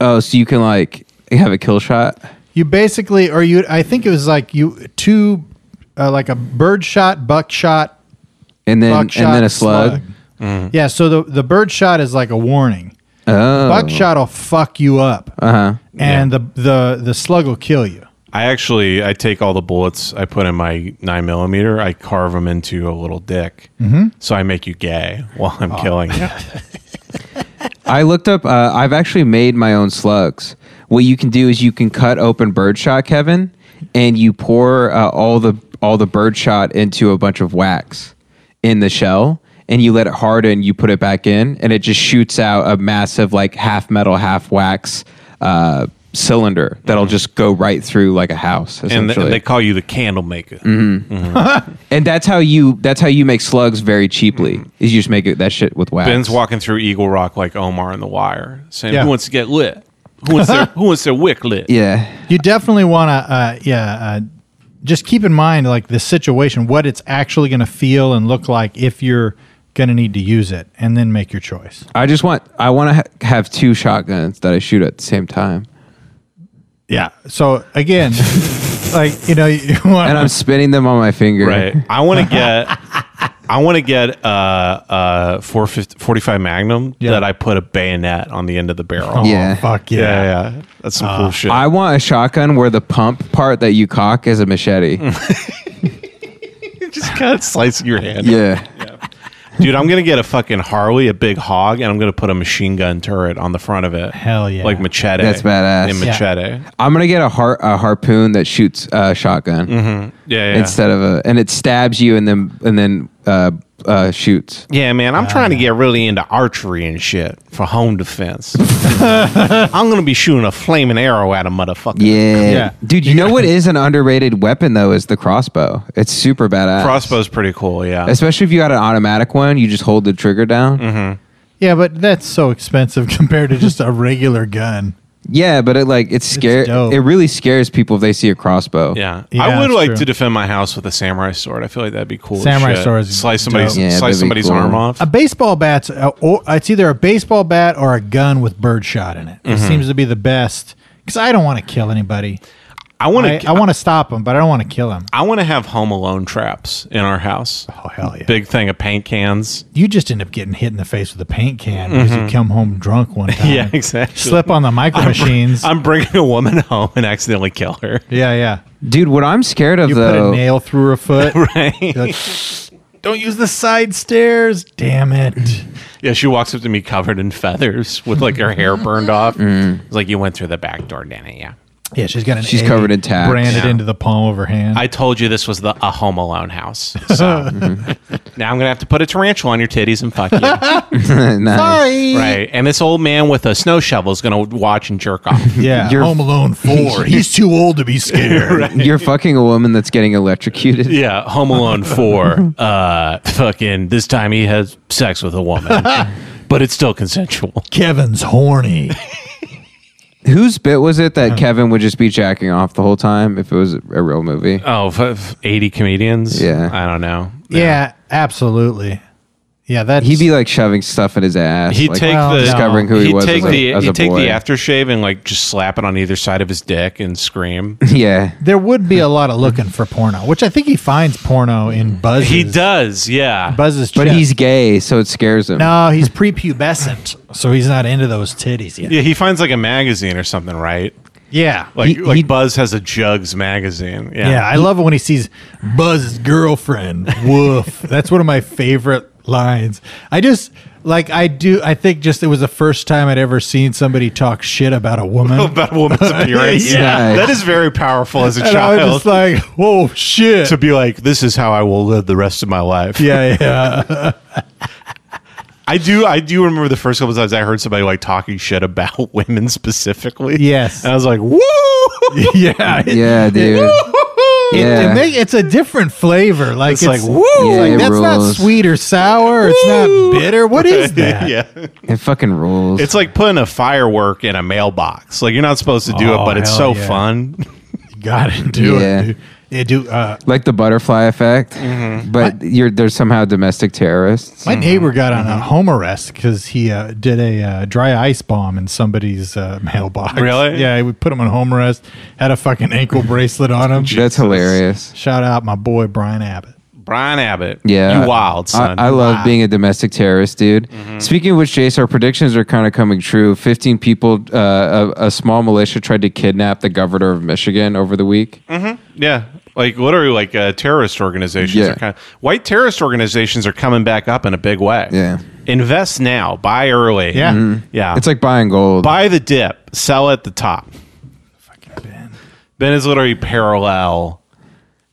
S2: oh, so you can like have a kill shot?
S3: You basically, or you, I think it was like you two, uh, like a bird shot, buck shot,
S2: And then
S3: buck shot,
S2: and then a slug.
S3: Yeah, so the the bird shot is like a warning.
S2: Oh.
S3: Buck shot will fuck you up, uh-huh. and the the the slug will kill you.
S1: I actually I take all the bullets I put in my nine millimeter. I carve them into a little dick,
S2: Mm-hmm.
S1: so I make you gay while I'm killing you.
S2: I looked up. Uh, I've actually made my own slugs. What you can do is you can cut open birdshot, Kevin, and you pour uh, all the all the birdshot into a bunch of wax in the shell, and you let it harden. You put it back in, and it just shoots out a massive like half metal, half wax uh, cylinder that'll just go right through like a house.
S1: And, th-
S2: Essentially,
S1: and
S2: and,
S1: they call you the candle maker.
S2: that's how you that's how you make slugs very cheaply. Is you just make it, that shit with wax.
S1: Ben's walking through Eagle Rock like Omar in The Wire, saying,
S3: Yeah.
S1: "Who wants to get lit? Who wants their Who wants their wick lit?"
S2: Yeah.
S3: You definitely want to, uh, yeah. Uh, just keep in mind like the situation, what it's actually going to feel and look like if you're going to need to use it, and then make your choice.
S2: I just want I want to ha- have two shotguns that I shoot at the same time,
S3: Yeah. So again, like you know, you want
S2: and I'm spinning them on my finger.
S1: Right. I want to get. I want to get a uh, uh, 450 45 Magnum that I put a bayonet on the end of the barrel.
S3: Oh,
S2: Yeah.
S3: fuck yeah. Uh,
S1: Yeah, yeah, yeah. That's some cool shit.
S2: I want a shotgun where the pump part that you cock is a machete.
S1: just kind of slicing your hand.
S2: yeah.
S1: Dude, I'm going to get a fucking Harley, a big hog, and I'm going to put a machine gun turret on the front of it.
S3: Hell yeah.
S1: Like machete.
S2: That's badass.
S1: In
S2: Yeah.
S1: machete.
S2: I'm gonna get a har- a harpoon that shoots a shotgun
S1: Mm-hmm. Yeah, yeah.
S2: instead of a, and it stabs you and then and then uh, uh, shoots.
S1: yeah, man. I'm trying
S3: Uh.
S1: to get really into archery and shit for home defense. I'm going to be shooting a flaming arrow at a motherfucker.
S2: Yeah.
S3: Yeah.
S2: dude. You know what is an underrated weapon though is the crossbow. It's super badass.
S1: Crossbow's pretty cool, yeah.
S2: especially if you got an automatic one, you just hold the trigger
S1: Mm-hmm.
S2: down.
S3: Yeah, but that's so expensive compared to just a regular gun.
S2: Yeah, but it like it's scare.
S3: dope.
S2: It really scares people if they see a crossbow.
S1: Yeah.
S3: Yeah,
S1: I would
S3: that's
S1: like
S3: true.
S1: to defend my house with a samurai sword. I feel like that'd be cool. as
S3: Samurai
S1: shit.
S3: sword is
S1: Slice
S3: dope.
S1: somebody's,
S2: Yeah, that'd
S1: slice
S2: be
S1: somebody's
S2: cool.
S1: arm off.
S3: A baseball bat's a, or it's either a baseball bat or a gun with birdshot in it. It seems to be the best because I don't want to kill anybody.
S1: I want
S3: I,
S1: to
S3: I want to stop them, but I don't want to kill them.
S1: I want to have home alone traps in our house.
S3: Oh hell yeah!
S1: Big thing of paint cans.
S3: You just end up getting hit in the face with a paint can because you come home drunk one time.
S1: Mm-hmm. Yeah, exactly.
S3: Slip on the micro machines.
S1: I'm bringing a woman home and accidentally kill her.
S3: yeah, yeah.
S2: Dude, what I'm scared of
S3: You
S2: though.
S3: put a nail through her foot.
S1: Right?
S3: You're like, don't use the side stairs. Damn it.
S1: Yeah, she walks up to me covered in feathers with like her hair burned off. It's like you went through the back door, Danny. Yeah.
S3: Yeah, she's got an.
S2: She's
S3: A
S2: covered in tats.
S3: branded
S1: Yeah.
S3: into the palm of her hand.
S1: I told you this was the a home alone house. So now I'm gonna have to put a tarantula on your titties and fuck you.
S2: Nice.
S1: right. And this old man with a snow shovel is gonna watch and jerk off.
S3: yeah,
S2: You're-
S3: Home Alone Four. He's too old to be scared.
S2: You're fucking a woman that's getting electrocuted.
S1: Yeah, Home Alone Four. Uh, fucking this time he has sex with a woman, but it's still consensual.
S3: Kevin's horny.
S2: Whose bit was it that Kevin would just be jacking off the whole time if it was a real movie?
S1: Oh, f- f- 80 comedians.
S2: Yeah.
S1: I don't know.
S3: yeah, absolutely. Yeah, that's
S2: He'd be like shoving stuff in his ass.
S1: He'd
S2: like,
S1: take
S3: Well,
S1: the
S2: discovering who he
S1: he'd
S2: was
S1: Take
S2: as a-
S1: the,
S2: as a
S1: he'd take
S2: boy.
S1: the aftershave and like just slap it on either side of his dick and scream.
S2: yeah.
S3: there would be a lot of looking for porno, which I think he finds porno in Buzz's.
S1: he does, yeah.
S3: Buzz's
S2: But
S3: chest.
S2: he's gay, so it scares him.
S3: no, he's prepubescent, so he's not into those titties yet.
S1: yeah, he finds like a magazine or something, right?
S3: Yeah,
S1: Like
S2: He-
S1: like
S2: he-
S1: Buzz has a Jugs magazine. Yeah.
S3: yeah. I love it when he sees Buzz's girlfriend. Woof. That's one of my favorite lines. I just like I do. I think just it was the first time I'd ever seen somebody talk shit about a woman.
S1: about a woman's appearance.
S2: Yeah.
S1: That is very powerful as a
S3: and I was
S1: child.
S3: just like, "Whoa, shit!"
S1: to be like, this is how I will live the rest of my life.
S3: yeah, yeah.
S1: I do. I do remember the first couple times I heard somebody like talking shit about women specifically.
S3: Yes.
S1: and I was like, woo.
S3: yeah. It,
S2: Yeah, dude.
S3: it
S2: Yeah.
S3: make- it's a different flavor. Like
S1: It's like,
S3: it's,
S1: woo!
S2: Yeah,
S3: like,
S2: it
S3: that's not
S2: rules.
S3: sweet or sour. It's not bitter. What is that?
S1: yeah,
S2: It fucking rules.
S1: it's like putting a firework in a mailbox. Like you're not supposed to do
S3: Oh,
S1: it, but it's
S3: hell
S1: so
S3: yeah.
S1: fun.
S3: Got to do
S2: Yeah.
S3: it. Dude. Yeah, dude. Uh,
S2: like the butterfly effect,
S1: Mm-hmm.
S2: but you're there's somehow domestic terrorists.
S3: my neighbor got on
S1: Mm-hmm.
S3: a home arrest because he uh, did a uh, dry ice bomb in somebody's uh, mailbox.
S1: Really?
S3: Yeah, we put him on home arrest. Had a fucking ankle bracelet on him.
S2: That's hilarious.
S3: Shout out my boy Brian Abbott.
S1: Brian Abbott.
S2: Yeah,
S1: you wild son.
S2: I, I love being a domestic terrorist, dude. Speaking of which, Jace, our predictions are kind of coming true. Fifteen people, uh, a, a small militia tried to kidnap the governor of Michigan over the week.
S1: yeah, like literally, like uh, terrorist organizations
S2: Yeah.
S1: are kind of white terrorist organizations are coming back up in a big way.
S2: Yeah. Mm-hmm.
S1: invest now, buy early.
S3: Yeah.
S1: yeah.
S2: It's like buying gold.
S1: buy the dip, sell at the top. Ben is literally parallel.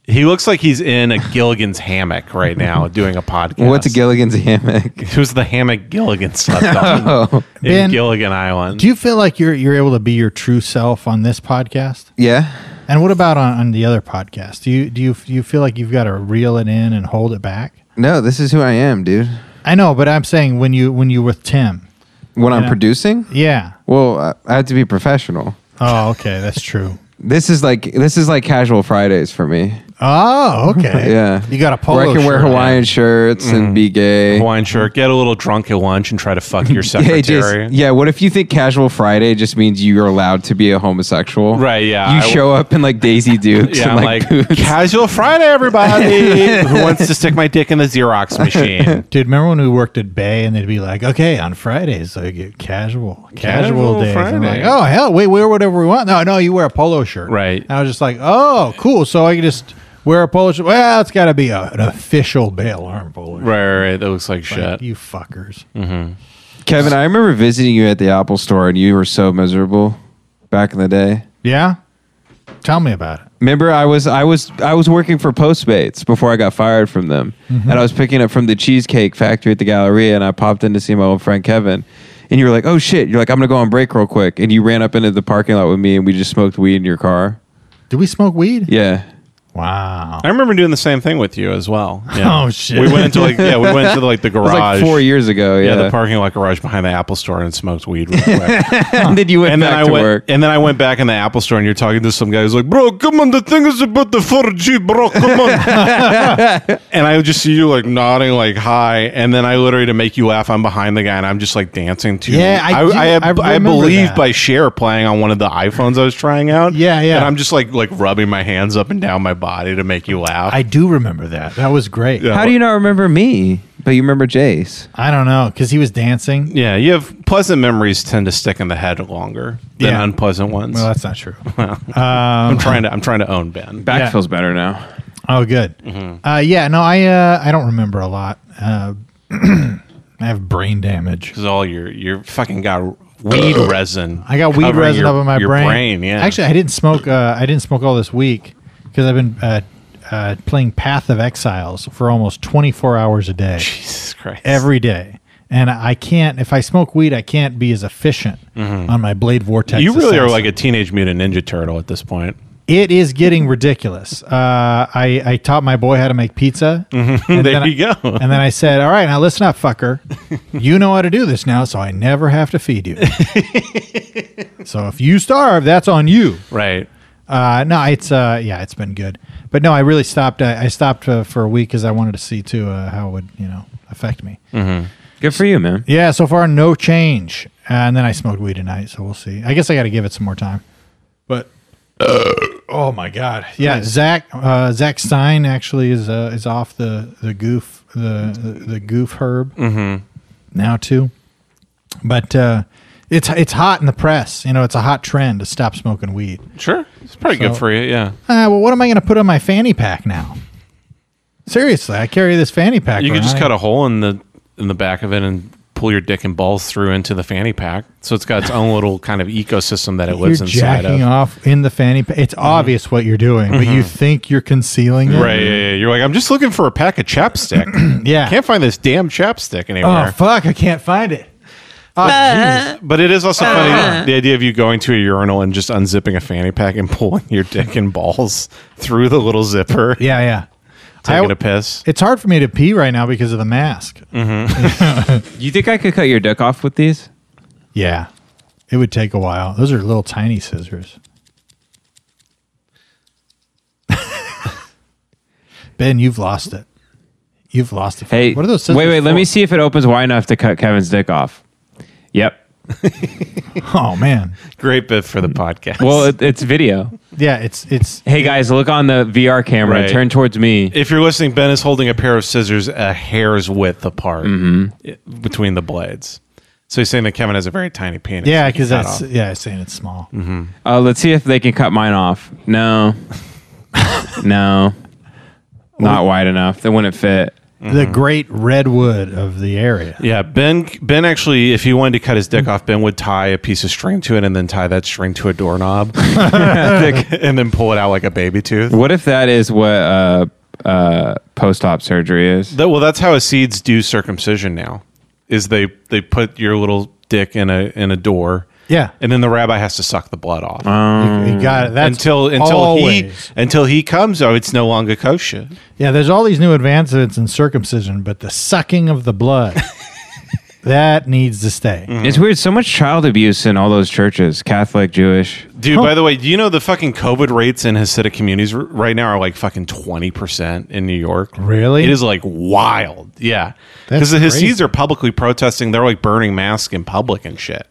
S1: He looks like he's in a Gilligan's hammock right now doing a podcast.
S2: What's a Gilligan's hammock?
S1: Who's the hammock Gilligan slept on
S2: Oh.
S1: in
S3: Ben,
S1: Gilligan Island?
S3: Do you feel like you're you're able to be your true self on this podcast?
S2: yeah,
S3: And what about on, on the other podcast? Do you do you do you feel like you've got to reel it in and hold it back?
S2: no, this is who I am, dude.
S3: I know, but I'm saying when you when you with Tim,
S2: When I'm
S3: Yeah.
S2: producing,
S3: yeah.
S2: well, I, I have to be professional.
S3: Oh, okay, that's true.
S2: This is like this is like casual Fridays for me.
S3: Oh, okay.
S2: Yeah, Mm-hmm.
S3: you got a polo.
S2: Where I can wear
S3: shirt on.
S2: Hawaiian shirts and be gay.
S1: Hawaiian shirt. Get a little drunk at lunch and try to fuck your
S2: Yeah,
S1: secretary.
S2: it just- yeah, what if you think casual Friday just means you're allowed to be a homosexual?
S1: Right, yeah,
S2: You
S1: I-
S2: show up in like Daisy Dukes
S1: Yeah,
S2: and
S1: I'm
S2: like,
S1: like,
S2: boots.
S1: casual Friday, everybody. Who wants to stick my dick in the Xerox machine?
S3: Dude, remember when we worked at Bay and they'd be like, "Okay, on Fridays, like casual, casual,
S1: Casual
S3: days." I'm
S1: Friday.
S3: like, "Oh hell, we wear whatever we want." No, no, you wear a polo shirt,
S1: Right.
S3: And I was just like, "Oh, cool." So I can just wear a polo shirt. Well, it's got to be a, an official Bay Alarm polo. Shirt.
S1: right, right, right. That looks like shit.
S3: Like, you fuckers.
S2: Kevin, I remember visiting you at the Apple store and you were so miserable back in the day.
S3: Yeah, tell me about it.
S2: Remember, I was I was I was working for Postmates before I got fired from them, and I was picking up from the Cheesecake Factory at the Galleria, and I popped in to see my old friend Kevin, and you were like, "Oh shit!" You're like, "I'm gonna go on break real quick," and you ran up into the parking lot with me, and we just smoked weed in your car.
S3: Did we smoke weed?
S2: Yeah,
S3: Wow.
S1: I remember doing the same thing with you as well. Yeah.
S3: Oh, shit.
S1: We went into like yeah, we went into like the
S2: it was
S1: garage.
S2: like four years ago.
S1: Yeah, the parking lot garage behind the Apple store and smoked weed real quick.
S2: and then you went
S1: and then
S2: back
S1: I
S2: to
S1: went
S2: work.
S1: and then I went back in the Apple store and you're talking to some guy who's like, Bro, come on, the thing is about the 4G, bro, come on. and I would just see you like nodding like hi. And then I literally to make you laugh, I'm behind the guy and I'm just like dancing to
S3: Yeah, I do-
S1: I, I,
S3: I
S1: I,
S3: remember
S1: believe
S3: that.
S1: by Cher playing on one of the iPhones I was trying out.
S3: Yeah, yeah.
S1: And I'm just like like rubbing my hands up and down my body to make you laugh.
S3: I do remember that. That was great.
S1: Yeah.
S2: How do you not remember me, but you remember Jace?
S3: I don't know because he was dancing.
S1: Yeah, you have pleasant memories tend to stick in the head longer than
S3: Yeah.
S1: unpleasant ones.
S3: Well, that's not true. Um,
S1: I'm trying to I'm trying to own Ben.
S2: Back
S3: Yeah.
S2: feels better now.
S3: Oh, good.
S1: Mm-hmm.
S3: Uh, yeah, no, I uh, I don't remember a lot. Uh, I have brain damage.
S1: Because all your your fucking got weed resin.
S3: I got weed
S1: covering
S3: resin
S1: your-
S3: up in my
S1: your
S3: brain.
S1: Yeah,
S3: Actually, I didn't smoke. Uh, I didn't smoke all this week because I've been uh, uh, playing Path of Exiles for almost 24 hours a day,
S1: Jesus Christ.
S3: every day. And I can't. If I smoke weed, I can't be as efficient on my Blade
S1: Mm-hmm.
S3: Vortex.
S1: you really are
S3: assassin.
S1: like a teenage mutant ninja turtle at this point.
S3: It is getting ridiculous. Uh, I, I taught my boy how to make pizza. And
S1: there
S3: then
S1: you
S3: I-
S1: go.
S3: And then I said, All right, now listen up, fucker. You know how to do this now, so I never have to feed you. so if you starve, that's on you.
S1: Right.
S3: Uh, no, it's uh, yeah, it's been good. But no, I really stopped. I, I stopped uh, for a week because I wanted to see too uh, how it would you know affect me.
S2: Good for you, man.
S3: Yeah, so far no change. And then I smoked weed tonight, so we'll see. I guess I got to give it some more time. But oh my god, yeah, Zach uh, Zach Stein actually is uh, is off the the goof the the, the goof herb
S1: Mm-hmm.
S3: now too. But uh, it's it's hot in the press. You know, it's a hot trend to stop smoking weed.
S1: Sure, it's probably good
S3: So-
S1: for you. Yeah,
S3: Ah, well, what am I going to put on my fanny pack now? Seriously, I carry this fanny pack.
S1: you could just
S3: around.
S1: cut a hole in the in the back of it and pull your dick and balls through into the fanny pack. So it's got its own little kind of ecosystem that it lives
S3: you're
S1: inside
S3: jacking
S1: of. Mm-hmm.
S3: off in the fanny pack. It's obvious what you're doing, but you think you're concealing it.
S1: Right, yeah, yeah. You're like, I'm just looking for a pack of chapstick.
S3: Yeah.
S1: Can't find this damn chapstick
S3: oh
S1: anywhere.
S3: fuck! I can't find it. Oh, jeez.
S1: But it is also funny the idea of you going to a urinal and just unzipping a fanny pack and pulling your dick and balls through the little zipper,
S3: yeah, yeah.
S1: taking
S3: I-
S1: a piss.
S3: It's hard for me to pee right now because of the mask.
S1: Mm.
S2: You think I could cut your dick off with these?
S3: Yeah, it would take a while. Those are little tiny scissors. ben, you've lost it. You've lost it.
S2: Hey,
S3: what are those? Scissors
S2: Wait, wait. Let
S3: for?
S2: me see if it opens wide enough to cut Kevin's dick off. Yep.
S3: Oh man,
S1: Great bit for the podcast.
S2: Well, it, it's video.
S3: yeah. It's it's
S2: Hey guys, look on the VR camera.
S1: Right.
S2: Turn towards me.
S1: if you're listening, Ben is holding a pair of scissors a hair's width apart i- between the blades. So he's saying that Kevin has a very tiny penis.
S3: yeah
S1: He can
S3: because
S1: cut
S3: that's
S1: off.
S3: yeah. It's saying it's small.
S2: Uh, let's see if they can cut mine off. No. no. Not wide enough. They wouldn't fit.
S3: The
S1: Mm-hmm.
S3: great redwood of the area.
S1: yeah. Ben, Ben actually, if he wanted to cut his dick off, Ben would tie a piece of string to it and then tie that string to a doorknob, and then pull it out like a baby tooth.
S2: What if that is what uh, uh, post-op surgery is?
S1: That- well, that's how Ascedes do circumcision now. Is they they put your little dick in a in a door,
S3: Yeah,
S1: and then the rabbi has to suck the blood off
S3: you, you got it. That's
S1: Mm. until until he
S3: always.
S1: until he comes. Oh, it's no longer kosher.
S3: Yeah, there's all these new advancements in circumcision, but the sucking of the blood that needs to stay.
S1: Mm.
S2: It's weird. So much child abuse in all those churches, Catholic, Jewish.
S1: Dude, by the way, do you know the fucking COVID rates in Hasidic communities r- right now are like fucking 20% in New York?
S3: Really?
S1: It is like wild. Yeah. Because
S3: That's
S1: the Hasids
S3: crazy.
S1: are publicly protesting. They're like burning masks in public and shit.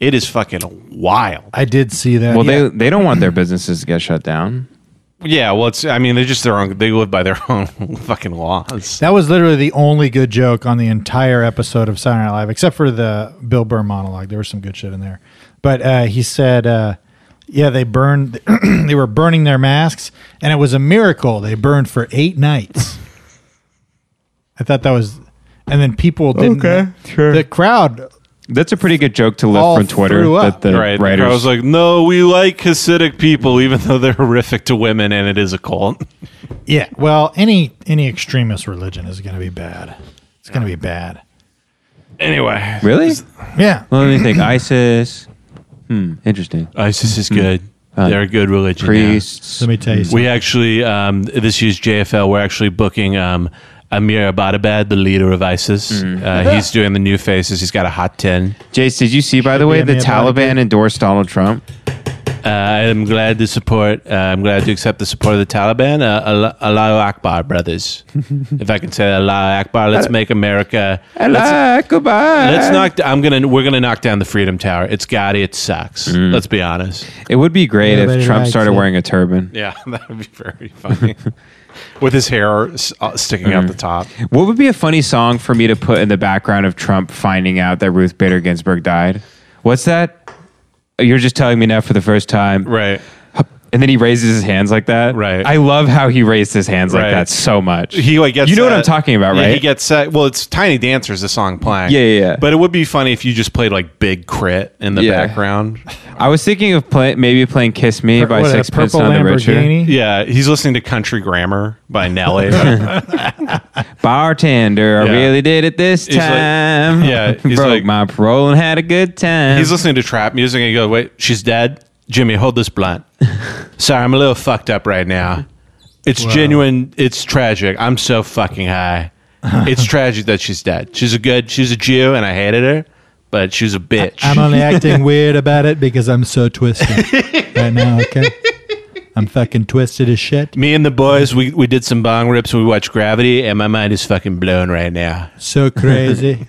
S1: It is fucking wild.
S3: I did see that.
S2: Well,
S3: Yeah.
S2: they they don't want their businesses to get shut down.
S1: Yeah. Well, it's, I mean, they're just their own, they live by their own fucking laws.
S3: that was literally the only good joke on the entire episode of Saturday Night Live, except for the Bill Burr monologue. There was some good shit in there, but uh, he said, uh, "Yeah, they burned. they were burning their masks, and it was a miracle they burned for eight nights." I thought that was, and then people didn't.
S2: Okay, sure.
S3: The crowd
S2: That's a pretty good joke to lift
S3: All
S2: from Twitter.
S3: threw
S2: That
S3: up.
S2: the
S1: Right.
S2: writers.
S1: I was like, no, we like Hasidic people, even though they're horrific to women and it is a cult.
S3: Yeah. Well, any any extremist religion is going to be bad. It's going to be bad.
S1: Anyway,
S2: really?
S3: Yeah.
S2: Let me think. ISIS. Hmm. Interesting.
S1: ISIS is good. They're a good religion. now.
S2: Hmm. Uh, Priests.
S3: Let me tell you. Something.
S1: We actually, um, this year's JFL, we're actually booking um, Amir Abbottabad, the leader of ISIS.
S2: Mm.
S1: Uh, he's doing the new faces. He's got a hot 10.
S2: Jace, did you see, by the way,
S3: Give
S2: the
S3: me a body
S2: Taliban endorsed Donald Trump?
S1: Uh, I'm glad to support, uh, I'm glad to accept the support of the Taliban. Uh, Allah- Allahu Akbar, brothers. if I can say Allahu Akbar,
S2: Uh,
S1: let's make America.
S2: Hello, goodbye.
S1: Let's knock. I'm gonna. We're gonna knock down the Freedom Tower. It's got it. It sucks.
S2: Mm.
S1: Let's be honest.
S2: It would be great
S3: Nobody
S2: if Trump
S3: likes
S2: started
S3: it.
S2: wearing a turban.
S1: Yeah, that would be very funny. With his hair s- uh, sticking out the
S2: Mm.
S1: top.
S2: What would be a funny song for me to put in the background of Trump finding out that Ruth Bader Ginsburg died? What's that? You're just telling me now for the first time.
S1: Right.
S2: And then he raises his hands like that.
S1: Right.
S2: I love how he raised his hands
S1: Right.
S2: like that so much.
S1: he like gets
S2: You know what
S1: uh,
S2: I'm talking about,
S1: yeah,
S2: right?
S1: he gets set. well, it's Tiny Dancers, the song playing.
S2: Yeah, yeah, yeah.
S1: But it would be funny if you just played like Big Crit in the
S2: Yeah.
S1: background.
S2: I was thinking of play, maybe playing "Kiss Me" by
S3: What, a
S2: Six Pence
S3: purple
S2: on the Richer.
S3: Lamborghini.
S1: Yeah, he's listening to Country Grammar by Nelly. yeah,
S2: Bartender,
S1: Yeah.
S2: I really did it this
S1: He's like-
S2: time.
S1: yeah, he's
S2: broke
S1: like-
S2: my parole and had a good time.
S1: he's listening to trap music and you go, "Wait, she's dead." Jimmy, hold this blunt. Sorry, I'm a little fucked up right now. It's genuine. It's tragic. I'm so fucking high. It's tragic that she's dead. She's a good. She's a Jew, and I hated her, but she was a bitch.
S3: I'm only acting weird about it because I'm so twisted right now. Okay. I'm fucking twisted as shit.
S9: Me and the boys, we, we did some bong rips. We watched Gravity, and my mind is fucking blown right now.
S3: So crazy.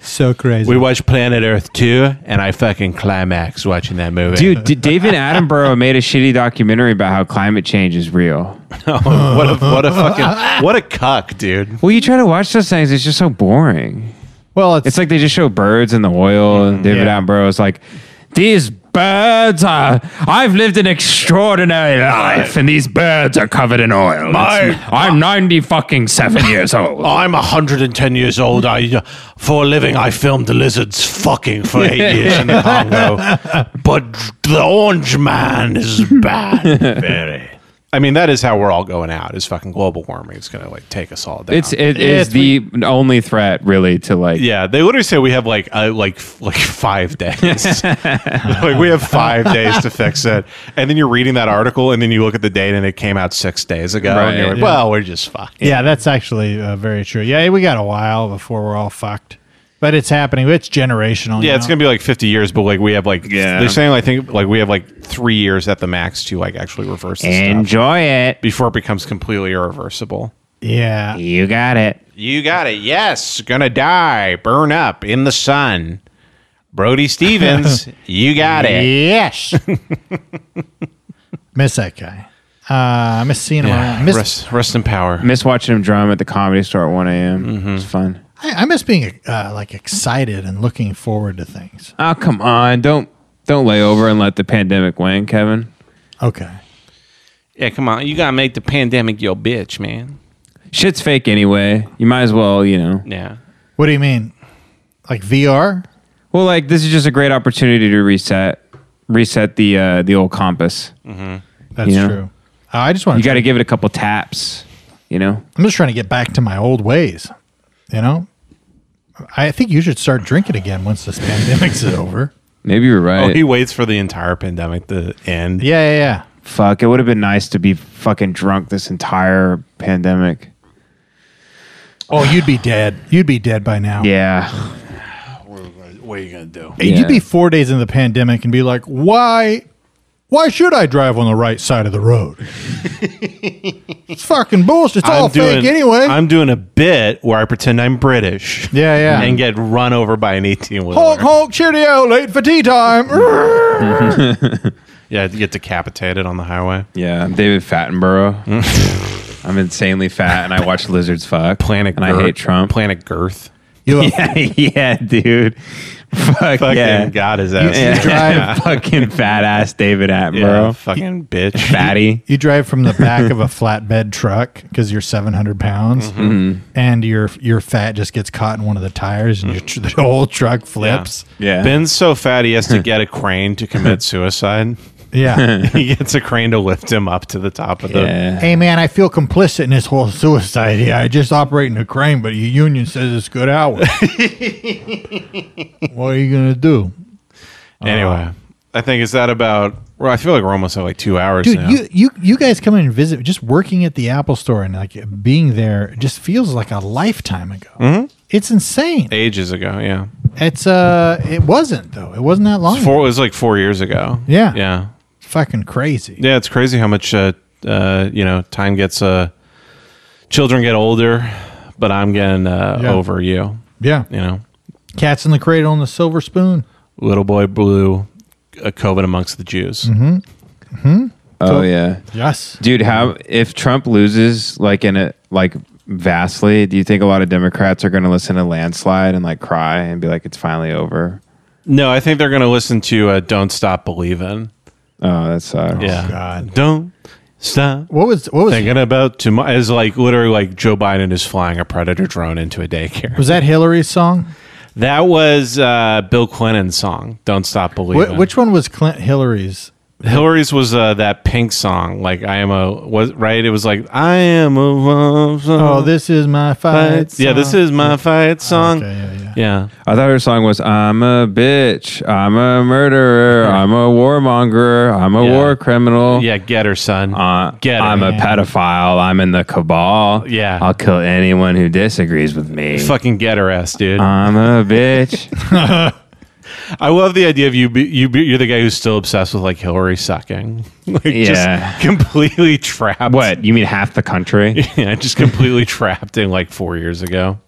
S3: so crazy.
S9: We watched Planet Earth 2, and I fucking climax watching that movie.
S2: Dude, D- David Attenborough made a shitty documentary about how climate change is real.
S9: what a what a fucking what a cuck, dude.
S2: Well, you try to watch those things, it's just so boring.
S3: well, it's,
S2: It's like they just show birds in the oil, and David
S3: Mm-hmm. Yeah.
S2: Attenborough is like, these birds are. I've lived an extraordinary life, and these birds are covered in oil. It's- I'm ninety fucking seven years old.
S9: I'm 110 years old. I, for a living, I filmed the lizards fucking for eight years in the Congo. But the orange man is bad. Very.
S1: I mean, that is how we're all going out. Is fucking global warming. It's gonna like take us all down.
S2: It's it is
S3: It's-
S2: the only threat really to like.
S1: yeah. They literally say we have like uh, like like five days. like we have five days to fix it. And then you're reading that article, and then you look at the date, and it came out six days ago. And you're
S2: Right.
S1: like, well, we're just fucked.
S3: yeah, that's actually uh, very true. Yeah, we got a while before we're all fucked, but it's happening. It's generational.
S1: Yeah, it's gonna be like 50 years, but like we have like
S2: Yeah.
S1: they're saying I think like we have like three years at the max to like actually reverse this stuff
S2: Enjoy it.
S1: before it becomes completely irreversible.
S3: Yeah.
S2: You got it.
S1: You got it. Yes, gonna die, burn up in the sun. Brody Stevens, you got it.
S3: Yes. miss that guy. Uh, miss seeing him around. Miss,
S1: Rest, rest in power.
S2: Miss watching him drum at the comedy store at one a.m.
S3: Mm-hmm.
S2: It's fun.
S3: I, I miss being uh, like excited and looking forward to things.
S2: Oh come on! Don't don't lay over and let the pandemic wane, Kevin.
S3: Okay.
S9: Yeah, come on. You gotta make the pandemic your bitch, man.
S2: Shit's fake anyway. You might as well, you know.
S9: Yeah.
S3: What do you mean? Like VR?
S2: Well, like this is just a great opportunity to reset, reset the uh, the old compass.
S3: That's
S2: Yeah.
S3: true. Uh, I just want
S2: You got
S3: to.
S2: to give it a couple taps. You know,
S3: I'm just trying to get back to my old ways. You know, I think you should start drinking again once this pandemic's over.
S2: maybe you're right.
S1: Oh, he waits for the entire pandemic to end.
S3: Yeah, yeah, yeah.
S2: Fuck! It would have been nice to be fucking drunk this entire pandemic.
S3: Oh, you'd be dead. You'd be dead by now.
S2: Yeah,
S9: What are you gonna do?
S3: Hey,
S2: Yeah.
S3: You'd be four days into the pandemic and be like, why? Why should I drive on the right side of the road? it's fucking bullshit. It's all fake anyway.
S1: I'm doing a bit where I pretend I'm British.
S3: yeah, yeah.
S1: And get run over by an 18
S3: honk,
S1: wheeler.
S3: honk, cheerio, late for tea time.
S1: Yeah, get decapitated on the highway.
S2: yeah. I'm David Fattenborough. I'm insanely fat, and I watch lizards fuck.
S1: Planet
S2: and I
S1: girth.
S2: hate Trump.
S1: Planet girth.
S3: you,
S2: yeah, dude. Fuck
S1: Fucking
S2: yeah.
S1: got his ass.
S2: Yeah.
S3: drive-
S2: fucking fat ass David
S1: Yeah,
S2: Attenborough.
S1: fucking bitch.
S2: Fatty.
S3: you drive from the back of a flatbed truck because you're 700 pounds
S2: Mm-hmm.
S3: and your your fat just gets caught in one of the tires and your, tr- the whole truck flips.
S2: Yeah.
S1: Ben's so fat he has to get a crane to commit suicide.
S3: Yeah.
S1: he gets a crane to lift him up to the top of the.
S2: yeah.
S3: hey, man, I feel complicit in this whole suicide. Yeah, I just operate in a crane, but your union says it's good hours. what are you going to do?
S1: Anyway, I think is that about. Well, I feel like we're almost at like two hours
S3: Dude,
S1: now.
S3: you, you you guys come in and visit. Just working at the Apple Store and like being there just feels like a lifetime ago.
S2: Mm-hmm.
S3: It's insane.
S1: Ages ago, yeah.
S3: It's uh, it wasn't though. It wasn't that long.
S1: Four it was like four years ago.
S3: Yeah.
S1: yeah,
S3: Fucking crazy.
S1: yeah. It's crazy how much uh, uh, you know time gets. Uh, children get older, but I'm getting uh,
S3: Yeah.
S1: over you.
S3: Yeah.
S1: You know,
S3: Cats in the Cradle and the Silver Spoon.
S1: little boy blue, a COVID amongst the Jews.
S3: Mm-hmm.
S2: Oh yeah.
S3: Yes.
S2: Dude, how if Trump loses like in a like vastly, do you think a lot of Democrats are gonna listen to landslide and like cry and be like it's finally over?
S1: No, I think they're going to listen to uh, "Don't Stop Believin'."
S2: Oh, that's uh
S1: Yeah,
S3: God.
S1: don't stop
S3: What was what was
S1: thinking about tomorrow is like literally like Joe Biden is flying a predator drone into a daycare.
S3: was that Hillary's song?
S1: That was uh, Bill Clinton's song, "Don't Stop
S3: Wh-
S1: Believing."
S3: which one was Clint Hillary's?
S1: Hillary's was uh, that Pink song, like "I am a" was right. It was like "I am a love song."
S3: Oh, this is my fight.
S1: yeah, this
S3: song. Oh,
S1: is my fight song.
S3: Okay, yeah, yeah.
S1: Yeah,
S2: I thought her song was I'm a bitch, I'm a murderer, I'm a warmonger, I'm a
S1: Yeah.
S2: war criminal.
S1: yeah, get her son.
S2: Uh,
S1: Get
S2: I'm
S1: her.
S2: a pedophile. I'm in the cabal.
S1: Yeah.
S2: I'll kill anyone who disagrees with me.
S1: Fucking get her ass, dude.
S2: I'm a bitch.
S1: I love the idea of you. Be, you be, you're the guy who's still obsessed with like Hillary sucking. Like
S2: Yeah.
S1: just completely trapped.
S2: What you mean half the country?
S1: Yeah, just completely trapped in like four years ago.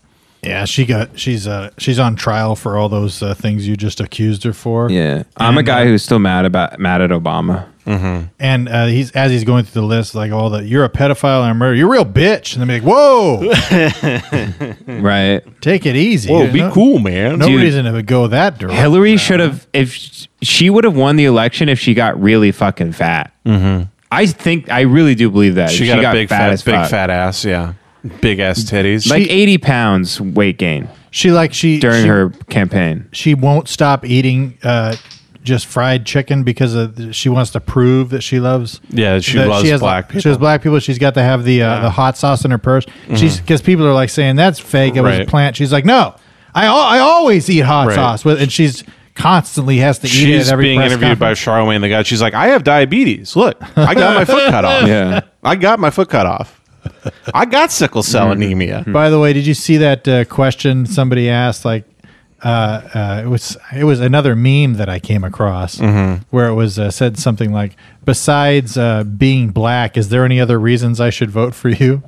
S3: Yeah, she got she's uh she's on trial for all those uh, things you just accused her for.
S8: Yeah, I'm a guy who's still mad about mad at Obama.
S3: and uh, he's as he's going through the list, like all the you're a pedophile and a murderer, you're a real bitch, and they're like, whoa,
S1: Hmm.
S8: Right?
S3: take it easy.
S1: Whoa,
S3: You
S1: be
S3: know?
S1: cool, man.
S3: No
S2: Dude.
S3: reason to go that direction.
S2: Hillary should have if sh- she would have won the election if she got really fucking fat. Mm-hmm. I think I really do believe that
S1: She, got, a big fat,
S2: as
S1: big
S2: fuck.
S1: fat ass. Yeah, big ass titties.
S2: like eighty pounds weight gain
S3: She like she
S2: during
S3: she,
S2: her campaign.
S3: she won't stop eating uh, just fried chicken because of, she wants to prove that she loves.
S1: Yeah, she
S3: that
S1: loves black
S3: like-
S1: people. Mm-hmm.
S3: She loves black people. She's got to have the uh, the hot sauce in her purse. She's because people are like saying that's fake. It was
S1: Right.
S3: a plant. She's like, no, I al- I always eat hot
S1: Right.
S3: sauce with, and she's constantly has to eat it
S1: She's
S3: at every
S1: being
S3: press
S1: interviewed by
S3: conference.
S1: Charlemagne the God. She's like, I have diabetes. Look, I got my foot cut off.
S8: Yeah.
S1: I got my foot cut off. I got sickle cell anemia.
S3: By the way, did you see that uh, question somebody asked? Like, uh, uh, it was it was another meme that I came across
S1: Mm-hmm.
S3: where it was uh, said something like, "Besides uh, being black, is there any other reasons I should vote for you?"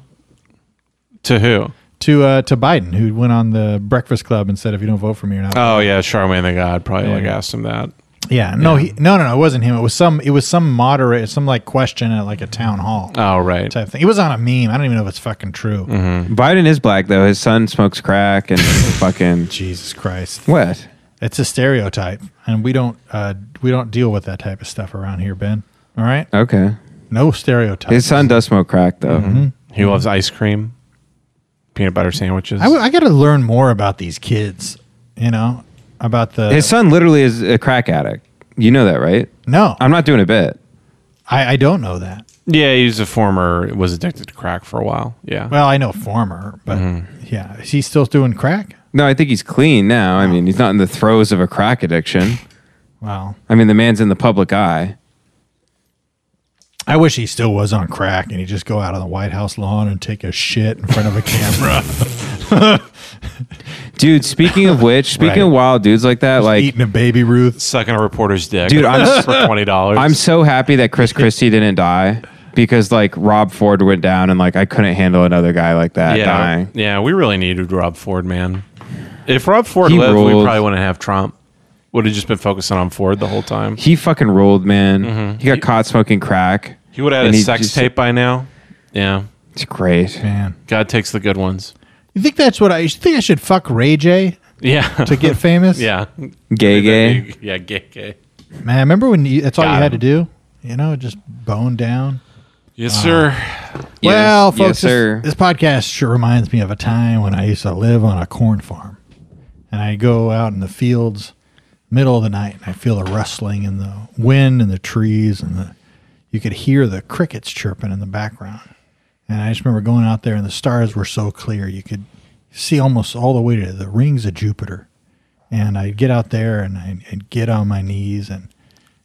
S1: To who?
S3: To uh, to Biden, who went on the Breakfast Club and said, "If you don't vote for me, you're not."
S1: Oh yeah, Charlemagne the God probably like asked him that.
S3: yeah, no, He, no, no, no, it wasn't him. It was some it was some moderate, some like question at like a town hall
S1: Oh Mm-hmm. right.
S3: type thing. It was on a meme. I don't even know if it's fucking true.
S8: Biden is black though. His son smokes crack and fucking
S3: Jesus Christ.
S8: what?
S3: It's a stereotype, and we don't uh, we don't deal with that type of stuff around here, Ben. All right,
S2: Uh,
S8: Okay.
S3: no stereotypes.
S8: His son does smoke crack though.
S2: Mm-hmm.
S1: He loves ice cream, peanut butter sandwiches.
S3: I, w- I got to learn more about these kids. You know about the
S8: His son literally is a crack addict. You know that, right?
S3: no.
S8: I'm not doing a bit.
S3: I, I don't know that.
S1: yeah, he's a former was addicted to crack for a while. Yeah.
S3: Well, I know former, but yeah, is he still doing crack?
S8: No, I think he's clean now. I mean, he's not in the throes of a crack addiction.
S3: Wow,
S8: I mean, the man's in the public eye.
S3: I wish he still was on crack and he'd just go out on the White House lawn and take a shit in front of a camera,
S8: Dude, speaking of which, speaking of
S3: Right.
S8: wild dudes like that, like
S3: eating a baby Ruth.
S1: Sucking a reporter's dick,
S8: Dude, I'm-
S1: for twenty dollars.
S8: I'm so happy that Chris Christie didn't die because like Rob Ford went down and like I couldn't handle another guy like that
S1: yeah,
S8: dying.
S1: yeah. We really needed Rob Ford, man. If Rob Ford
S8: He
S1: lived, we
S8: ruled.
S1: probably wouldn't have Trump. Would have just been focusing on Ford the whole time.
S8: He fucking ruled, man. He got caught smoking crack.
S1: He would have had
S8: And
S1: a
S8: he
S1: sex
S8: just-
S1: tape by now. Yeah,
S8: It's great.
S3: Man,
S1: God takes the good ones.
S3: you think that's what I you think I should fuck Ray J
S1: Yeah,
S3: to get famous?
S1: yeah,
S8: Gay gay.
S1: yeah, gay, gay.
S3: Man, remember when you, that's all
S1: Got
S3: you had
S1: him.
S3: to do? You know, just bone down.
S1: Yes, sir.
S8: Ah.
S3: well,
S8: Yes,
S3: folks,
S8: yes, sir.
S3: This, this podcast sure reminds me of a time when I used to live on a corn farm. And I go out in the fields, middle of the night, and I feel a rustling in the wind and the trees, and the, you could hear the crickets chirping in the background. And I just remember going out there, and the stars were so clear, you could see almost all the way to the rings of Jupiter. And I'd get out there, and I'd, I'd get on my knees, and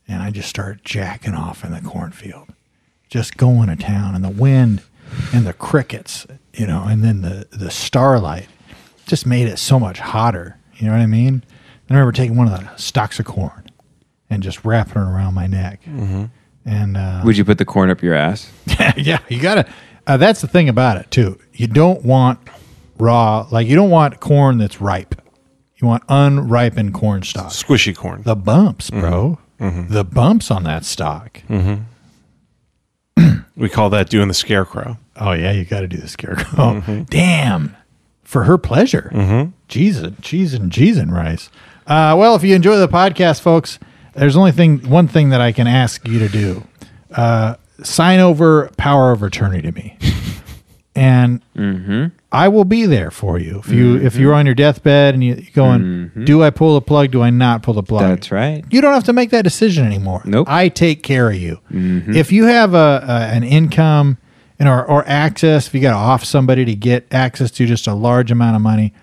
S3: and I just start jacking off in the cornfield, just going to town, and the wind and the crickets, you know, and then the the starlight just made it so much hotter. You know what I mean? I remember taking one of the stalks of corn and just wrapping it around my neck, and uh,
S8: Would you put the corn up your ass?
S3: yeah, you gotta. Uh, that's the thing about it too. You don't want raw, like you don't want corn that's ripe. You want unripened corn stalks
S1: Squishy corn.
S3: the bumps, bro. The bumps on that stock.
S1: We call that doing the scarecrow.
S3: Oh yeah, you got to do the scarecrow. Damn, for her pleasure. Jesus, cheese and cheese and rice. Uh, well, if you enjoy the podcast, folks, there's only thing one thing that I can ask you to do: uh, sign over power of attorney to me, and I will be there for you. If you if you're on your deathbed and you, you're going, do I pull the plug? Do I not pull the plug?
S8: That's right.
S3: You don't have to make that decision anymore.
S8: Nope.
S3: I take care of you.
S2: Mm-hmm.
S3: If you have a, a an income and or, or access, if you got to off somebody to get access to just a large amount of money,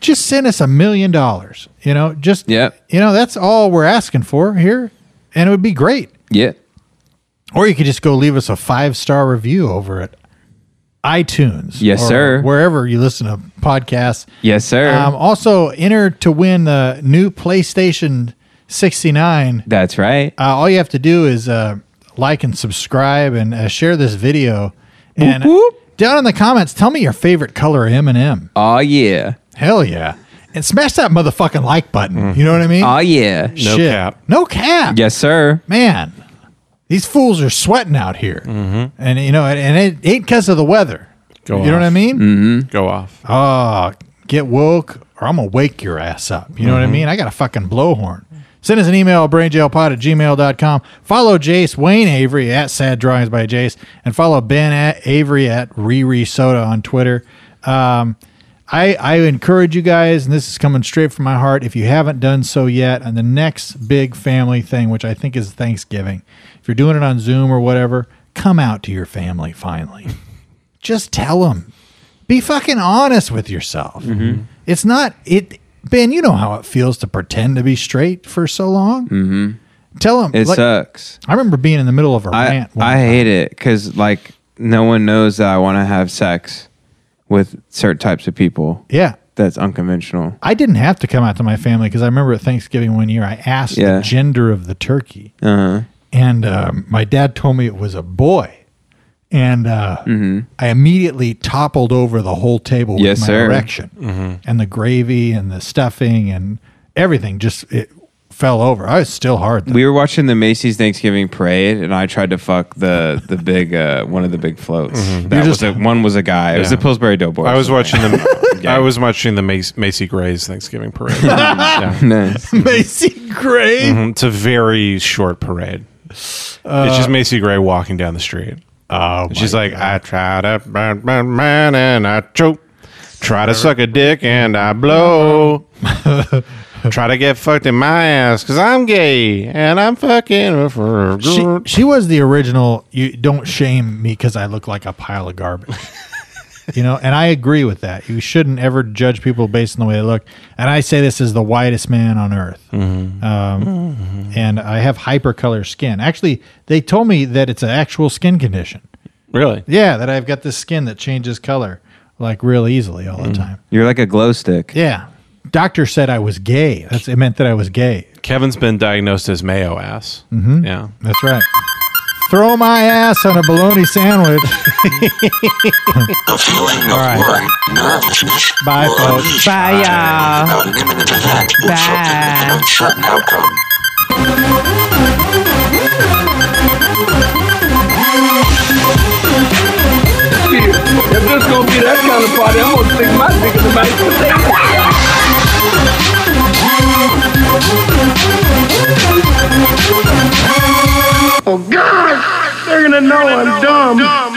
S3: just send us a million dollars. You know, just
S8: Yep.
S3: You know, that's all we're asking for here, and it would be great.
S8: Yeah.
S3: Or you could just go leave us a five star review over at iTunes.
S2: Yes,
S3: or
S2: sir.
S3: Wherever you listen to podcasts.
S2: Yes, sir.
S3: Um, also, enter to win the new PlayStation 69.
S2: That's right.
S3: Uh, all you have to do is uh, like and subscribe and uh, share this video. And uh,
S2: whoop.
S3: down in the comments, tell me your favorite color M and M.
S2: Oh yeah.
S3: Hell yeah! And smash that motherfucking like button. You know what I mean?
S2: Oh yeah.
S1: Mm-hmm. Uh, No cap.
S3: No cap.
S2: Yes, sir.
S3: man, these fools are sweating out here, and you know, and, and it ain't because of the weather.
S1: Mm-hmm. Go
S3: you know
S1: off. Mm-hmm.
S3: what I
S8: Hmm?
S3: mean?
S1: Go off.
S3: Oh, get woke, or I'm gonna wake your ass up. You know what I mean? I got a fucking blowhorn. Send us an email, brainjailpod at gmail.com. Follow Jace Wayne Avery at Sad Drawings by Jace, and follow Ben at Avery at Riri Soda on Twitter. Um, I, I encourage you guys, and this is coming straight from my heart. If you haven't done so yet, on the next big family thing, which I think is Thanksgiving, if you're doing it on Zoom or whatever, come out to your family finally. Just tell them be fucking honest with yourself.
S2: Mm-hmm.
S3: It's not it, Ben. You know how it feels to pretend to be straight for so long. Mm-hmm. Tell him.
S2: It sucks.
S3: I remember being in the middle of a
S2: uh, I
S3: rant. one
S2: I hate it because like no one knows that I want to have sex with certain types of people.
S3: yeah.
S2: That's unconventional.
S3: I didn't have to come out to my family because I remember at Thanksgiving one year I asked
S2: Yeah. Uh-huh.
S3: the gender of the turkey, and um, my dad told me it was a boy, and uh, I immediately toppled over the whole table with
S2: Mm-hmm. Yes,
S3: my
S2: sir.
S3: erection, and the gravy and the stuffing and everything just it fell over. I was still hard. though.
S2: We were watching the Macy's Thanksgiving parade, and I tried to fuck the the big uh, one of the big floats. That
S3: You're just-
S2: was a, one was a guy. It was
S1: Mm-hmm. Yeah.
S2: the Pillsbury Doughboy.
S1: I was watching the.
S2: Yeah.
S1: I was watching the Macy, Macy Gray's Thanksgiving parade. Yeah.
S2: Nice.
S3: Macy Gray.
S1: Mhm. It's a very short parade. it's just Macy Gray walking down the street.
S3: Uh, Oh,
S1: And she's like, I try to burn, burn, burn, and I choke. Try to suck a dick and I blow. try to get fucked in my ass because I'm gay and I'm fucking for a
S3: she,
S1: girl.
S3: she was the original. You don't shame me because I look like a pile of garbage. you know, and I agree with that. You shouldn't ever judge people based on the way they look. And I say this as the whitest man on earth. Um, And I have hypercolor skin. Actually, they told me that it's an actual skin condition.
S1: Really?
S3: Yeah, that I've got this skin that changes color like real easily all the time.
S2: You're like a glow stick.
S3: Yeah. Doctor said I was gay. That's it meant that I was gay.
S1: Kevin's been diagnosed as Mayo ass.
S3: Mm-hmm.
S1: Yeah.
S3: That's right. Throw my ass on a bologna sandwich.
S10: The feeling of
S3: right.
S10: worry, nervousness,
S3: Bye,
S10: will
S3: folks.
S10: unleash
S11: Bye,
S10: anxiety
S11: y'all.
S10: about an imminent event with something with an
S11: Bye.
S10: uncertain outcome.
S5: Shit, If this gonna be that kind of party, I'm gonna stick my dick in the mashed potato. Oh God, they're gonna know I'm dumb.